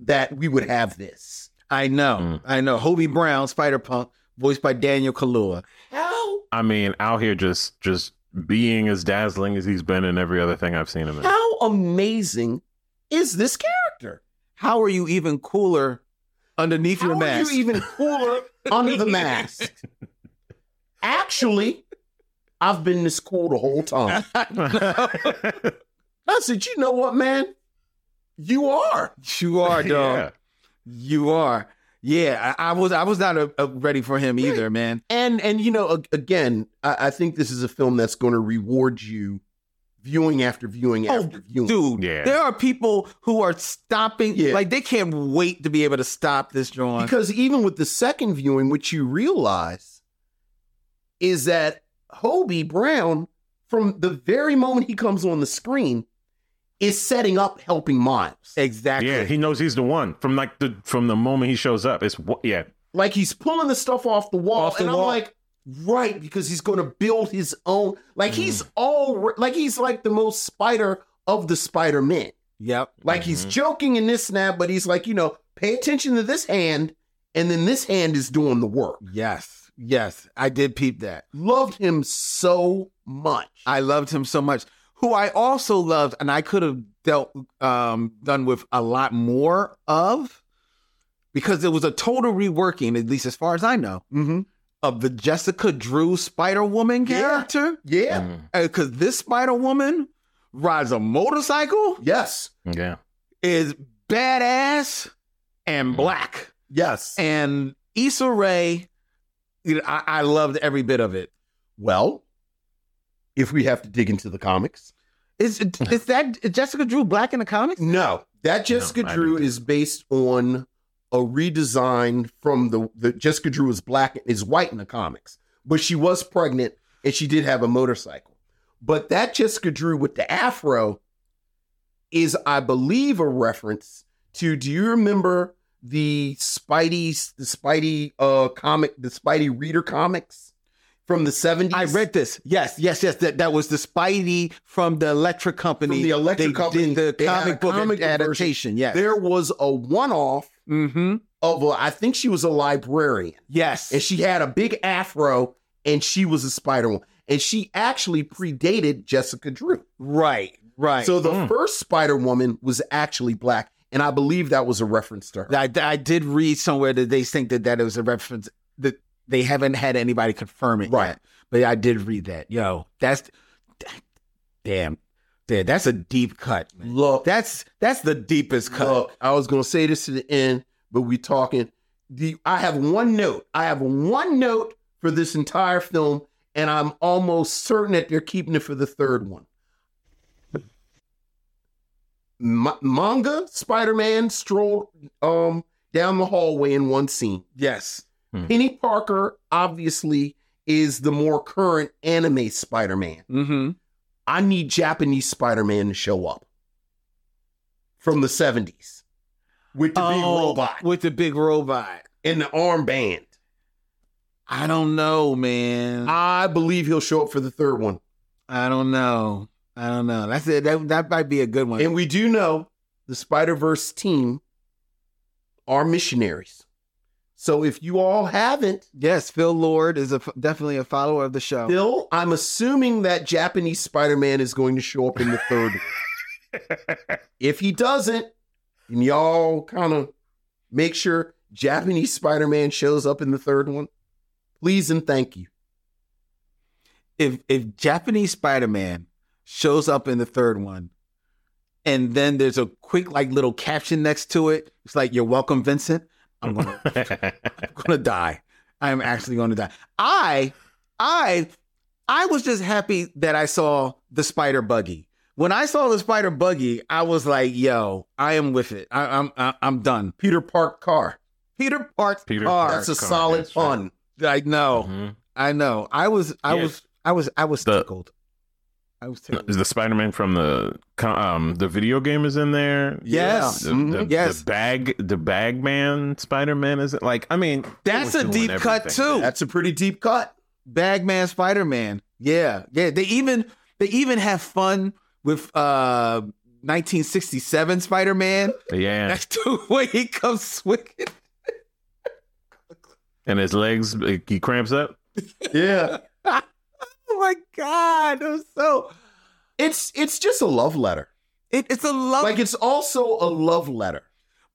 Speaker 4: that we would have this.
Speaker 3: I know. I know. Hobie Brown, Spider Punk, voiced by Daniel Kalua.
Speaker 4: How?
Speaker 13: I mean, out here just just being as dazzling as he's been in every other thing I've seen him in.
Speaker 4: How amazing is this character?
Speaker 3: How are you even cooler underneath your
Speaker 4: How
Speaker 3: mask?
Speaker 4: are you even cooler under the mask? Actually, I've been this cool the whole time. I said, you know what, man? You are.
Speaker 3: you are, dog.
Speaker 13: Yeah.
Speaker 3: You are. Yeah, I, I was. I was not uh uh ready for him either, man.
Speaker 4: and and you know a- again I, I think this is a film that's going to reward you viewing after viewing
Speaker 3: Oh,
Speaker 4: after viewing
Speaker 3: Dude,
Speaker 13: Yeah.
Speaker 3: there are people who are stopping.
Speaker 4: Yeah.
Speaker 3: Like they can't wait to be able to stop this drawing.
Speaker 4: because even with the second viewing what you realize is that hobie brown from the very moment he comes on the screen is setting up helping miles
Speaker 3: exactly.
Speaker 13: Yeah, he knows he's the one from like the from the moment he shows up. It's wh- yeah,
Speaker 4: like he's pulling the stuff off the wall
Speaker 3: Off the
Speaker 4: and
Speaker 3: wall.
Speaker 4: i'm like right because he's going to build his own like he's
Speaker 3: Mm.
Speaker 4: all like he's like the most spider of the spider-men
Speaker 3: yep. Mm-hmm.
Speaker 4: Like he's joking in this snap, but he's like, you know, pay attention to this hand, and then this hand is doing the work.
Speaker 3: Yes. Yes. I did peep that.
Speaker 4: Loved him so much.
Speaker 3: I loved him so much. Who I also loved, and I could have dealt um, done with a lot more of, because it was a total reworking, at least as far as I know,
Speaker 4: mm-hmm.
Speaker 3: of the Jessica Drew Spider Woman
Speaker 4: Yeah.
Speaker 3: character.
Speaker 4: Yeah.
Speaker 3: Because this Spider Woman rides a motorcycle,
Speaker 4: Yes.
Speaker 3: Mm-hmm.
Speaker 13: yeah.
Speaker 3: is badass, and
Speaker 4: Mm.
Speaker 3: black.
Speaker 4: Yes.
Speaker 3: And Issa Rae, you know, I, I loved every bit of it.
Speaker 4: well, if we have to dig into the comics,
Speaker 3: Is is that is Jessica Drew black in the comics?
Speaker 4: no, that Jessica
Speaker 13: I
Speaker 4: Drew
Speaker 13: don't.
Speaker 4: is based on a redesign from the, the Jessica Drew is black is white in the comics, but she was pregnant and she did have a motorcycle. But that Jessica Drew with the afro is, I believe, a reference to do you remember the Spidey the Spidey uh comic the Spidey reader comics from the 70s?
Speaker 3: I read this. Yes, yes, yes. That that was the Spidey from the Electric Company.
Speaker 4: From the Electric
Speaker 3: They
Speaker 4: Company,
Speaker 3: did the
Speaker 4: they had
Speaker 3: comic
Speaker 4: a
Speaker 3: book
Speaker 4: comic book
Speaker 3: adaptation.
Speaker 4: version.
Speaker 3: Yes.
Speaker 4: There was a one-off
Speaker 3: mm-hmm.
Speaker 4: of a, I think she was a librarian.
Speaker 3: Yes.
Speaker 4: And she had a big afro and she was a spider woman. And she actually predated Jessica Drew.
Speaker 3: Right. Right.
Speaker 4: So the
Speaker 3: Mm.
Speaker 4: first Spider Woman was actually black, and I believe that was a reference to her.
Speaker 3: I, I did read somewhere that they think that that was a reference that they haven't had anybody confirm it
Speaker 4: Right.
Speaker 3: yet. But I did read that. Yo, that's that- damn, damn. That's a deep cut. man.
Speaker 4: Look,
Speaker 3: That's that's the deepest cut.
Speaker 4: look, I was gonna say this to the end, but we talking. The I have one note. I have one note for this entire film, and I'm almost certain that they're keeping it for the third one. Ma- manga Spider Man strolled um down the hallway in one scene.
Speaker 3: Yes.
Speaker 4: Penny Parker obviously is the more current anime Spider Man.
Speaker 3: Mm-hmm.
Speaker 4: I need Japanese Spider Man to show up from the 70s with the big robot
Speaker 3: Oh, With the big robot.
Speaker 4: and the armband.
Speaker 3: I don't know, man. I,
Speaker 4: I believe he'll show up for the third one.
Speaker 3: don't know. I don't know. That's it. That, that might be a good one.
Speaker 4: And we do know the Spider Verse team are missionaries. So if you all haven't,
Speaker 3: yes, Phil Lord is a, f- definitely a follower of the show.
Speaker 4: Phil, I'm assuming that Japanese Spider Man is going to show up in the third one. If he doesn't, then y'all kind of make sure Japanese Spider Man shows up in the third one. Please and thank you.
Speaker 3: if if Japanese Spider Man shows up in the third one, and then there's a quick like little caption next to it, it's like "You're welcome, Vincent." I'm gonna, I'm gonna die. I'm actually gonna die. I, I, I was just happy that I saw the Spider Buggy. When I saw the Spider Buggy, I was like, "Yo, I am with it. I, I'm I, I'm done."
Speaker 4: Peter Park Carr.
Speaker 3: Peter Park's
Speaker 13: Peter
Speaker 3: car.
Speaker 13: Park.
Speaker 4: That's a
Speaker 13: Carr,
Speaker 4: solid
Speaker 13: that's right.
Speaker 4: pun.
Speaker 3: Like, no,
Speaker 13: Mhm.
Speaker 3: I know. I was, I
Speaker 13: Yes.
Speaker 3: was, I was, I was
Speaker 13: The-
Speaker 3: tickled. I was tickled.
Speaker 13: Is the Spider-Man from the co- um the video game is in there?
Speaker 3: Yes.
Speaker 13: The, the-
Speaker 3: Mhm. Yes.
Speaker 13: the bag the bag man Spider-Man is like I mean
Speaker 3: That's
Speaker 13: they
Speaker 3: a
Speaker 13: were doing
Speaker 3: deep cut
Speaker 13: everything.
Speaker 3: too.
Speaker 4: That's a pretty deep cut.
Speaker 3: Bagman Spider Man. Yeah, yeah. They even they even have fun with uh 1967 Spider Man.
Speaker 13: Yeah.
Speaker 3: That's the way he comes swinging.
Speaker 13: And his legs he cramps up.
Speaker 4: Yeah.
Speaker 3: Oh my god! It was so.
Speaker 4: it's it's just a love letter.
Speaker 3: It, it's a love,
Speaker 4: Like it's also a love letter.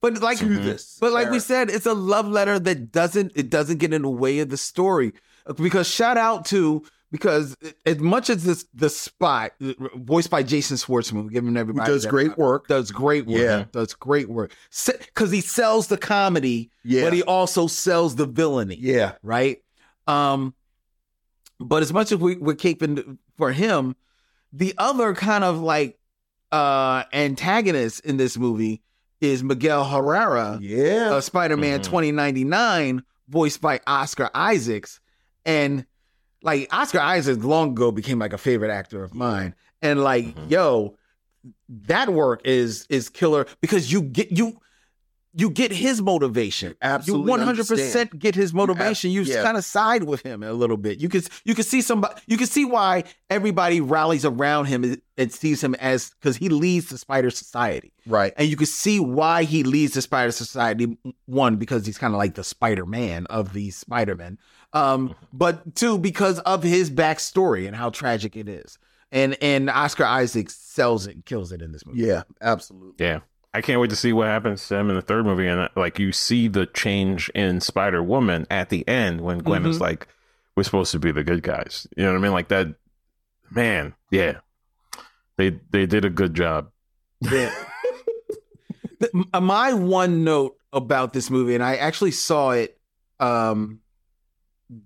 Speaker 3: but like
Speaker 4: to this
Speaker 3: But like we
Speaker 4: era.
Speaker 3: said, it's a love letter that doesn't it doesn't get in the way of the story. Because shout out to because as much as this the spot voiced by Jason Schwartzman, we're giving
Speaker 4: Who
Speaker 3: everybody
Speaker 4: does
Speaker 3: that-
Speaker 4: great work.
Speaker 3: does great work.
Speaker 4: Yeah.
Speaker 3: Does great work. Because he sells the comedy,
Speaker 4: Yeah.
Speaker 3: but he also sells the villainy,
Speaker 4: yeah.
Speaker 3: right? Um, but as much as we, we're caping for him, the other kind of like uh antagonist in this movie is Miguel Herrera
Speaker 4: Yeah.
Speaker 3: of Spider Man
Speaker 13: Mhm.
Speaker 3: 2099, voiced by Oscar Isaacs. And like Oscar Isaacs long ago became like a favorite actor of mine. And like,
Speaker 13: Mhm.
Speaker 3: yo, that work is is killer because you get you you get his motivation.
Speaker 4: Absolutely
Speaker 3: you 100%
Speaker 4: understand.
Speaker 3: get his motivation. You
Speaker 4: yeah.
Speaker 3: kind of side with him a little bit. You can you can see somebody you can see why everybody rallies around him and- and sees him as cuz he leads the Spider Society
Speaker 4: right.
Speaker 3: and you can see why he leads the Spider Society. One, because he's kind of like the Spider Man of the Spider Men, um, but two, because of his backstory and how tragic it is. And and Oscar Isaac sells it, and kills it in this movie.
Speaker 4: Yeah, absolutely.
Speaker 13: Yeah. I can't wait to see what happens to him in the third movie. And uh, like you see the change in Spider Woman at the end when Gwen is like, We're supposed to be the good guys. You know what I mean? Like that man, yeah. They they did a good job.
Speaker 3: Th- m- my one note about this movie, and I actually saw it um,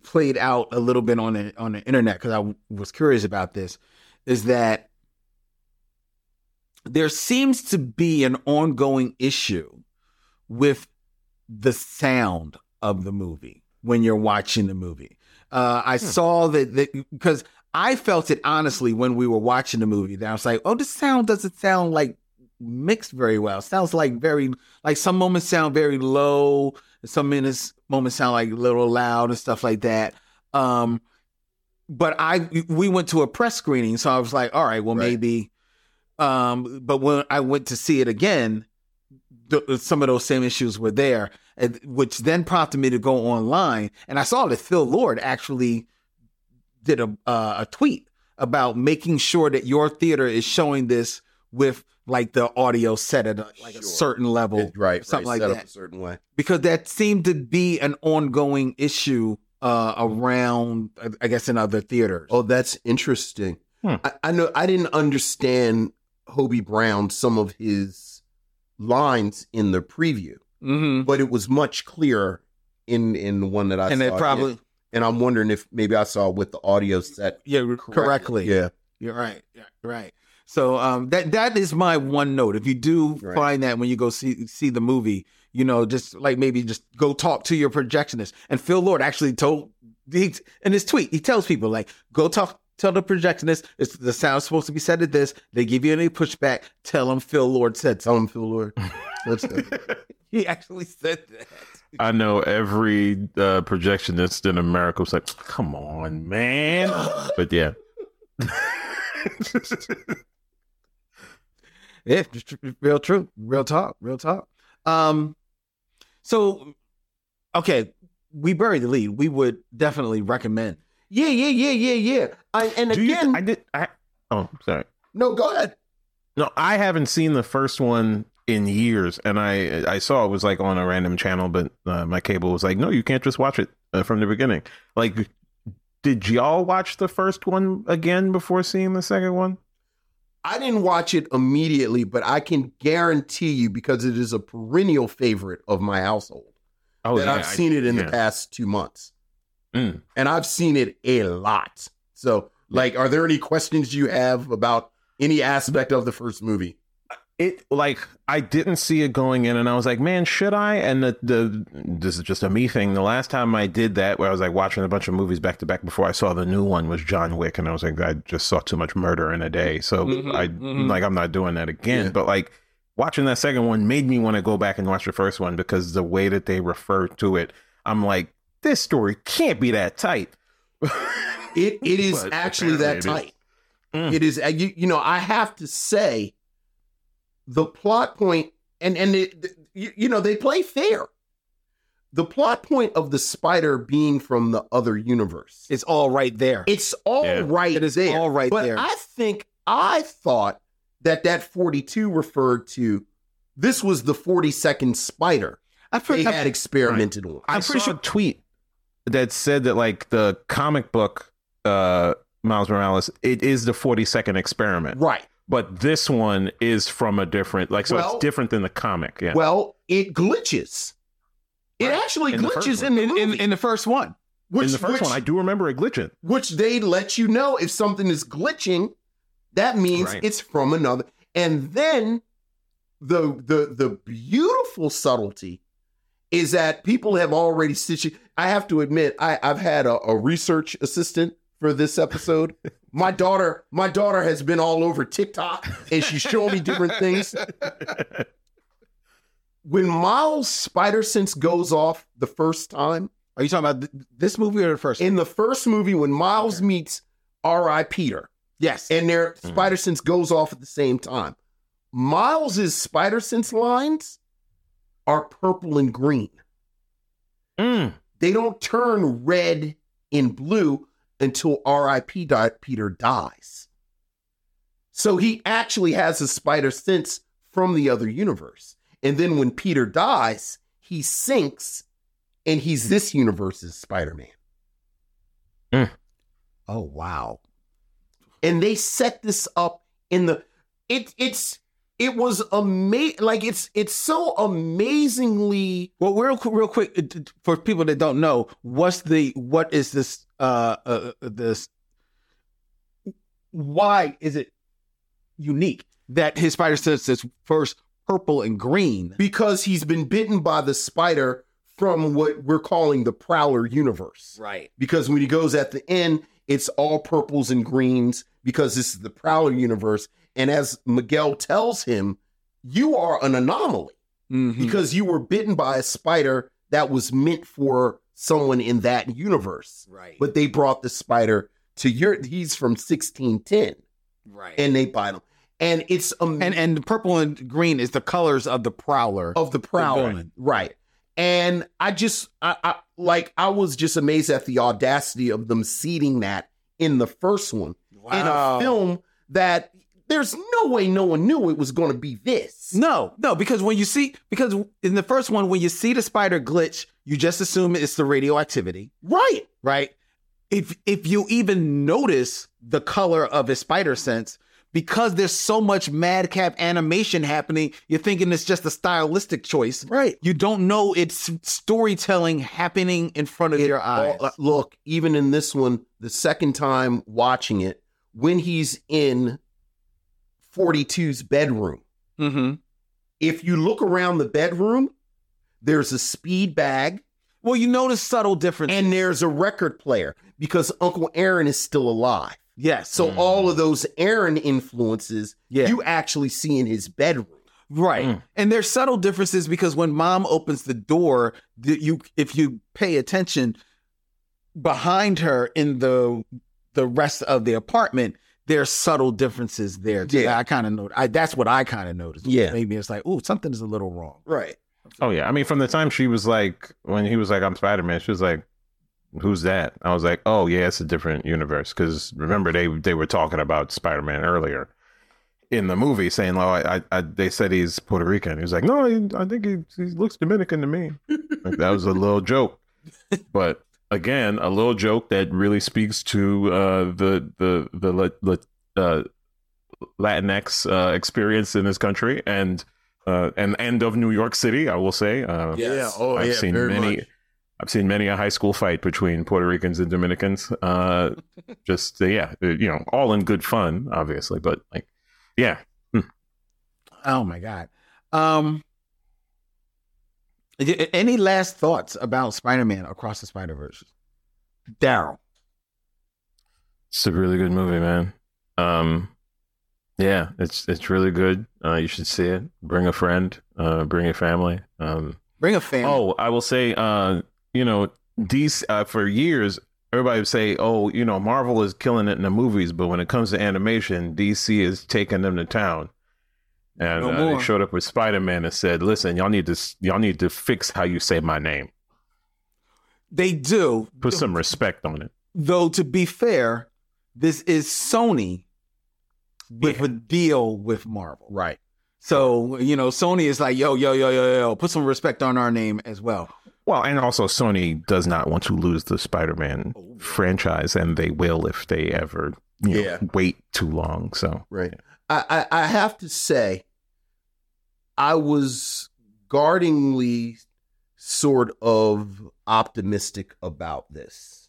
Speaker 3: played out a little bit on the on the internet because I w- was curious about this, is that there seems to be an ongoing issue with the sound of the movie when you're watching the movie. Uh, I saw that that because I felt it honestly when we were watching the movie that I was like, oh, the sound doesn't sound like mixed very well. Sounds like very like some moments sound very low, some minutes moments sound like a little loud and stuff like that. Um, but I we went to a press screening, so I was like, all right, well
Speaker 4: Right.
Speaker 3: maybe. Um, but when I went to see it again, th- some of those same issues were there, and- which then prompted me to go online. And I saw that Phil Lord actually did a uh, a tweet about making sure that your theater is showing this with like the audio set at a, like a certain level,
Speaker 4: right,
Speaker 3: Something
Speaker 4: right,
Speaker 3: like
Speaker 4: set
Speaker 3: that
Speaker 4: up a certain way.
Speaker 3: because that seemed to be an ongoing issue uh, around, I- I guess, in other theaters.
Speaker 4: Oh, that's interesting.
Speaker 3: Hmm.
Speaker 4: I, I know I didn't understand Hobie Brown some of his lines in the preview, but it was much clearer in in the one that I
Speaker 3: Mm-hmm. And
Speaker 4: saw.
Speaker 3: it probably-
Speaker 4: and I'm wondering if maybe I saw with the audio set.
Speaker 3: Yeah, correctly.
Speaker 4: Yeah,
Speaker 3: You're right. Yeah, right. So um, that that is my one note. If you do find that when you go see see the movie, you know, just like maybe just go talk to your projectionist. And Phil Lord actually told he, in his tweet, he tells people like, go talk. Tell the projectionist it's the sound's supposed to be said at this. They give you any pushback. Tell them Phil Lord said. Tell them Phil Lord. he actually said that.
Speaker 13: I know every uh, projectionist in America was like, "Come on, man!" But yeah,
Speaker 3: Yeah, just tr- real true, real talk, real talk. Um, so okay, we buried the lead. We would definitely recommend. Yeah, yeah, yeah, yeah, yeah.
Speaker 4: I, and again,
Speaker 13: I did. I oh, sorry.
Speaker 4: no, go ahead.
Speaker 13: No, I haven't seen the first one in years, and I I saw it was like on a random channel, but uh, my cable was like, "No, you can't just watch it uh, from the beginning." Like, did y'all watch the first one again before seeing the second one?
Speaker 4: I didn't watch it immediately, but I can guarantee you because it is a perennial favorite of my household.
Speaker 13: Oh,
Speaker 4: that
Speaker 13: yeah,
Speaker 4: I've
Speaker 13: I-
Speaker 4: seen it in
Speaker 13: yeah.
Speaker 4: the past two months,
Speaker 13: Mm.
Speaker 4: and I've seen it a lot. So, like, are there any questions you have about any aspect of the first movie?
Speaker 13: it like I didn't see it going in, and I was like, "Man, should I?" And the, the this is just a me thing. The last time I did that, where I was like watching a bunch of movies back to back before I saw the new one was John Wick, and I was like, I just saw too much murder in a day, so
Speaker 4: Mhm,
Speaker 13: I
Speaker 4: mhm.
Speaker 13: like I'm not doing that again. But like watching that second one made me want to go back and watch the first one because the way that they refer to it, I'm like, this story can't be that tight.
Speaker 4: It it is
Speaker 13: But
Speaker 4: actually that
Speaker 13: apparently it
Speaker 4: tight. It is uh, you, you know I have to say the plot point and and it, th- you, you know they play fair. The plot point of the spider being from the other universe.
Speaker 3: It's all right there.
Speaker 4: It's all right
Speaker 3: It is
Speaker 4: there.
Speaker 3: all right
Speaker 4: but
Speaker 3: there.
Speaker 4: I think I thought that that 42 referred to this was the 42nd spider
Speaker 3: I
Speaker 4: they had experimented on.
Speaker 13: I'm pretty sure tweet that said that like the comic book uh Miles Morales it is the 42nd experiment.
Speaker 4: Right.
Speaker 13: But this one is from a different like so
Speaker 4: Well-
Speaker 13: it's different than the comic. Yeah.
Speaker 4: Well, it glitches. It actually
Speaker 13: In the first
Speaker 4: glitches
Speaker 13: one.
Speaker 4: in the
Speaker 3: in,
Speaker 4: movie.
Speaker 3: in the first one.
Speaker 4: which,
Speaker 13: in the first
Speaker 4: which,
Speaker 13: one I do remember it glitching.
Speaker 4: which they let you know if something is glitching, that means
Speaker 13: Right.
Speaker 4: it's from another. And then the the the beautiful subtlety is that people have already situ- I have to admit, I, I've had a, a research assistant for this episode. my daughter, my daughter has been all over TikTok and she's showing me different things. When Miles Spider Sense goes off the first time,
Speaker 3: Are you talking about th- this movie or the first?
Speaker 4: in the first movie when Miles meets R.I. Peter.
Speaker 3: Yes.
Speaker 4: And their spider sense goes off at the same time. Miles's spider sense lines are purple and green. They don't turn red and blue until R.I.P. Di- Peter dies. So he actually has a spider sense from the other universe. And then when Peter dies, he sinks and
Speaker 3: Hmm.
Speaker 4: he's this universe's Spider Man.
Speaker 3: Hmm.
Speaker 4: Oh wow. And they set this up in the it it's it was amazing like it's it's so amazingly
Speaker 3: Well, real qu- real quick uh, t- t- for people that don't know, what's the what is this uh, uh this why is it unique that his spider sense is first purple and green?
Speaker 4: because he's been bitten by the spider from what we're calling the Prowler universe.
Speaker 3: Right.
Speaker 4: Because when he goes at the end, it's all purples and greens because this is the Prowler universe. And as Miguel tells him, you are an anomaly
Speaker 3: Hmm. Mm-hmm.
Speaker 4: because you were bitten by a spider that was meant for someone in that universe.
Speaker 12: Right.
Speaker 4: But they brought the spider to your. He's from 1610,
Speaker 12: Right.
Speaker 4: and they bite him, and it's um,
Speaker 3: and and purple and green is the colors of the prowler
Speaker 4: of the prowler,
Speaker 3: villain.
Speaker 4: right? And I just, I, I like, I was just amazed at the audacity of them seeding that in the first one in a
Speaker 3: Wow.
Speaker 4: film that there's no way no one knew it was going to be this.
Speaker 3: No, no, because when you see, because in the first one, when you see the spider glitch, you just assume it's the radioactivity,
Speaker 4: Right.
Speaker 3: right? If if you even notice the color of his spider sense, because there's so much madcap animation happening, you're thinking it's just a stylistic choice,
Speaker 4: Right.
Speaker 3: You don't know it's storytelling happening in front of
Speaker 4: It
Speaker 3: your eyes.
Speaker 4: all- uh, look, even in this one, the second time watching it, when he's in 42's bedroom,
Speaker 3: mm-hmm.
Speaker 4: if you look around the bedroom, there's a speed bag
Speaker 3: Well, you notice subtle difference.
Speaker 4: and there's a record player because Uncle Aaron is still alive.
Speaker 3: yes,
Speaker 4: So all of those Aaron influences
Speaker 3: Yeah.
Speaker 4: you actually see in his bedroom.
Speaker 3: Right.
Speaker 13: Mm.
Speaker 3: And there's subtle differences because when mom opens the door, th- you if you pay attention behind her in the the rest of the apartment, there's subtle differences there. Too.
Speaker 4: Yeah.
Speaker 3: I kind of know. I that's what I kind of noticed.
Speaker 4: Yeah.
Speaker 3: Maybe it's like, oh, something is a little wrong.
Speaker 4: Right.
Speaker 13: Oh yeah, I mean, from the time she was like, when he was like, "I'm Spider Man," she was like, "Who's that?" I was like, "Oh yeah, it's a different universe." Because remember, they they were talking about Spider Man earlier in the movie, saying, "Oh, I, I, I they said he's Puerto Rican." He was like, "No, I, I think he, he looks Dominican to me." like, that was a little joke, but again, a little joke that really speaks to uh, the the the la- la- uh, Latinx uh, experience in this country and. Uh, and and of New York City, I will say. Uh,
Speaker 12: Yes.
Speaker 4: Yeah. Oh,
Speaker 13: I've
Speaker 4: yeah.
Speaker 13: seen
Speaker 4: very
Speaker 13: many.
Speaker 4: much.
Speaker 13: I've seen many a high school fight between Puerto Ricans and Dominicans. Uh, just uh, yeah, uh, you know, all in good fun, obviously, but like, yeah,
Speaker 3: Oh my god. Um. y- y- Any last thoughts about Spider-Man across the Spider-Verse? Daryl.
Speaker 13: it's a really good movie, man. Um, yeah, it's it's really good. Uh, you should see it. Bring a friend. Uh, bring your family. Um,
Speaker 3: Bring a fan.
Speaker 13: Oh, I will say, uh, you know, DC uh, for years everybody would say, oh, you know, Marvel is killing it in the movies, but when it comes to animation, DC is taking them to town. And
Speaker 3: No
Speaker 13: uh, they
Speaker 3: more.
Speaker 13: showed up with Spider Man and said, "Listen, y'all need to s- y'all need to fix how you say my name.
Speaker 3: They do.
Speaker 13: Put some respect on it."
Speaker 3: Though to be fair, this is Sony with a deal with Marvel.
Speaker 4: Right.
Speaker 3: So, you know, Sony is like, yo, yo, yo, yo, yo, put some respect on our name as well.
Speaker 13: Well, and also Sony does not want to lose the Spider-Man franchise, and they will if they ever you know,
Speaker 4: Yeah.
Speaker 13: wait too long. So
Speaker 4: Right. I, I, I have to say, I was guardingly sort of optimistic about this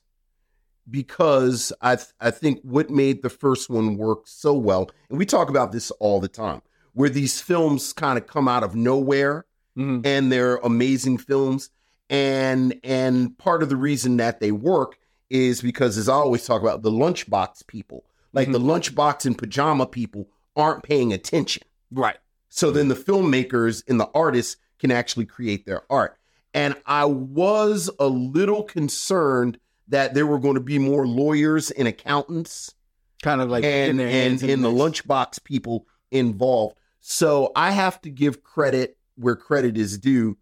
Speaker 4: because I th- I think what made the first one work so well, and we talk about this all the time, where these films kind of come out of nowhere
Speaker 3: Mhm.
Speaker 4: and they're amazing films, and and part of the reason that they work is because, as I always talk about, the lunchbox people, like the lunchbox and pajama people, aren't paying attention.
Speaker 3: Right.
Speaker 4: So then the filmmakers and the artists can actually create their art. And I was a little concerned that there were going to be more lawyers and accountants
Speaker 3: Kind of like
Speaker 4: and
Speaker 3: their
Speaker 4: and
Speaker 3: hands
Speaker 4: in the
Speaker 3: mix.
Speaker 4: lunchbox people involved. So I have to give credit where credit is due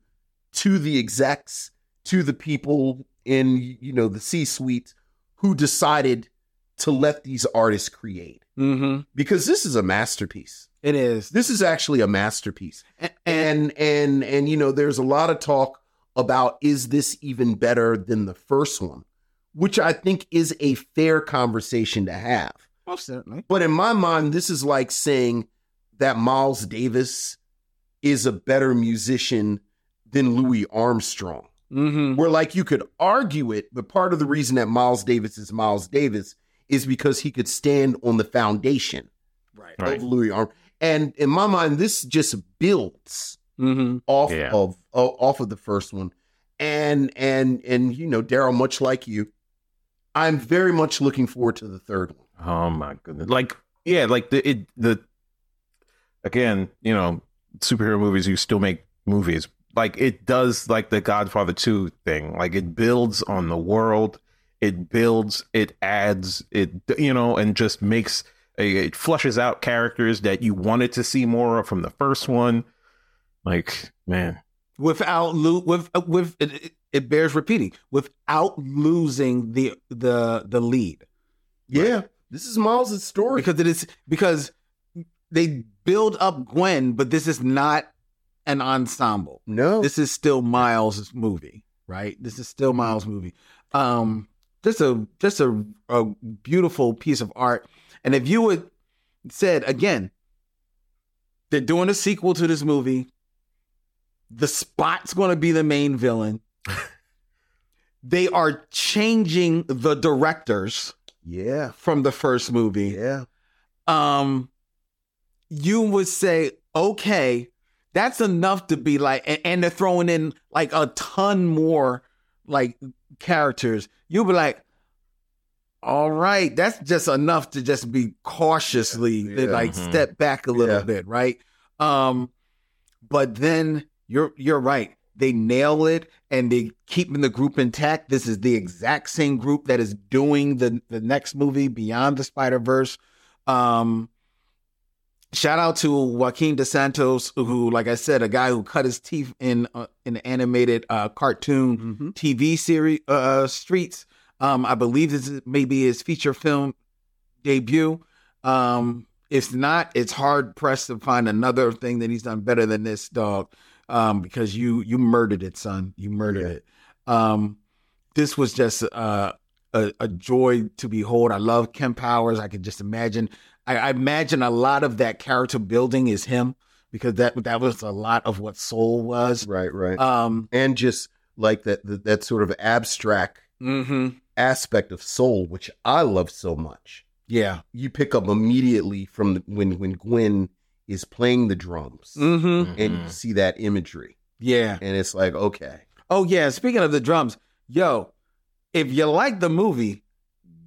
Speaker 4: to the execs, to the people in you know the C-suite who decided to let these artists create
Speaker 3: Mhm.
Speaker 4: because this is a masterpiece
Speaker 3: It is.
Speaker 4: this is actually a masterpiece
Speaker 3: And,
Speaker 4: and and and you know there's a lot of talk about is this even better than the first one which i think is a fair conversation to have
Speaker 3: most certainly.
Speaker 4: but in my mind this is like saying that miles davis is a better musician than louis armstrong
Speaker 3: Mm-hmm.
Speaker 4: where like you could argue it but part of the reason that miles davis is miles davis is because he could stand on the foundation
Speaker 12: Right.
Speaker 13: Right.
Speaker 4: of louis arm and in my mind this just builds
Speaker 3: Mm-hmm.
Speaker 4: off
Speaker 13: Yeah.
Speaker 4: of o- off of the first one and and and you know daryl much like you i'm very much looking forward to the third one
Speaker 13: Oh my goodness! Like yeah, like the it the again, you know, superhero movies you still make movies like it does like the godfather 2 thing like it builds on the world it builds it adds it you know and just makes it flushes out characters that you wanted to see more of from the first one like man
Speaker 3: without lo- with uh, with it, it bears repeating without losing the the the lead
Speaker 4: yeah this is miles' story
Speaker 3: because it is because they build up gwen but this is not an ensemble
Speaker 4: no
Speaker 3: this is still miles' movie right this is still miles' movie um just a just a, a beautiful piece of art and if you would said again they're doing a sequel to this movie the spot's going to be the main villain. they are changing the directors.
Speaker 4: Yeah.
Speaker 3: From the first movie.
Speaker 4: Yeah.
Speaker 3: Um you would say, "Okay, that's enough to be like and, and they're throwing in like a ton more like characters." You'd be like, all right, that's just enough to just be cautiously yeah. like mm-hmm. step back a little yeah. bit, right? Um, but then you're you're right. They nail it and they keeping the group intact. This is the exact same group that is doing the the next movie Beyond the Spider Verse. Um, shout out to Joaquin DeSantos, who, like I said, a guy who cut his teeth in uh, in animated uh, cartoon mm-hmm. TV series uh, Streets. Um, I believe this is maybe his feature film debut. Um, if not, it's hard pressed to find another thing that he's done better than this dog um, because you you murdered it, son. You murdered yeah. it. Um, this was just uh, a, a joy to behold. I love Ken Powers. I could just imagine. I, I, imagine a lot of that character building is him because that that was a lot of what Soul was.
Speaker 4: Right, right.
Speaker 3: Um,
Speaker 4: and just like that that, that sort of abstract
Speaker 3: mm-hmm.
Speaker 4: aspect of Soul, which I love so much.
Speaker 3: Yeah,
Speaker 4: you pick up immediately from the, when when Gwen is playing the drums
Speaker 3: mm-hmm.
Speaker 4: and you see that imagery
Speaker 3: yeah
Speaker 4: and it's like okay
Speaker 3: oh yeah speaking of the drums yo if you like the movie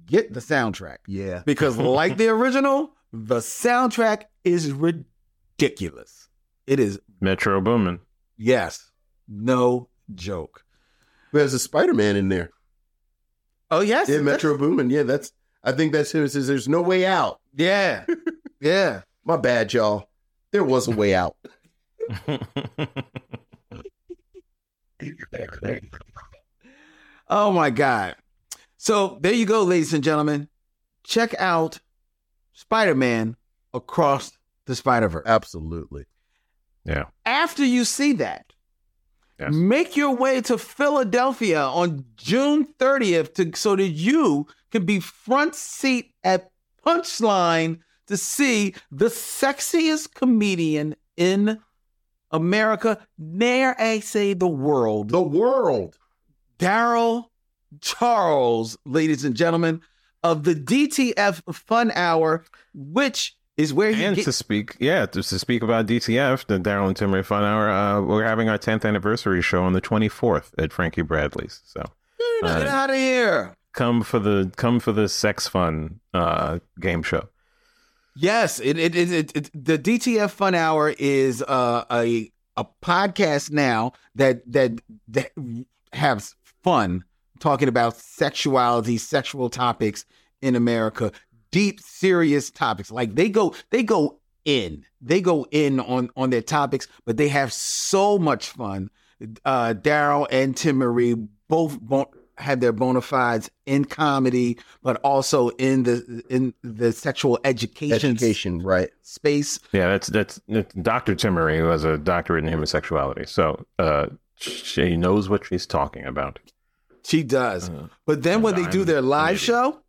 Speaker 3: get the soundtrack
Speaker 4: yeah
Speaker 3: because like the original the soundtrack is ridiculous it is
Speaker 13: metro boomin
Speaker 3: yes no joke
Speaker 4: there's a spider-man in there
Speaker 3: oh yes
Speaker 4: yeah metro boomin yeah that's i think that's him it says there's no way out
Speaker 3: yeah yeah
Speaker 4: my bad, y'all. There was a way out.
Speaker 3: oh my God. So there you go, ladies and gentlemen. Check out Spider Man across the Spider Verse.
Speaker 4: Absolutely.
Speaker 13: Yeah.
Speaker 3: After you see that, yes. make your way to Philadelphia on June 30th to, so that you can be front seat at Punchline to see the sexiest comedian in America, dare I say the world.
Speaker 4: The world.
Speaker 3: Daryl Charles, ladies and gentlemen, of the DTF Fun Hour, which is where
Speaker 13: and
Speaker 3: get-
Speaker 13: to speak, yeah, to, to speak about DTF, the Daryl and Tim Ray Fun Hour. Uh, we're having our 10th anniversary show on the 24th at Frankie Bradley's. So
Speaker 3: uh, get out of here.
Speaker 13: Come for the come for the sex fun uh, game show.
Speaker 3: Yes, it it, it it, it, the DTF Fun Hour is uh, a a podcast now that that that has fun talking about sexuality, sexual topics in America, deep serious topics. Like they go they go in. They go in on on their topics, but they have so much fun. Uh, Daryl and Tim Marie both bon- have their bona fides in comedy, but also in the in the sexual education
Speaker 4: education right
Speaker 3: space.
Speaker 13: Yeah, that's that's, that's Dr. Timmery who has a doctorate in homosexuality, so uh, she knows what she's talking about.
Speaker 3: She does. Uh, but then when they I'm do their live maybe. show,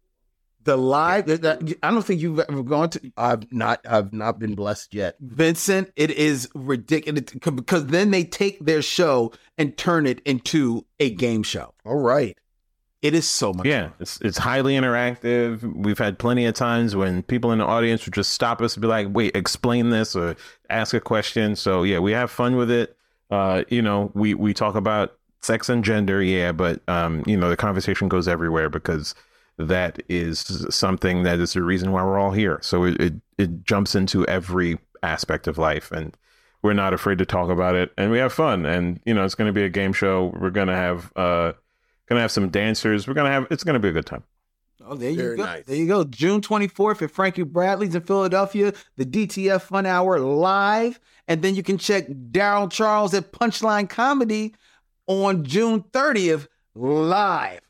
Speaker 3: the live I don't think you've ever gone to.
Speaker 4: I've not. I've not been blessed yet,
Speaker 3: Vincent. It is ridiculous because then they take their show and turn it into a game show.
Speaker 4: All right.
Speaker 3: It is so much.
Speaker 13: Yeah, fun. it's it's highly interactive. We've had plenty of times when people in the audience would just stop us and be like, "Wait, explain this," or ask a question. So yeah, we have fun with it. Uh, you know, we we talk about sex and gender, yeah, but um, you know, the conversation goes everywhere because that is something that is the reason why we're all here. So it, it, it, jumps into every aspect of life. And We're not afraid to talk about it, and we have fun. And you know, it's going to be a game show. We're going to have uh, going to have some dancers. We're going to have. It's going to be a good time.
Speaker 3: Oh, there you
Speaker 4: Very
Speaker 3: go.
Speaker 4: nice.
Speaker 3: There you go. June 24th at Frankie Bradley's in Philadelphia, the DTF Fun Hour live. And then you can check Daryl Charles at Punchline Comedy on June 30th live.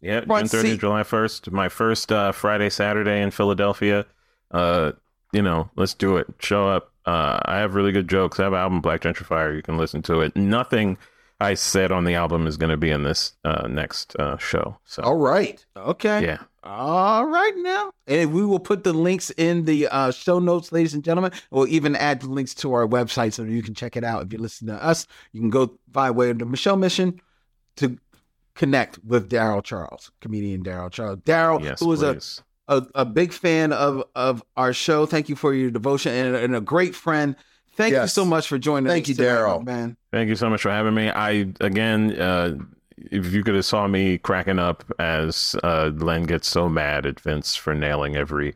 Speaker 13: Yeah,
Speaker 3: Front
Speaker 13: June 30th,
Speaker 3: seat.
Speaker 13: July 1st. My first uh, Friday, Saturday in Philadelphia. Uh, you know, let's do it. Show up. Uh, I have really good jokes. I have an album, Black Gentrifier. You can listen to it. Nothing I said on the album is going to be in this uh, next uh, show. So,
Speaker 4: All right.
Speaker 3: Okay.
Speaker 13: yeah.
Speaker 3: All right now. And we will put the links in the uh, show notes, ladies and gentlemen. We'll even add the links to our website so you can check it out. If you listen to us, you can go by way of the Michelle Mission to connect with Daryl Charles, comedian Daryl Charles. Daryl,
Speaker 13: Yes,
Speaker 3: who was a
Speaker 13: please.
Speaker 3: a, a big fan of of our show. Thank you for your devotion and, and a great friend. Thank you
Speaker 4: Yes.
Speaker 3: so much for joining
Speaker 4: Thank
Speaker 3: us.
Speaker 4: you,
Speaker 3: tonight,
Speaker 4: Daryl.
Speaker 3: Man.
Speaker 13: Thank you so much for having me. I again, uh, if you could have saw me cracking up as uh, Len gets so mad at Vince for nailing every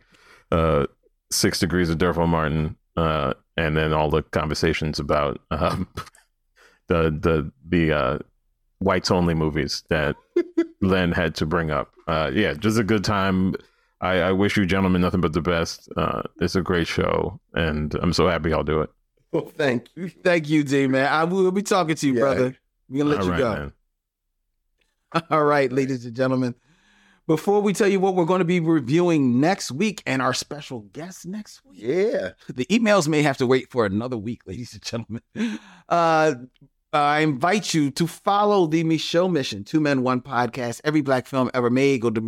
Speaker 13: uh, six degrees of Dervo Martin, uh, and then all the conversations about um, the the the uh, whites only movies that Len had to bring up. Uh, yeah, just a good time. I, I wish you gentlemen nothing but the best. Uh, it's a great show, and I'm so happy y'all do it.
Speaker 4: Well, thank you.
Speaker 3: Thank you, D man. I will be talking to you,
Speaker 4: Yeah.
Speaker 3: brother. We're gonna let
Speaker 13: All
Speaker 3: you
Speaker 13: right,
Speaker 3: go.
Speaker 13: man.
Speaker 3: All right, ladies and gentlemen. Before we tell you what we're going to be reviewing next week and our special guest next week,
Speaker 4: Yeah.
Speaker 3: the emails may have to wait for another week, ladies and gentlemen. Uh, I invite you to follow the Michelle Mission, Two Men, One Podcast, every black film ever made. Go to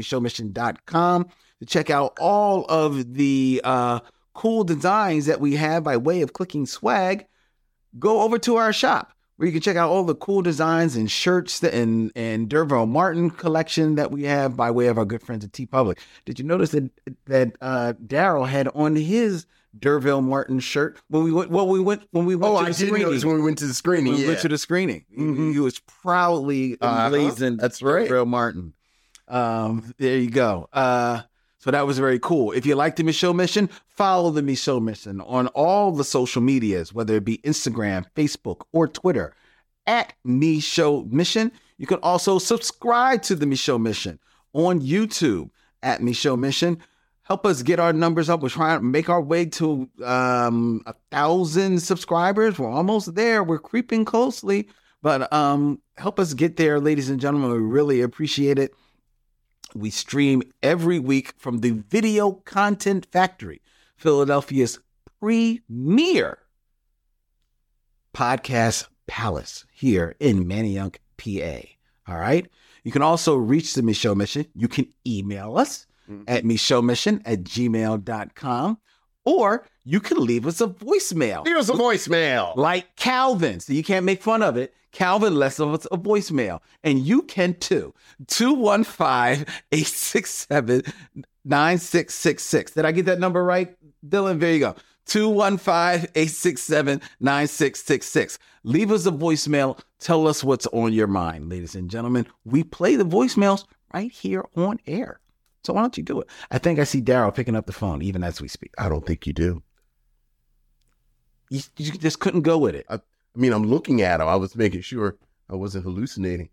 Speaker 3: MichelleMission.com to check out all of the uh, cool designs that we have by way of clicking swag. Go over to our shop where you can check out all the cool designs and shirts that- and, and Dervo Martin collection that we have by way of our good friends at T Public. Did you notice that that uh, Daryl had on his Derville Martin shirt when we went when we went when we went
Speaker 4: Oh,
Speaker 3: to
Speaker 4: I
Speaker 3: the
Speaker 4: did
Speaker 3: screening?
Speaker 4: notice when we went to the screening.
Speaker 3: when we
Speaker 4: yeah.
Speaker 3: went to the screening.
Speaker 4: Mhm.
Speaker 3: He was proudly
Speaker 4: Uh-huh.
Speaker 3: emblazoned.
Speaker 4: That's right.
Speaker 3: Real Martin. Um, there you go. Uh, so that was very cool. If you like the Michelle Mission, follow the Michelle Mission on all the social medias, whether it be Instagram, Facebook, or Twitter, at Michelle Mission. You can also subscribe to the Michelle Mission on YouTube at Michelle Mission. Help us get our numbers up. We're trying to make our way to um, a thousand subscribers. We're almost there. We're creeping closely, but um, help us get there, ladies and gentlemen. We really appreciate it. We stream every week from the Video Content Factory, Philadelphia's premier podcast palace here in Manayunk, PA. All right. You can also reach the Michelle Mission. You can email us
Speaker 4: Mm-hmm.
Speaker 3: at michellemission at gmail.com or you can leave us a voicemail
Speaker 4: Leave us a voicemail.
Speaker 3: like Calvin. So you can't make fun of it. Calvin left us a voicemail, and you can too. 215 867 9666. Did I get that number right, Dylan? There you go. 215 867 9666. Leave us a voicemail. Tell us what's on your mind, ladies and gentlemen. We play the voicemails right here on air. So why don't you do it? I think I see Daryl picking up the phone even as we speak.
Speaker 4: I don't think you do.
Speaker 3: You, you just couldn't go with it.
Speaker 4: I mean, I'm looking at him. I was making sure I wasn't hallucinating.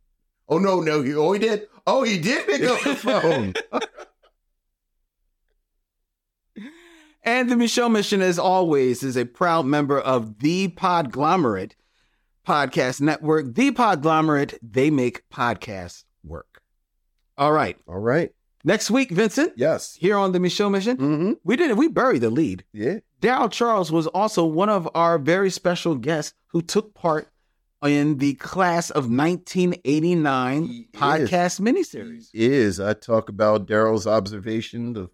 Speaker 4: Oh no, no, he oh he did. Oh, he did pick up the phone.
Speaker 3: And the Michelle Mission, as always, is a proud member of the Podglomerate Podcast Network. The Podglomerate, they make podcasts work. All right.
Speaker 4: All right.
Speaker 3: Next week, Vincent,
Speaker 4: Yes.
Speaker 3: here on the Michelle Mission,
Speaker 4: Mm-hmm.
Speaker 3: we did it. We buried the lead.
Speaker 4: Yeah.
Speaker 3: Daryl Charles was also one of our very special guests who took part in the class of 1989
Speaker 4: He is.
Speaker 3: podcast miniseries.
Speaker 4: Is I talk about Daryl's observation of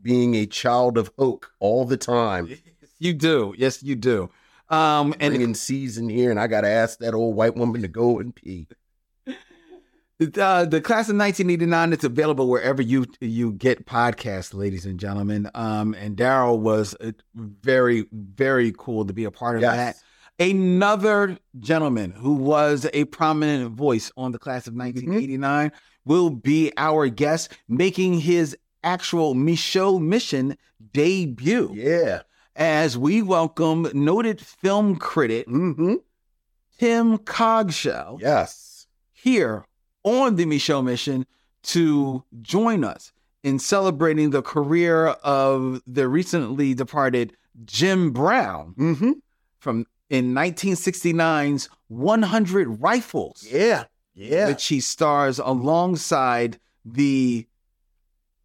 Speaker 4: being a child of hoke all the time.
Speaker 3: You do. Yes, you do. Um,
Speaker 4: And
Speaker 3: and
Speaker 4: in season here, and I gotta ask that old white woman to go and pee.
Speaker 3: Uh, the class of 1989 it's available wherever you you get podcasts ladies and gentlemen um and daryl was uh, very very cool to be a part of
Speaker 4: Yes.
Speaker 3: that another gentleman who was a prominent voice on the class of 1989 will be our guest making his actual michaud mission debut
Speaker 4: Yeah.
Speaker 3: as we welcome noted film critic
Speaker 4: Mm-hmm.
Speaker 3: Tim Cogshell.
Speaker 4: Yes.
Speaker 3: Here on the Michelle Mission to join us in celebrating the career of the recently departed Jim Brown
Speaker 4: Mm-hmm.
Speaker 3: from in 1969's 100 Rifles.
Speaker 4: Yeah. Yeah.
Speaker 3: Which he stars alongside the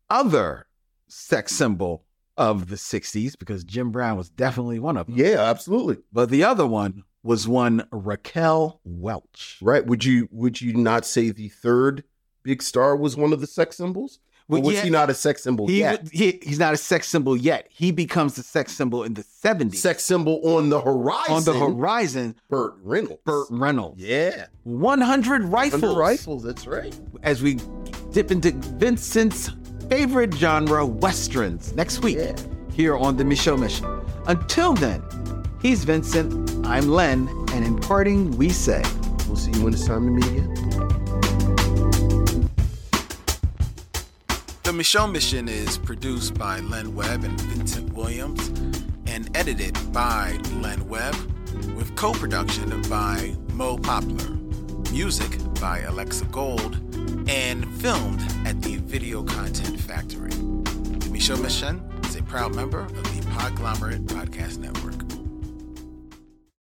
Speaker 3: other sex symbol of the 60s because Jim Brown was definitely one of them.
Speaker 4: Yeah, absolutely.
Speaker 3: But the other one was one Raquel Welch.
Speaker 4: Right? Would you would you not say the third big star was one of the sex symbols? Or
Speaker 3: Well,
Speaker 4: was
Speaker 3: yeah.
Speaker 4: he not a sex symbol
Speaker 3: He,
Speaker 4: yet?
Speaker 3: he he's not a sex symbol yet. He becomes the sex symbol in the 70s.
Speaker 4: Sex symbol on the horizon.
Speaker 3: on the horizon,
Speaker 4: Burt Reynolds.
Speaker 3: Burt Reynolds.
Speaker 4: Yeah.
Speaker 3: 100 rifles.
Speaker 4: Under rifles, that's right.
Speaker 3: As we dip into Vincent's favorite genre, westerns, next week
Speaker 4: Yeah.
Speaker 3: here on The Michelle Mission. Until then, he's Vincent, I'm Len, and in parting, we say.
Speaker 4: We'll see you when it's time to meet again.
Speaker 8: The Michelle Mission is produced by Len Webb and Vincent Williams and edited by Len Webb with co production by Mo Poplar, music by Alexa Gold, and filmed at the Video Content Factory. The Michelle Mission is a proud member of the Podglomerate Podcast Network.